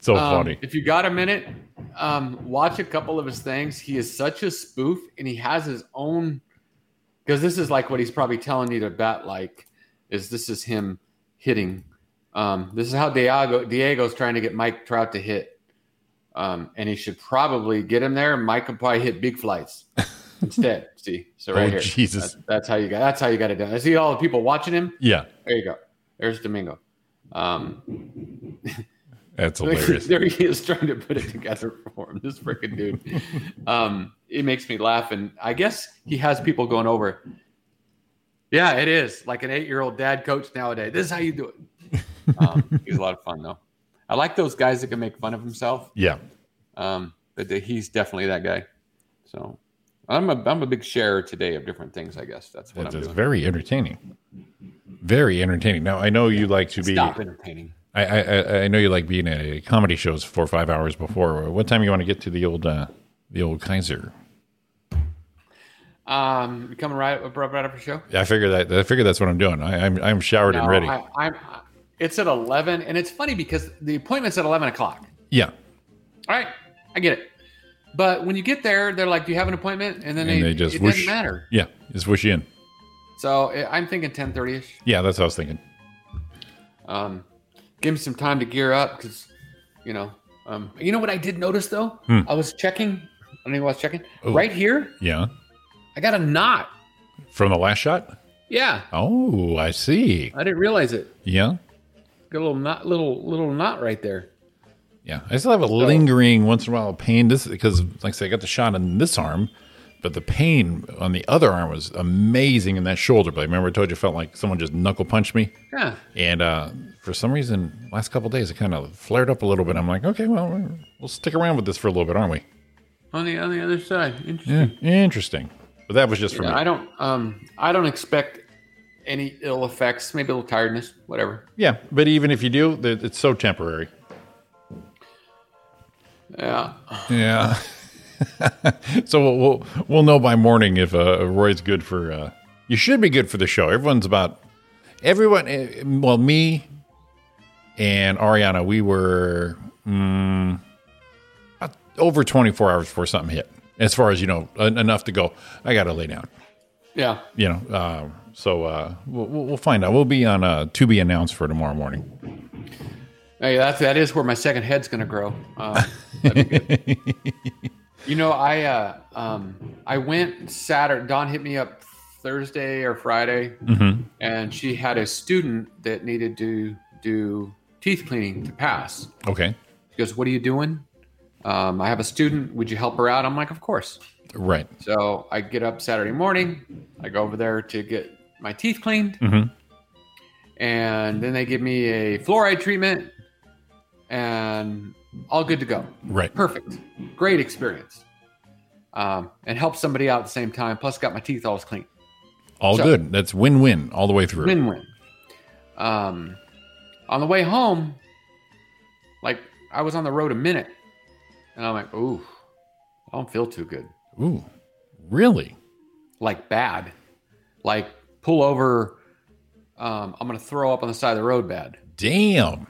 Speaker 7: so
Speaker 6: Um,
Speaker 7: funny.
Speaker 6: If you got a minute, um, watch a couple of his things. He is such a spoof, and he has his own. Because this is like what he's probably telling you to bat. Like, is this is him hitting? Um, this is how Diego Diego's trying to get Mike Trout to hit, um, and he should probably get him there. Mike could probably hit big flights instead. See, so right
Speaker 7: Oh,
Speaker 6: here,
Speaker 7: Jesus.
Speaker 6: That- that's how you got. That's how you got it done. I see all the people watching him.
Speaker 7: Yeah,
Speaker 6: There you go. There's Domingo. Um,
Speaker 7: that's hilarious.
Speaker 6: there he is trying to put it together for him. This freaking dude. Um, it makes me laugh, and I guess he has people going over. Yeah, it is like an eight-year-old dad coach nowadays. This is how you do it. Um, he's a lot of fun though. I like those guys that can make fun of himself.
Speaker 7: Yeah,
Speaker 6: Um, but the- he's definitely that guy. So I'm a I'm a big sharer today of different things. I guess that's what
Speaker 7: that's
Speaker 6: I'm
Speaker 7: just
Speaker 6: doing.
Speaker 7: very entertaining. Very entertaining. Now I know you like to be.
Speaker 6: Stop entertaining.
Speaker 7: I, I I- I know you like being at a comedy shows four or five hours before. What time you want to get to the old uh, the old Kaiser?
Speaker 6: Um, you coming right up right after show.
Speaker 7: I figure that I figure that's what I'm doing. I, I'm I'm showered and
Speaker 6: No,
Speaker 7: ready.
Speaker 6: I, I'm. It's at eleven, and it's funny because the appointment's at eleven o'clock.
Speaker 7: yeah,
Speaker 6: All right, I get it. But when you get there, they're like, "Do you have an appointment?" And then
Speaker 7: and
Speaker 6: they,
Speaker 7: they, just
Speaker 6: it
Speaker 7: whoosh.
Speaker 6: doesn't matter.
Speaker 7: Yeah, just whoosh you in.
Speaker 6: So i I'm thinking ten thirty ish.
Speaker 7: Yeah, that's what I was thinking.
Speaker 6: Um, give me some time to gear up because, you know, um, you know what I did notice though.
Speaker 7: Hmm.
Speaker 6: I was checking. I don't even was checking
Speaker 7: Oh.
Speaker 6: right here.
Speaker 7: Yeah,
Speaker 6: I got a knot.
Speaker 7: from the last shot.
Speaker 6: Yeah,
Speaker 7: Oh, I see.
Speaker 6: I didn't realize it.
Speaker 7: Yeah,
Speaker 6: Got a little knot, little little knot right there.
Speaker 7: Yeah, I still have a lingering once in a while pain. This because, like I said, I got the shot in this arm, but the pain on the other arm was amazing in that shoulder. But remember, I told you, it felt like someone just knuckle punched me.
Speaker 6: Yeah.
Speaker 7: And uh, for some reason, last couple of days, it kind of flared up a little bit. I'm like, okay, well, we're- we'll stick around with this for a little bit, aren't we?
Speaker 6: On the on the other side. Interesting.
Speaker 7: Yeah, interesting. But that was just for
Speaker 6: Yeah,
Speaker 7: me.
Speaker 6: I don't um I don't expect any ill effects, maybe a little tiredness, whatever.
Speaker 7: yeah, but even if you do, th- it's so temporary.
Speaker 6: Yeah.
Speaker 7: Yeah. so we'll, we'll we'll know by morning if uh, Roy's good for. Uh, you should be good for the show. Everyone's about everyone. eh, Well, me and Ariana, we were mm, about over twenty four hours before something hit. As far as you know, en- enough to go. I gotta lay down.
Speaker 6: Yeah.
Speaker 7: You know. Uh, so uh, we'll, we'll we'll find out. We'll be on uh, to be announced for tomorrow morning.
Speaker 6: Hey, that's that is where my second head's gonna grow. Um, that'd be good. you know, I uh, um, I went Saturday. Dawn hit me up Thursday or Friday,
Speaker 7: Mhm.
Speaker 6: and she had a student that needed to do teeth cleaning to pass.
Speaker 7: Okay.
Speaker 6: She goes, "What are you doing? Um, I have a student. Would you help her out?" I'm like, "Of course."
Speaker 7: Right.
Speaker 6: So I get up Saturday morning. I go over there to get my teeth cleaned
Speaker 7: hmm
Speaker 6: and then they give me a fluoride treatment and all good to go
Speaker 7: Right.
Speaker 6: perfect great experience um, and help somebody out at the same time plus got my teeth all clean
Speaker 7: All
Speaker 6: So-
Speaker 7: good. That's win win all the way through.
Speaker 6: win win um, on the way home like i was on the road a minute and i'm like ooh i don't feel too good
Speaker 7: Ooh, really?
Speaker 6: like bad like pull over um, i'm gonna throw up on the side of the road bad
Speaker 7: Damn.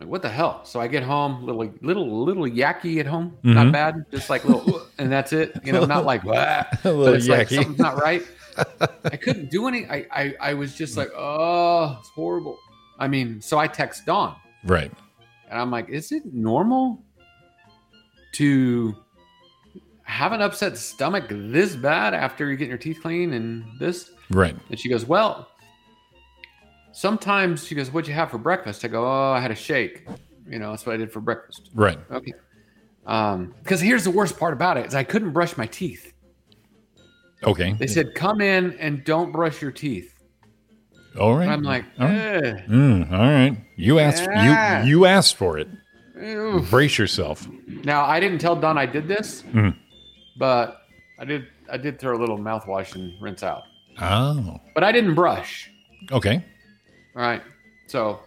Speaker 6: Like, what the hell? So I get home, little little little yucky at home, not
Speaker 7: Mhm.
Speaker 6: bad, just like little, and that's it. You know, not like "Wah,"
Speaker 7: A little
Speaker 6: but it's like
Speaker 7: yucky.
Speaker 6: something's not right. I couldn't do any. I, I I was just like, oh, it's horrible. I mean, so I text Dawn,
Speaker 7: Right.
Speaker 6: and I'm like, is it normal to have an upset stomach this bad after you're getting your teeth clean and this?
Speaker 7: Right.
Speaker 6: And she goes, Well, sometimes she goes, What'd you have for breakfast? I go, Oh, I had a shake. You know, that's what I did for breakfast.
Speaker 7: Right.
Speaker 6: Okay. Um, because here's the worst part about it is I couldn't brush my teeth.
Speaker 7: Okay.
Speaker 6: They said, Come in and don't brush your teeth.
Speaker 7: all right.
Speaker 6: And I'm like, "Eh."
Speaker 7: all right. Mm, all right. You asked.
Speaker 6: Yeah.
Speaker 7: You you asked for it.
Speaker 6: "Eh, ew."
Speaker 7: Brace yourself.
Speaker 6: Now I didn't tell Don I did this,
Speaker 7: Mhm.
Speaker 6: but I did I did throw a little mouthwash and rinse out.
Speaker 7: Oh.
Speaker 6: But I didn't brush.
Speaker 7: Okay.
Speaker 6: All right. So,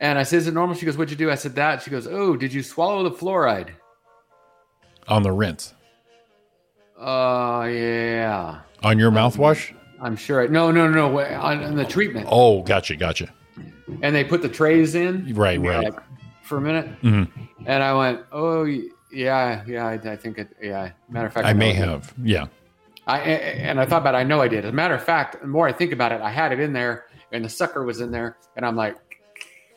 Speaker 6: and I said, Is it normal? She goes, What'd you do? I said, That. She goes, Oh, did you swallow the fluoride?
Speaker 7: On the rinse.
Speaker 6: Uh, yeah.
Speaker 7: On your mouthwash.
Speaker 6: I'm sure. I, no, no, no. wait, On, on the treatment.
Speaker 7: Oh, gotcha, gotcha.
Speaker 6: And they put the trays in.
Speaker 7: Right,
Speaker 6: and they're
Speaker 7: right.
Speaker 6: like, for a minute.
Speaker 7: Mhm.
Speaker 6: And I went, Oh, y- yeah, yeah. I, I think it, yeah. Matter of fact,
Speaker 7: I
Speaker 6: know
Speaker 7: may
Speaker 6: I did.
Speaker 7: have. Yeah.
Speaker 6: I, a- a- and I thought about it. I know I did. As a matter of fact, the more I think about it, I had it in there and the sucker was in there. And I'm like,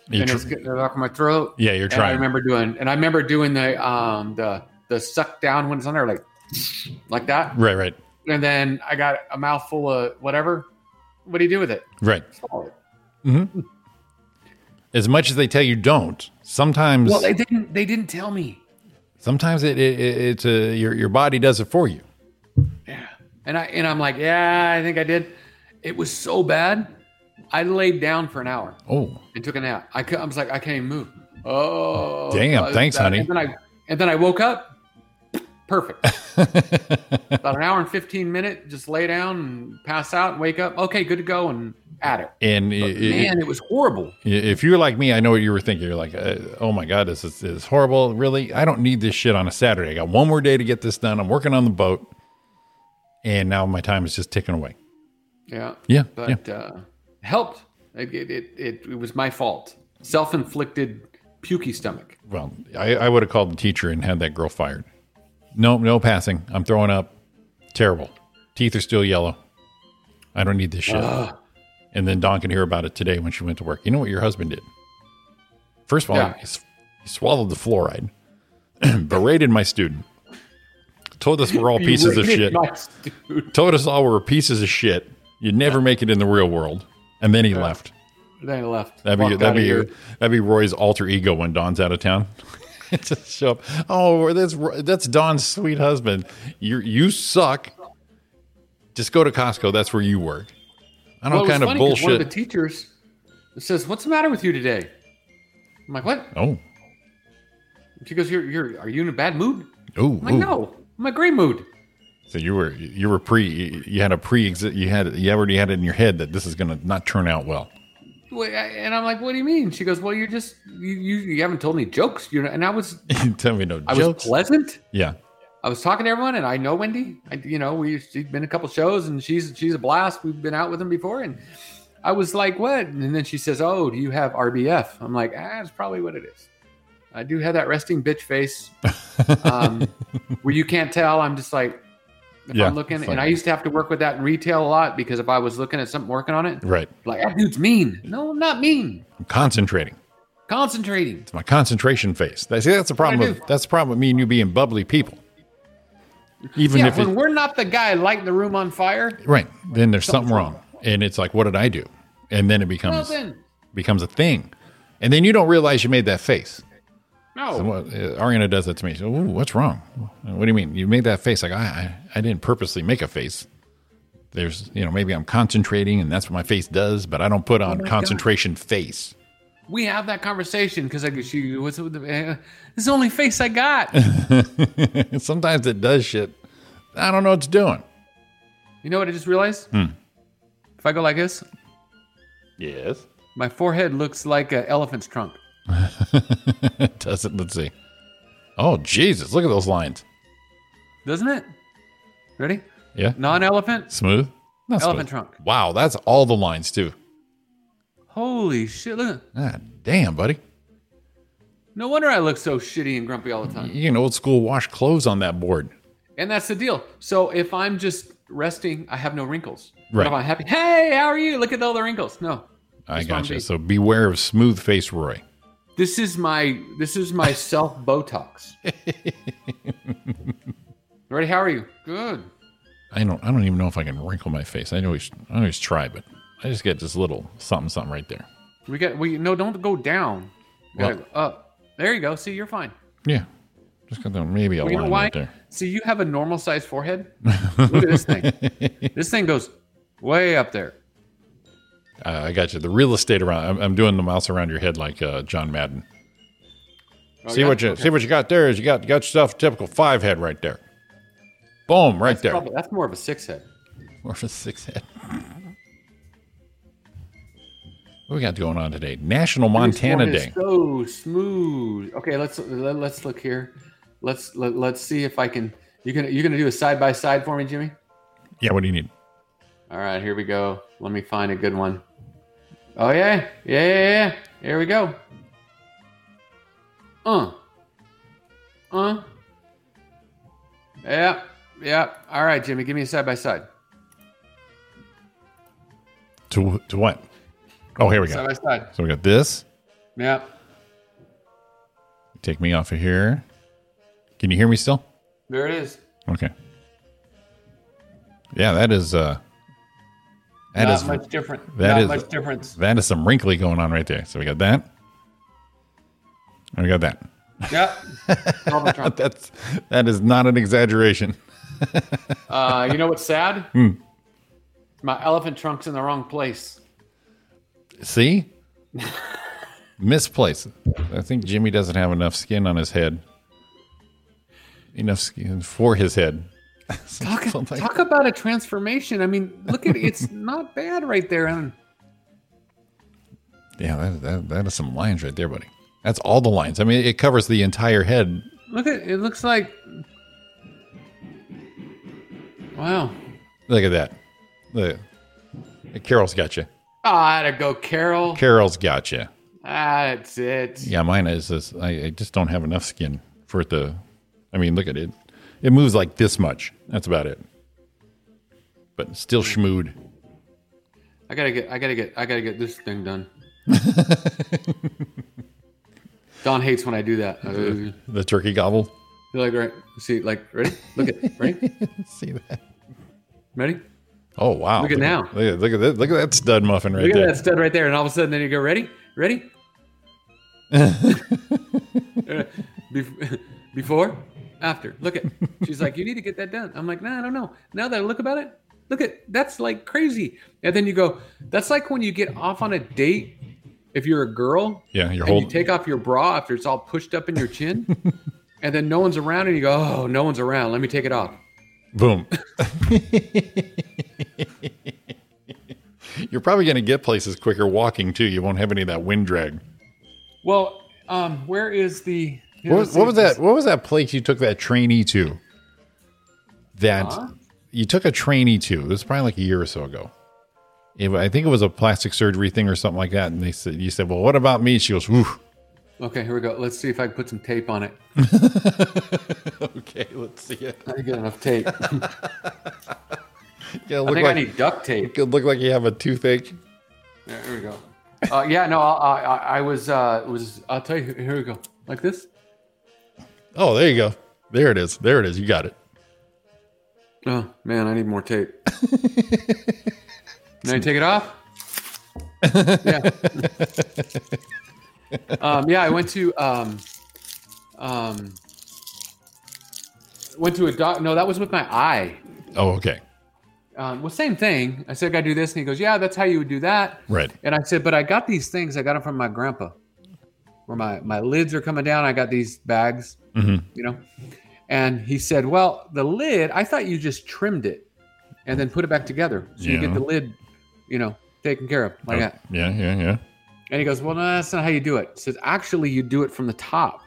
Speaker 7: You
Speaker 6: and
Speaker 7: tr-
Speaker 6: it's getting it off my throat.
Speaker 7: yeah, you're
Speaker 6: And I
Speaker 7: trying.
Speaker 6: remember doing, and I remember doing the um the the suck down when it's on there, like like that.
Speaker 7: Right. Right.
Speaker 6: And then I got a mouthful of whatever. What do you do with it?
Speaker 7: Right.
Speaker 6: Swallow it.
Speaker 7: hmm As much as they tell you don't, sometimes
Speaker 6: Well, they didn't. They didn't tell me.
Speaker 7: sometimes it, it, it it's a, your your body does it for you.
Speaker 6: And I and I'm like, yeah, I think I did. It was so bad. I laid down for an hour
Speaker 7: Oh.
Speaker 6: and took a nap. I, cou- I was like, I can't even move. Oh,
Speaker 7: Damn,
Speaker 6: God,
Speaker 7: thanks,
Speaker 6: that-
Speaker 7: honey.
Speaker 6: And then I and then I woke up. Perfect. About an hour and fifteen minute. Just lay down and pass out and wake up. Okay, good to go and at it.
Speaker 7: And
Speaker 6: But
Speaker 7: it- it-
Speaker 6: man, it was horrible.
Speaker 7: I- If you're like me, I know what you were thinking. You're like, uh, oh my God, this is, this is horrible. Really? I don't need this shit on a Saturday. I got one more day to get this done. I'm working on the boat. And now my time is just ticking away.
Speaker 6: Yeah.
Speaker 7: Yeah,
Speaker 6: But Uh, helped. It, it, it, it, it was my fault. Self inflicted pukey stomach.
Speaker 7: Well, I, I would have called the teacher and had that girl fired. No, no passing. I'm throwing up. Terrible. Teeth are still yellow. I don't need this shit.
Speaker 6: Ugh.
Speaker 7: And then Don can hear about it today when she went to work. You know what your husband did? First of all,
Speaker 6: Yeah.
Speaker 7: he, s- he swallowed the fluoride, berated my student, told us we're all pieces of shit,
Speaker 6: Nice, dude.
Speaker 7: told us all we're pieces of shit. You'd never make it in the real world. And then he left.
Speaker 6: They left.
Speaker 7: That'd be
Speaker 6: Walked
Speaker 7: that'd
Speaker 6: outta
Speaker 7: be
Speaker 6: here.
Speaker 7: that'd be Roy's alter ego when Don's out of town. Just show up. Oh, that's Roy- that's Don's sweet husband. You you suck. Just go to Costco. That's where you work. I don't
Speaker 6: Well, it was
Speaker 7: kind of
Speaker 6: funny 'cause One of
Speaker 7: bullshit.
Speaker 6: the teachers says, "What's the matter with you today?" I'm like, "What?"
Speaker 7: oh,
Speaker 6: She goes, "You're you're are you in a bad mood?"
Speaker 7: Oh, ooh,
Speaker 6: I'm like,
Speaker 7: ooh.
Speaker 6: "No, I'm in a great mood."
Speaker 7: So you were you were pre you had a pre you had you already had it in your head that this is going to not turn out well.
Speaker 6: Wait, I- And I'm like, "What do you mean?" She goes, "Well, you're just you you, you haven't told any jokes." You know, and I was
Speaker 7: Tell me no
Speaker 6: I
Speaker 7: jokes.
Speaker 6: was pleasant.
Speaker 7: yeah.
Speaker 6: I was talking to everyone, and I know Wendy. I, you know, we she's been a couple shows, and she's she's a blast. We've been out with them before, and I was like, "What?" And then she says, "Oh, do you have RBF?" I'm like, "Ah, that's probably what it is. I do have that resting bitch face, um, where you can't tell." I'm just like, if
Speaker 7: Yeah,
Speaker 6: I'm looking,
Speaker 7: it's like-
Speaker 6: and I used to have to work with that in retail a lot because if I was looking at something working on it,
Speaker 7: Right.
Speaker 6: like that dude's mean. No, I'm not mean.
Speaker 7: I'm concentrating.
Speaker 6: Concentrating.
Speaker 7: It's my concentration face. That's, see, that's the problem.
Speaker 6: What'd I
Speaker 7: With, that's the problem with me and you being bubbly people. Even
Speaker 6: yeah,
Speaker 7: if
Speaker 6: when
Speaker 7: it,
Speaker 6: we're not the guy lighting the room on fire,
Speaker 7: right, then there's something wrong, and it's like, what did I do? And then it
Speaker 6: well
Speaker 7: becomes
Speaker 6: then,
Speaker 7: becomes a thing, and then you don't realize you made that face.
Speaker 6: no.
Speaker 7: So what, uh, Ariana does that to me. She goes, Ooh, what's wrong? What do you mean? You made that face? Like I, I, I didn't purposely make a face. There's, you know, maybe I'm concentrating, and that's what my face does, but I don't put on
Speaker 6: Oh my God.
Speaker 7: concentration face.
Speaker 6: we have that conversation because I go, she what's with the, uh, this is the only face I got.
Speaker 7: Sometimes it does shit. I don't know what it's doing.
Speaker 6: you know what I just realized?
Speaker 7: Hmm.
Speaker 6: If I go like this,
Speaker 7: Yes.
Speaker 6: my forehead looks like an elephant's trunk.
Speaker 7: Does it? Let's see. Oh Jesus! Look at those lines.
Speaker 6: Doesn't it? Ready?
Speaker 7: Yeah.
Speaker 6: Non-elephant,
Speaker 7: Smooth. Not smooth.
Speaker 6: elephant trunk.
Speaker 7: Wow, that's all the lines too.
Speaker 6: Holy shit! Look,
Speaker 7: Ah, damn, buddy.
Speaker 6: no wonder I look so shitty and grumpy all the time.
Speaker 7: You can old school wash clothes on that board.
Speaker 6: And that's the deal. So if I'm just resting, I have no wrinkles. But
Speaker 7: Right.
Speaker 6: if I'm happy, hey, how are you? Look at all the wrinkles. No,
Speaker 7: I
Speaker 6: Just wanna
Speaker 7: gotcha.
Speaker 6: be-
Speaker 7: So beware of smooth face Roy.
Speaker 6: this is my this is my self Botox. Ready? How are you? Good.
Speaker 7: I don't. I don't even know if I can wrinkle my face. I always. I always try, but I just get this little something something right there.
Speaker 6: We got we no don't go down. We
Speaker 7: Well-
Speaker 6: gotta go up. There you go. See, you're fine.
Speaker 7: Yeah. Just got that maybe a
Speaker 6: Well, you know
Speaker 7: line
Speaker 6: why?
Speaker 7: right there.
Speaker 6: See, you have a normal sized forehead. Look at this thing. This thing goes way up there.
Speaker 7: Uh, I got you. The real estate around. I'm, I'm doing the mouse around your head like uh, John Madden.
Speaker 6: Oh,
Speaker 7: see
Speaker 6: yeah?
Speaker 7: what you
Speaker 6: Okay.
Speaker 7: see. What you got there is you got you got yourself a typical five head right there. Boom, right there.
Speaker 6: Probably- that's more of a six head.
Speaker 7: Or a six head. What we got going on today? National Montana
Speaker 6: This
Speaker 7: Day.
Speaker 6: one is So smooth. Okay, let's let, let's look here. Let's let, let's see if I can. You can you gonna do a side by side for me, Jimmy?
Speaker 7: Yeah. What do you need?
Speaker 6: All right, here we go. Let me find a good one. Oh yeah, yeah, yeah, yeah. Here we go. Uh. Uh. Yeah, yeah. All right, Jimmy, give me a side by side.
Speaker 7: To to what? Oh, here we go.
Speaker 6: Side by side.
Speaker 7: So we got this.
Speaker 6: Yeah.
Speaker 7: Take me off of here. Can you hear me still?
Speaker 6: There it is.
Speaker 7: Okay. Yeah, that is uh that
Speaker 6: Not
Speaker 7: is
Speaker 6: much different.
Speaker 7: that
Speaker 6: Not
Speaker 7: is-
Speaker 6: much difference.
Speaker 7: that is some wrinkly going on right there. So we got that. And we got that.
Speaker 6: Yeah. Donald Trump.
Speaker 7: That's that is not an exaggeration.
Speaker 6: Uh, you know what's sad?
Speaker 7: Hmm.
Speaker 6: My elephant trunk's in the wrong place.
Speaker 7: See? Misplaced. I think Jimmy doesn't have enough skin on his head. Enough skin for his head.
Speaker 6: Talk,
Speaker 7: Something.
Speaker 6: talk about a transformation. I mean, look at it's not bad right there. And
Speaker 7: Yeah, that, that, that is some lines right there, buddy. That's all the lines. I mean, it covers the entire head.
Speaker 6: look at it looks like wow.
Speaker 7: Look at that. Look. Carol's got you.
Speaker 6: Ah, to go, Carol.
Speaker 7: Carol's got you.
Speaker 6: Ah, that's it.
Speaker 7: Yeah, mine is this. I, I just don't have enough skin for it to. I mean, look at it. It moves like this much. That's about it. But still schmooed.
Speaker 6: I gotta get. I gotta get. I gotta get this thing done. Don hates when I do that. Uh, You're
Speaker 7: The turkey gobble.
Speaker 6: like, right? See, like, ready? Look at, ready?
Speaker 7: See that?
Speaker 6: Ready?
Speaker 7: Oh wow!
Speaker 6: Look at now.
Speaker 7: Look at, look at that! Look at that stud muffin right
Speaker 6: Look
Speaker 7: there.
Speaker 6: at that stud right there, and all of a sudden, then you go, "Ready, ready." Uh, bef- Before, after. Look at. She's like, "You need to get that done." I'm like, "Nah, I don't know." Now that I look about it, look at that's like crazy. And then you go, "That's like when you get off on a date." If you're a girl,
Speaker 7: Yeah, you're
Speaker 6: and
Speaker 7: holding.
Speaker 6: you take off your bra after it's all pushed up in your chin, and then no one's around, and you go, "Oh, no one's around. Let me take it off."
Speaker 7: Boom. You're probably going to get places quicker walking too. You won't have any of that wind drag.
Speaker 6: Well, um, where is the?
Speaker 7: What was, what was that? What was that place you took that trainee to? That
Speaker 6: Huh?
Speaker 7: you took a trainee to. It was probably like a year or so ago. It, wa- I think it was a plastic surgery thing or something like that. And they said, "You said, well, what about me?" She goes, "Ooh,
Speaker 6: Okay, here we go. Let's see if I can put some tape on it.
Speaker 7: okay, let's see it.
Speaker 6: I got enough tape.
Speaker 7: Yeah,
Speaker 6: I
Speaker 7: look
Speaker 6: think
Speaker 7: like-
Speaker 6: I need duct tape.
Speaker 7: It look like you have a toothache."
Speaker 6: There we go. Uh, yeah, no, I, I, I was, uh, was. I'll tell you. Here we go. Like this.
Speaker 7: Oh, there you go. There it is. There it is. You got it.
Speaker 6: Oh man, I need more tape. now you take it off. yeah. um, yeah, I went to um, um, went to a doc. No, that was with my eye.
Speaker 7: Oh, okay.
Speaker 6: Um, well, same thing. I said, "I do this," and he goes, "Yeah, that's how you would do that."
Speaker 7: Right.
Speaker 6: And I said, but I got these things. I got them from my grandpa, where my my lids are coming down. I got these bags,
Speaker 7: Mhm.
Speaker 6: you know. And he said, well, the lid. I thought you just trimmed it, and then put it back together, so you
Speaker 7: Yeah.
Speaker 6: get the lid, you know, taken care of like
Speaker 7: Oh,
Speaker 6: that.
Speaker 7: Yeah, yeah, yeah.
Speaker 6: And he goes, well, no, that's not how you do it. He says, actually, you do it from the top.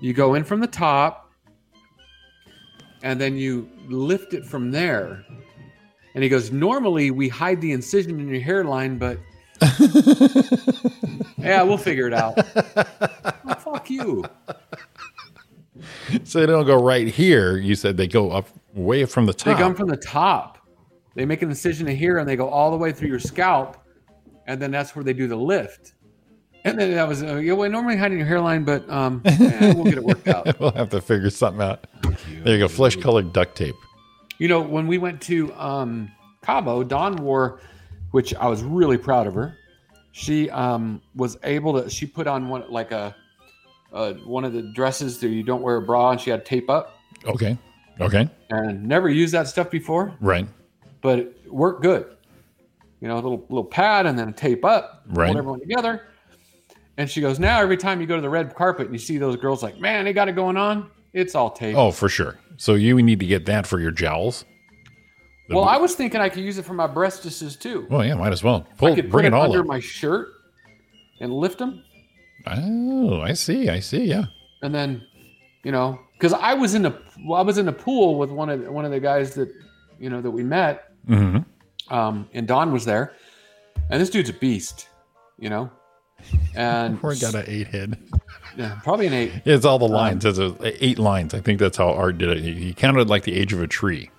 Speaker 6: You go in from the top, and then you lift it from there. And he goes, normally we hide the incision in your hairline, but yeah, we'll figure it out. Well, fuck you.
Speaker 7: So they don't go right here. You said they go up way from the
Speaker 6: They
Speaker 7: top.
Speaker 6: come from the top. They make an incision to here, and they go all the way through your scalp, and then that's where they do the lift. And then that was uh, yeah, we normally hide in your hairline, but um, yeah, we'll get it worked out.
Speaker 7: we'll have to figure something out. There you go. Flesh colored duct tape.
Speaker 6: You know, when we went to um, Cabo, Dawn wore, which I was really proud of her. She um, was able to. She put on one like a uh, one of the dresses that you don't wear a bra, and she had tape up,
Speaker 7: Okay. Okay.
Speaker 6: and never used that stuff before,
Speaker 7: Right.
Speaker 6: but it worked good. You know, a little little pad and then tape up,
Speaker 7: Right.
Speaker 6: hold everyone together. And she goes, now every time you go to the red carpet and you see those girls like, man, they got it going on. It's all tape.
Speaker 7: Oh, for sure. So you need to get that for your jowls.
Speaker 6: well, I was thinking I could use it for my breastises too.
Speaker 7: Well, yeah, might as well. Pull,
Speaker 6: I could
Speaker 7: bring
Speaker 6: put
Speaker 7: it all
Speaker 6: under
Speaker 7: up.
Speaker 6: my shirt and lift them,
Speaker 7: oh, I see. I see. Yeah.
Speaker 6: and then you know, because I was in a well, I was in a pool with one of one of the guys that you know that we met,
Speaker 7: hmm
Speaker 6: um, and Don was there, and this dude's a beast, you know, and
Speaker 7: Poor got an eight head.
Speaker 6: yeah, probably an eight.
Speaker 7: It's all the lines.
Speaker 6: Um,
Speaker 7: It's a, eight lines. I think that's how Art did it. He, he counted like the age of a tree.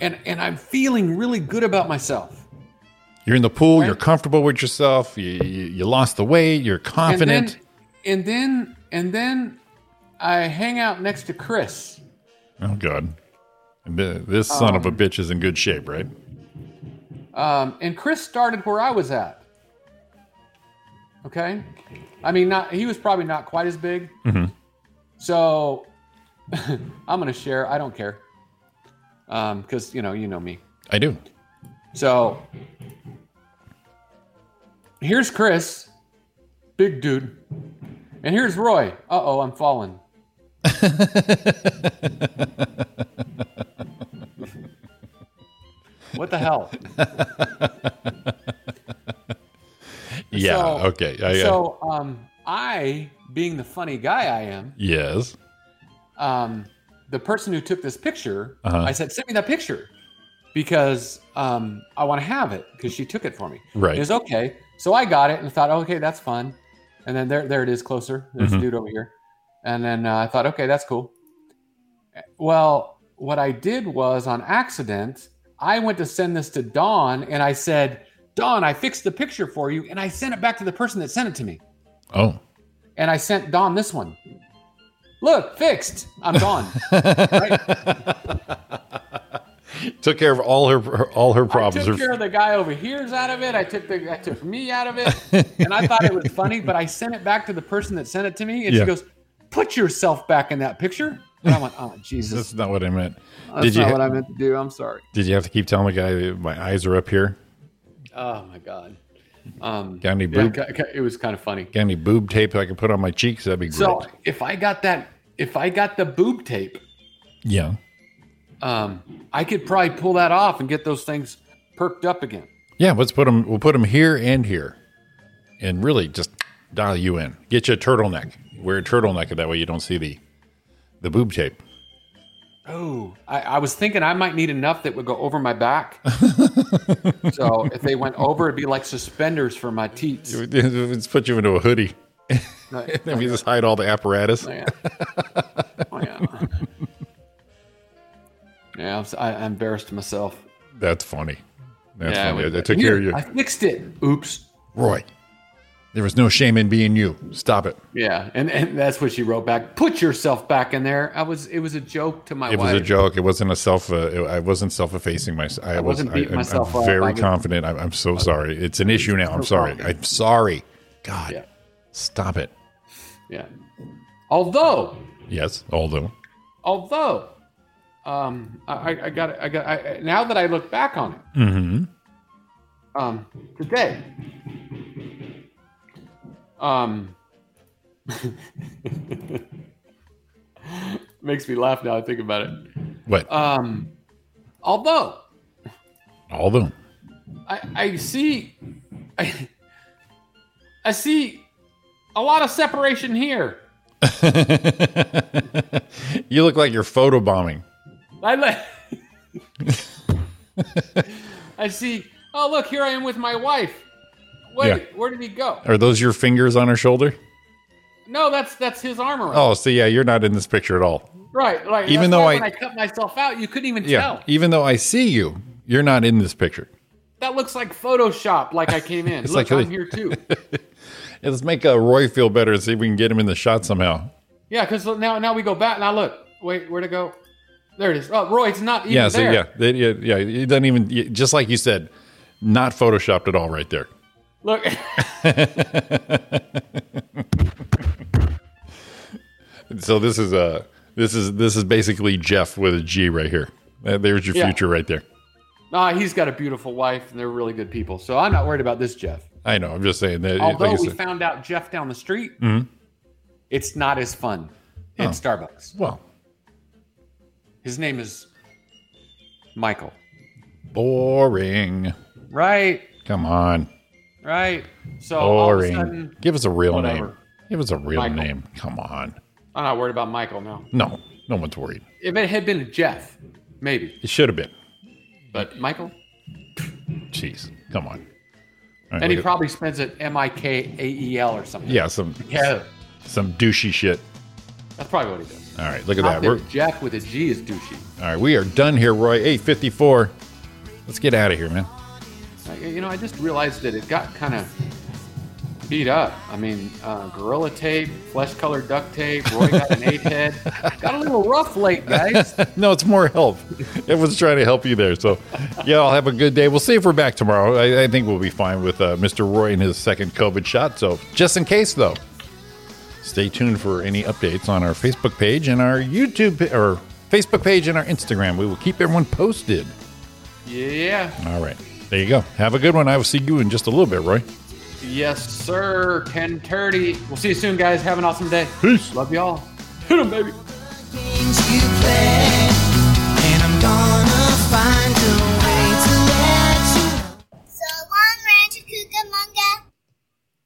Speaker 6: And and I'm feeling really good about myself.
Speaker 7: You're in the pool. You're comfortable with yourself. You, you, you lost the weight. You're confident.
Speaker 6: And then and then and then I hang out next to Chris.
Speaker 7: Oh God, And th- this son of a bitch is in good shape, right?
Speaker 6: Um, and Chris started where I was at. Okay, I mean, not he was probably not quite as big.
Speaker 7: Mhm.
Speaker 6: So I'm gonna share. I don't care because you know you know me.
Speaker 7: I do.
Speaker 6: So here's Chris, big dude, and here's Roy. Uh oh, I'm falling. what the hell?
Speaker 7: Yeah.
Speaker 6: So-
Speaker 7: okay. I, I-
Speaker 6: so um, I, being the funny guy I am,
Speaker 7: yes.
Speaker 6: um, the person who took this picture,
Speaker 7: Uh-huh.
Speaker 6: I said, send me that picture because um, I want to have it because she took it for me.
Speaker 7: Right.
Speaker 6: It was okay. So I got it and thought, okay, that's fun. And then there, there it is closer. There's
Speaker 7: Mhm.
Speaker 6: a dude over here. And then uh, I thought, okay, that's cool. Well, what I did was on accident, I went to send this to Dawn and I said, Dawn, I fixed the picture for you. And I sent it back to the person that sent it to me.
Speaker 7: Oh.
Speaker 6: And I sent Dawn this one. Look, fixed. I'm gone.
Speaker 7: Took care of all her- her all her problems.
Speaker 6: I took
Speaker 7: Her-
Speaker 6: care of the guy over here's out of it. I took the I took me out of it, and I thought it was funny. But I sent it back to the person that sent it to me, and
Speaker 7: Yeah.
Speaker 6: she goes, "Put yourself back in that picture." And I went, "Oh Jesus,
Speaker 7: That's not what I meant.
Speaker 6: that's
Speaker 7: did you
Speaker 6: not what I meant to do. I'm sorry."
Speaker 7: did you have to keep telling the guy that my eyes are up here?
Speaker 6: Oh my god. Um,
Speaker 7: Got any
Speaker 6: yeah,
Speaker 7: boob?
Speaker 6: ca- ca- it was kind of funny.
Speaker 7: Got any boob tape I can put on my cheeks? That'd be great.
Speaker 6: So if I got that, if I got the boob tape,
Speaker 7: yeah.
Speaker 6: um, I could probably pull that off and get those things perked up again.
Speaker 7: Yeah, let's put them. We'll put them here and here, and really just dial you in. Get you a turtleneck. Wear a turtleneck, that way you don't see the the boob tape.
Speaker 6: Oh, I, I was thinking I might need enough that would go over my back. so if they went over, it'd be like suspenders for my teats.
Speaker 7: let's put you into a hoodie. then we just hide all the apparatus.
Speaker 6: Yeah. Oh, yeah. Yeah, I'm, s- I, I embarrassed myself.
Speaker 7: That's funny. That's
Speaker 6: Yeah,
Speaker 7: funny.
Speaker 6: it was-
Speaker 7: I, I took care of
Speaker 6: Here,
Speaker 7: you,
Speaker 6: I fixed it. Oops.
Speaker 7: Roy. There was no shame in being you. Stop it.
Speaker 6: Yeah, and, and that's what she wrote back. Put yourself back in there. I was. It was a joke to my
Speaker 7: it
Speaker 6: wife.
Speaker 7: was a joke. It wasn't a self. Uh, it- I wasn't self-effacing myself. I, was.
Speaker 6: wasn't
Speaker 7: I,
Speaker 6: beating
Speaker 7: am
Speaker 6: myself up. I
Speaker 7: very
Speaker 6: was-
Speaker 7: confident. I'm, I'm so sorry. It's an issue now. I'm
Speaker 6: No
Speaker 7: sorry.
Speaker 6: problem.
Speaker 7: I'm sorry. God,
Speaker 6: Yeah.
Speaker 7: stop it.
Speaker 6: Yeah. Although,
Speaker 7: Yes, although
Speaker 6: although, um, I, I- I got, I got. I, I- now that I look back on it,
Speaker 7: mm-hmm.
Speaker 6: um, today, um, makes me laugh now. I think about it.
Speaker 7: what?
Speaker 6: Um, although
Speaker 7: although
Speaker 6: I, I see, I, I see a lot of separation here.
Speaker 7: you look like you're photobombing.
Speaker 6: I li- I see. Oh, look, here I am with my wife. Wait,
Speaker 7: Yeah.
Speaker 6: where did he go?
Speaker 7: Are those your fingers on her shoulder?
Speaker 6: No, that's that's his arm around.
Speaker 7: Oh, so yeah, you're not in this picture at all.
Speaker 6: right. Like
Speaker 7: Even
Speaker 6: that's
Speaker 7: though I-
Speaker 6: why when I cut myself out, you couldn't even
Speaker 7: Yeah.
Speaker 6: tell.
Speaker 7: Even though I see you, you're not in this picture.
Speaker 6: That looks like Photoshop. Like I came in.
Speaker 7: It's
Speaker 6: look,
Speaker 7: like-
Speaker 6: I'm here too.
Speaker 7: Let's make uh, Roy feel better and see if we can get him in the shot somehow.
Speaker 6: yeah, because now now we go back. Now look. Wait, where to go? There it is. Oh, Roy, it's not even
Speaker 7: yeah, so
Speaker 6: there.
Speaker 7: yeah, they, yeah, yeah, it doesn't even y- just like you said, not photoshopped at all, right there.
Speaker 6: Look.
Speaker 7: So this is uh this is this is basically Jeff with a G right here. Uh, There's your
Speaker 6: Yeah.
Speaker 7: future right there.
Speaker 6: Nah, he's got a beautiful wife, and they're really good people. So I'm not worried about this Jeff.
Speaker 7: I know. I'm just saying that.
Speaker 6: Although
Speaker 7: like I
Speaker 6: we
Speaker 7: said-
Speaker 6: found out Jeff down the street,
Speaker 7: Mhm.
Speaker 6: it's not as fun
Speaker 7: Oh.
Speaker 6: at Starbucks.
Speaker 7: well,
Speaker 6: His name is Michael.
Speaker 7: boring.
Speaker 6: Right,
Speaker 7: Come on,
Speaker 6: right. So Oh, all of a
Speaker 7: boring.
Speaker 6: sudden,
Speaker 7: Give us a real
Speaker 6: whatever.
Speaker 7: name. Give us a real
Speaker 6: Michael.
Speaker 7: name. Come on.
Speaker 6: I'm not worried about Michael now.
Speaker 7: No, no one's worried.
Speaker 6: If it had been Jeff, maybe,
Speaker 7: It should have been.
Speaker 6: but Michael,
Speaker 7: Jeez, come on. All right,
Speaker 6: and he
Speaker 7: look at-
Speaker 6: probably spends it M I K A E L or something.
Speaker 7: yeah some
Speaker 6: Yeah,
Speaker 7: some douchey shit.
Speaker 6: that's probably what he does.
Speaker 7: All right, look at
Speaker 6: Not
Speaker 7: that. We're,
Speaker 6: that Jeff with a G is douchey.
Speaker 7: All right, we are done here, Roy. 854. Let's get out of here, man.
Speaker 6: I- You know, I just realized that it got kind of beat up. I mean, uh, gorilla tape, flesh colored duct tape. Roy got an eight head. Got a little rough late, guys.
Speaker 7: no, it's more help. Everyone's trying to help you there. So, yeah, I'll have a good day. We'll see if we're back tomorrow. I, I think we'll be fine with uh, Mr. Roy and his second COVID shot. So, just in case, though, stay tuned for any updates on our Facebook page and our YouTube pa- or Facebook page and our Instagram. We will keep everyone posted.
Speaker 6: Yeah.
Speaker 7: All right. There you go. Have a good one. I will see you in just a little bit, Roy.
Speaker 6: Yes, sir. 1030. We'll see you soon, guys. Have an awesome day.
Speaker 7: Peace.
Speaker 6: Love y'all. Hit 'em, baby.
Speaker 5: games you play, and I'm gonna find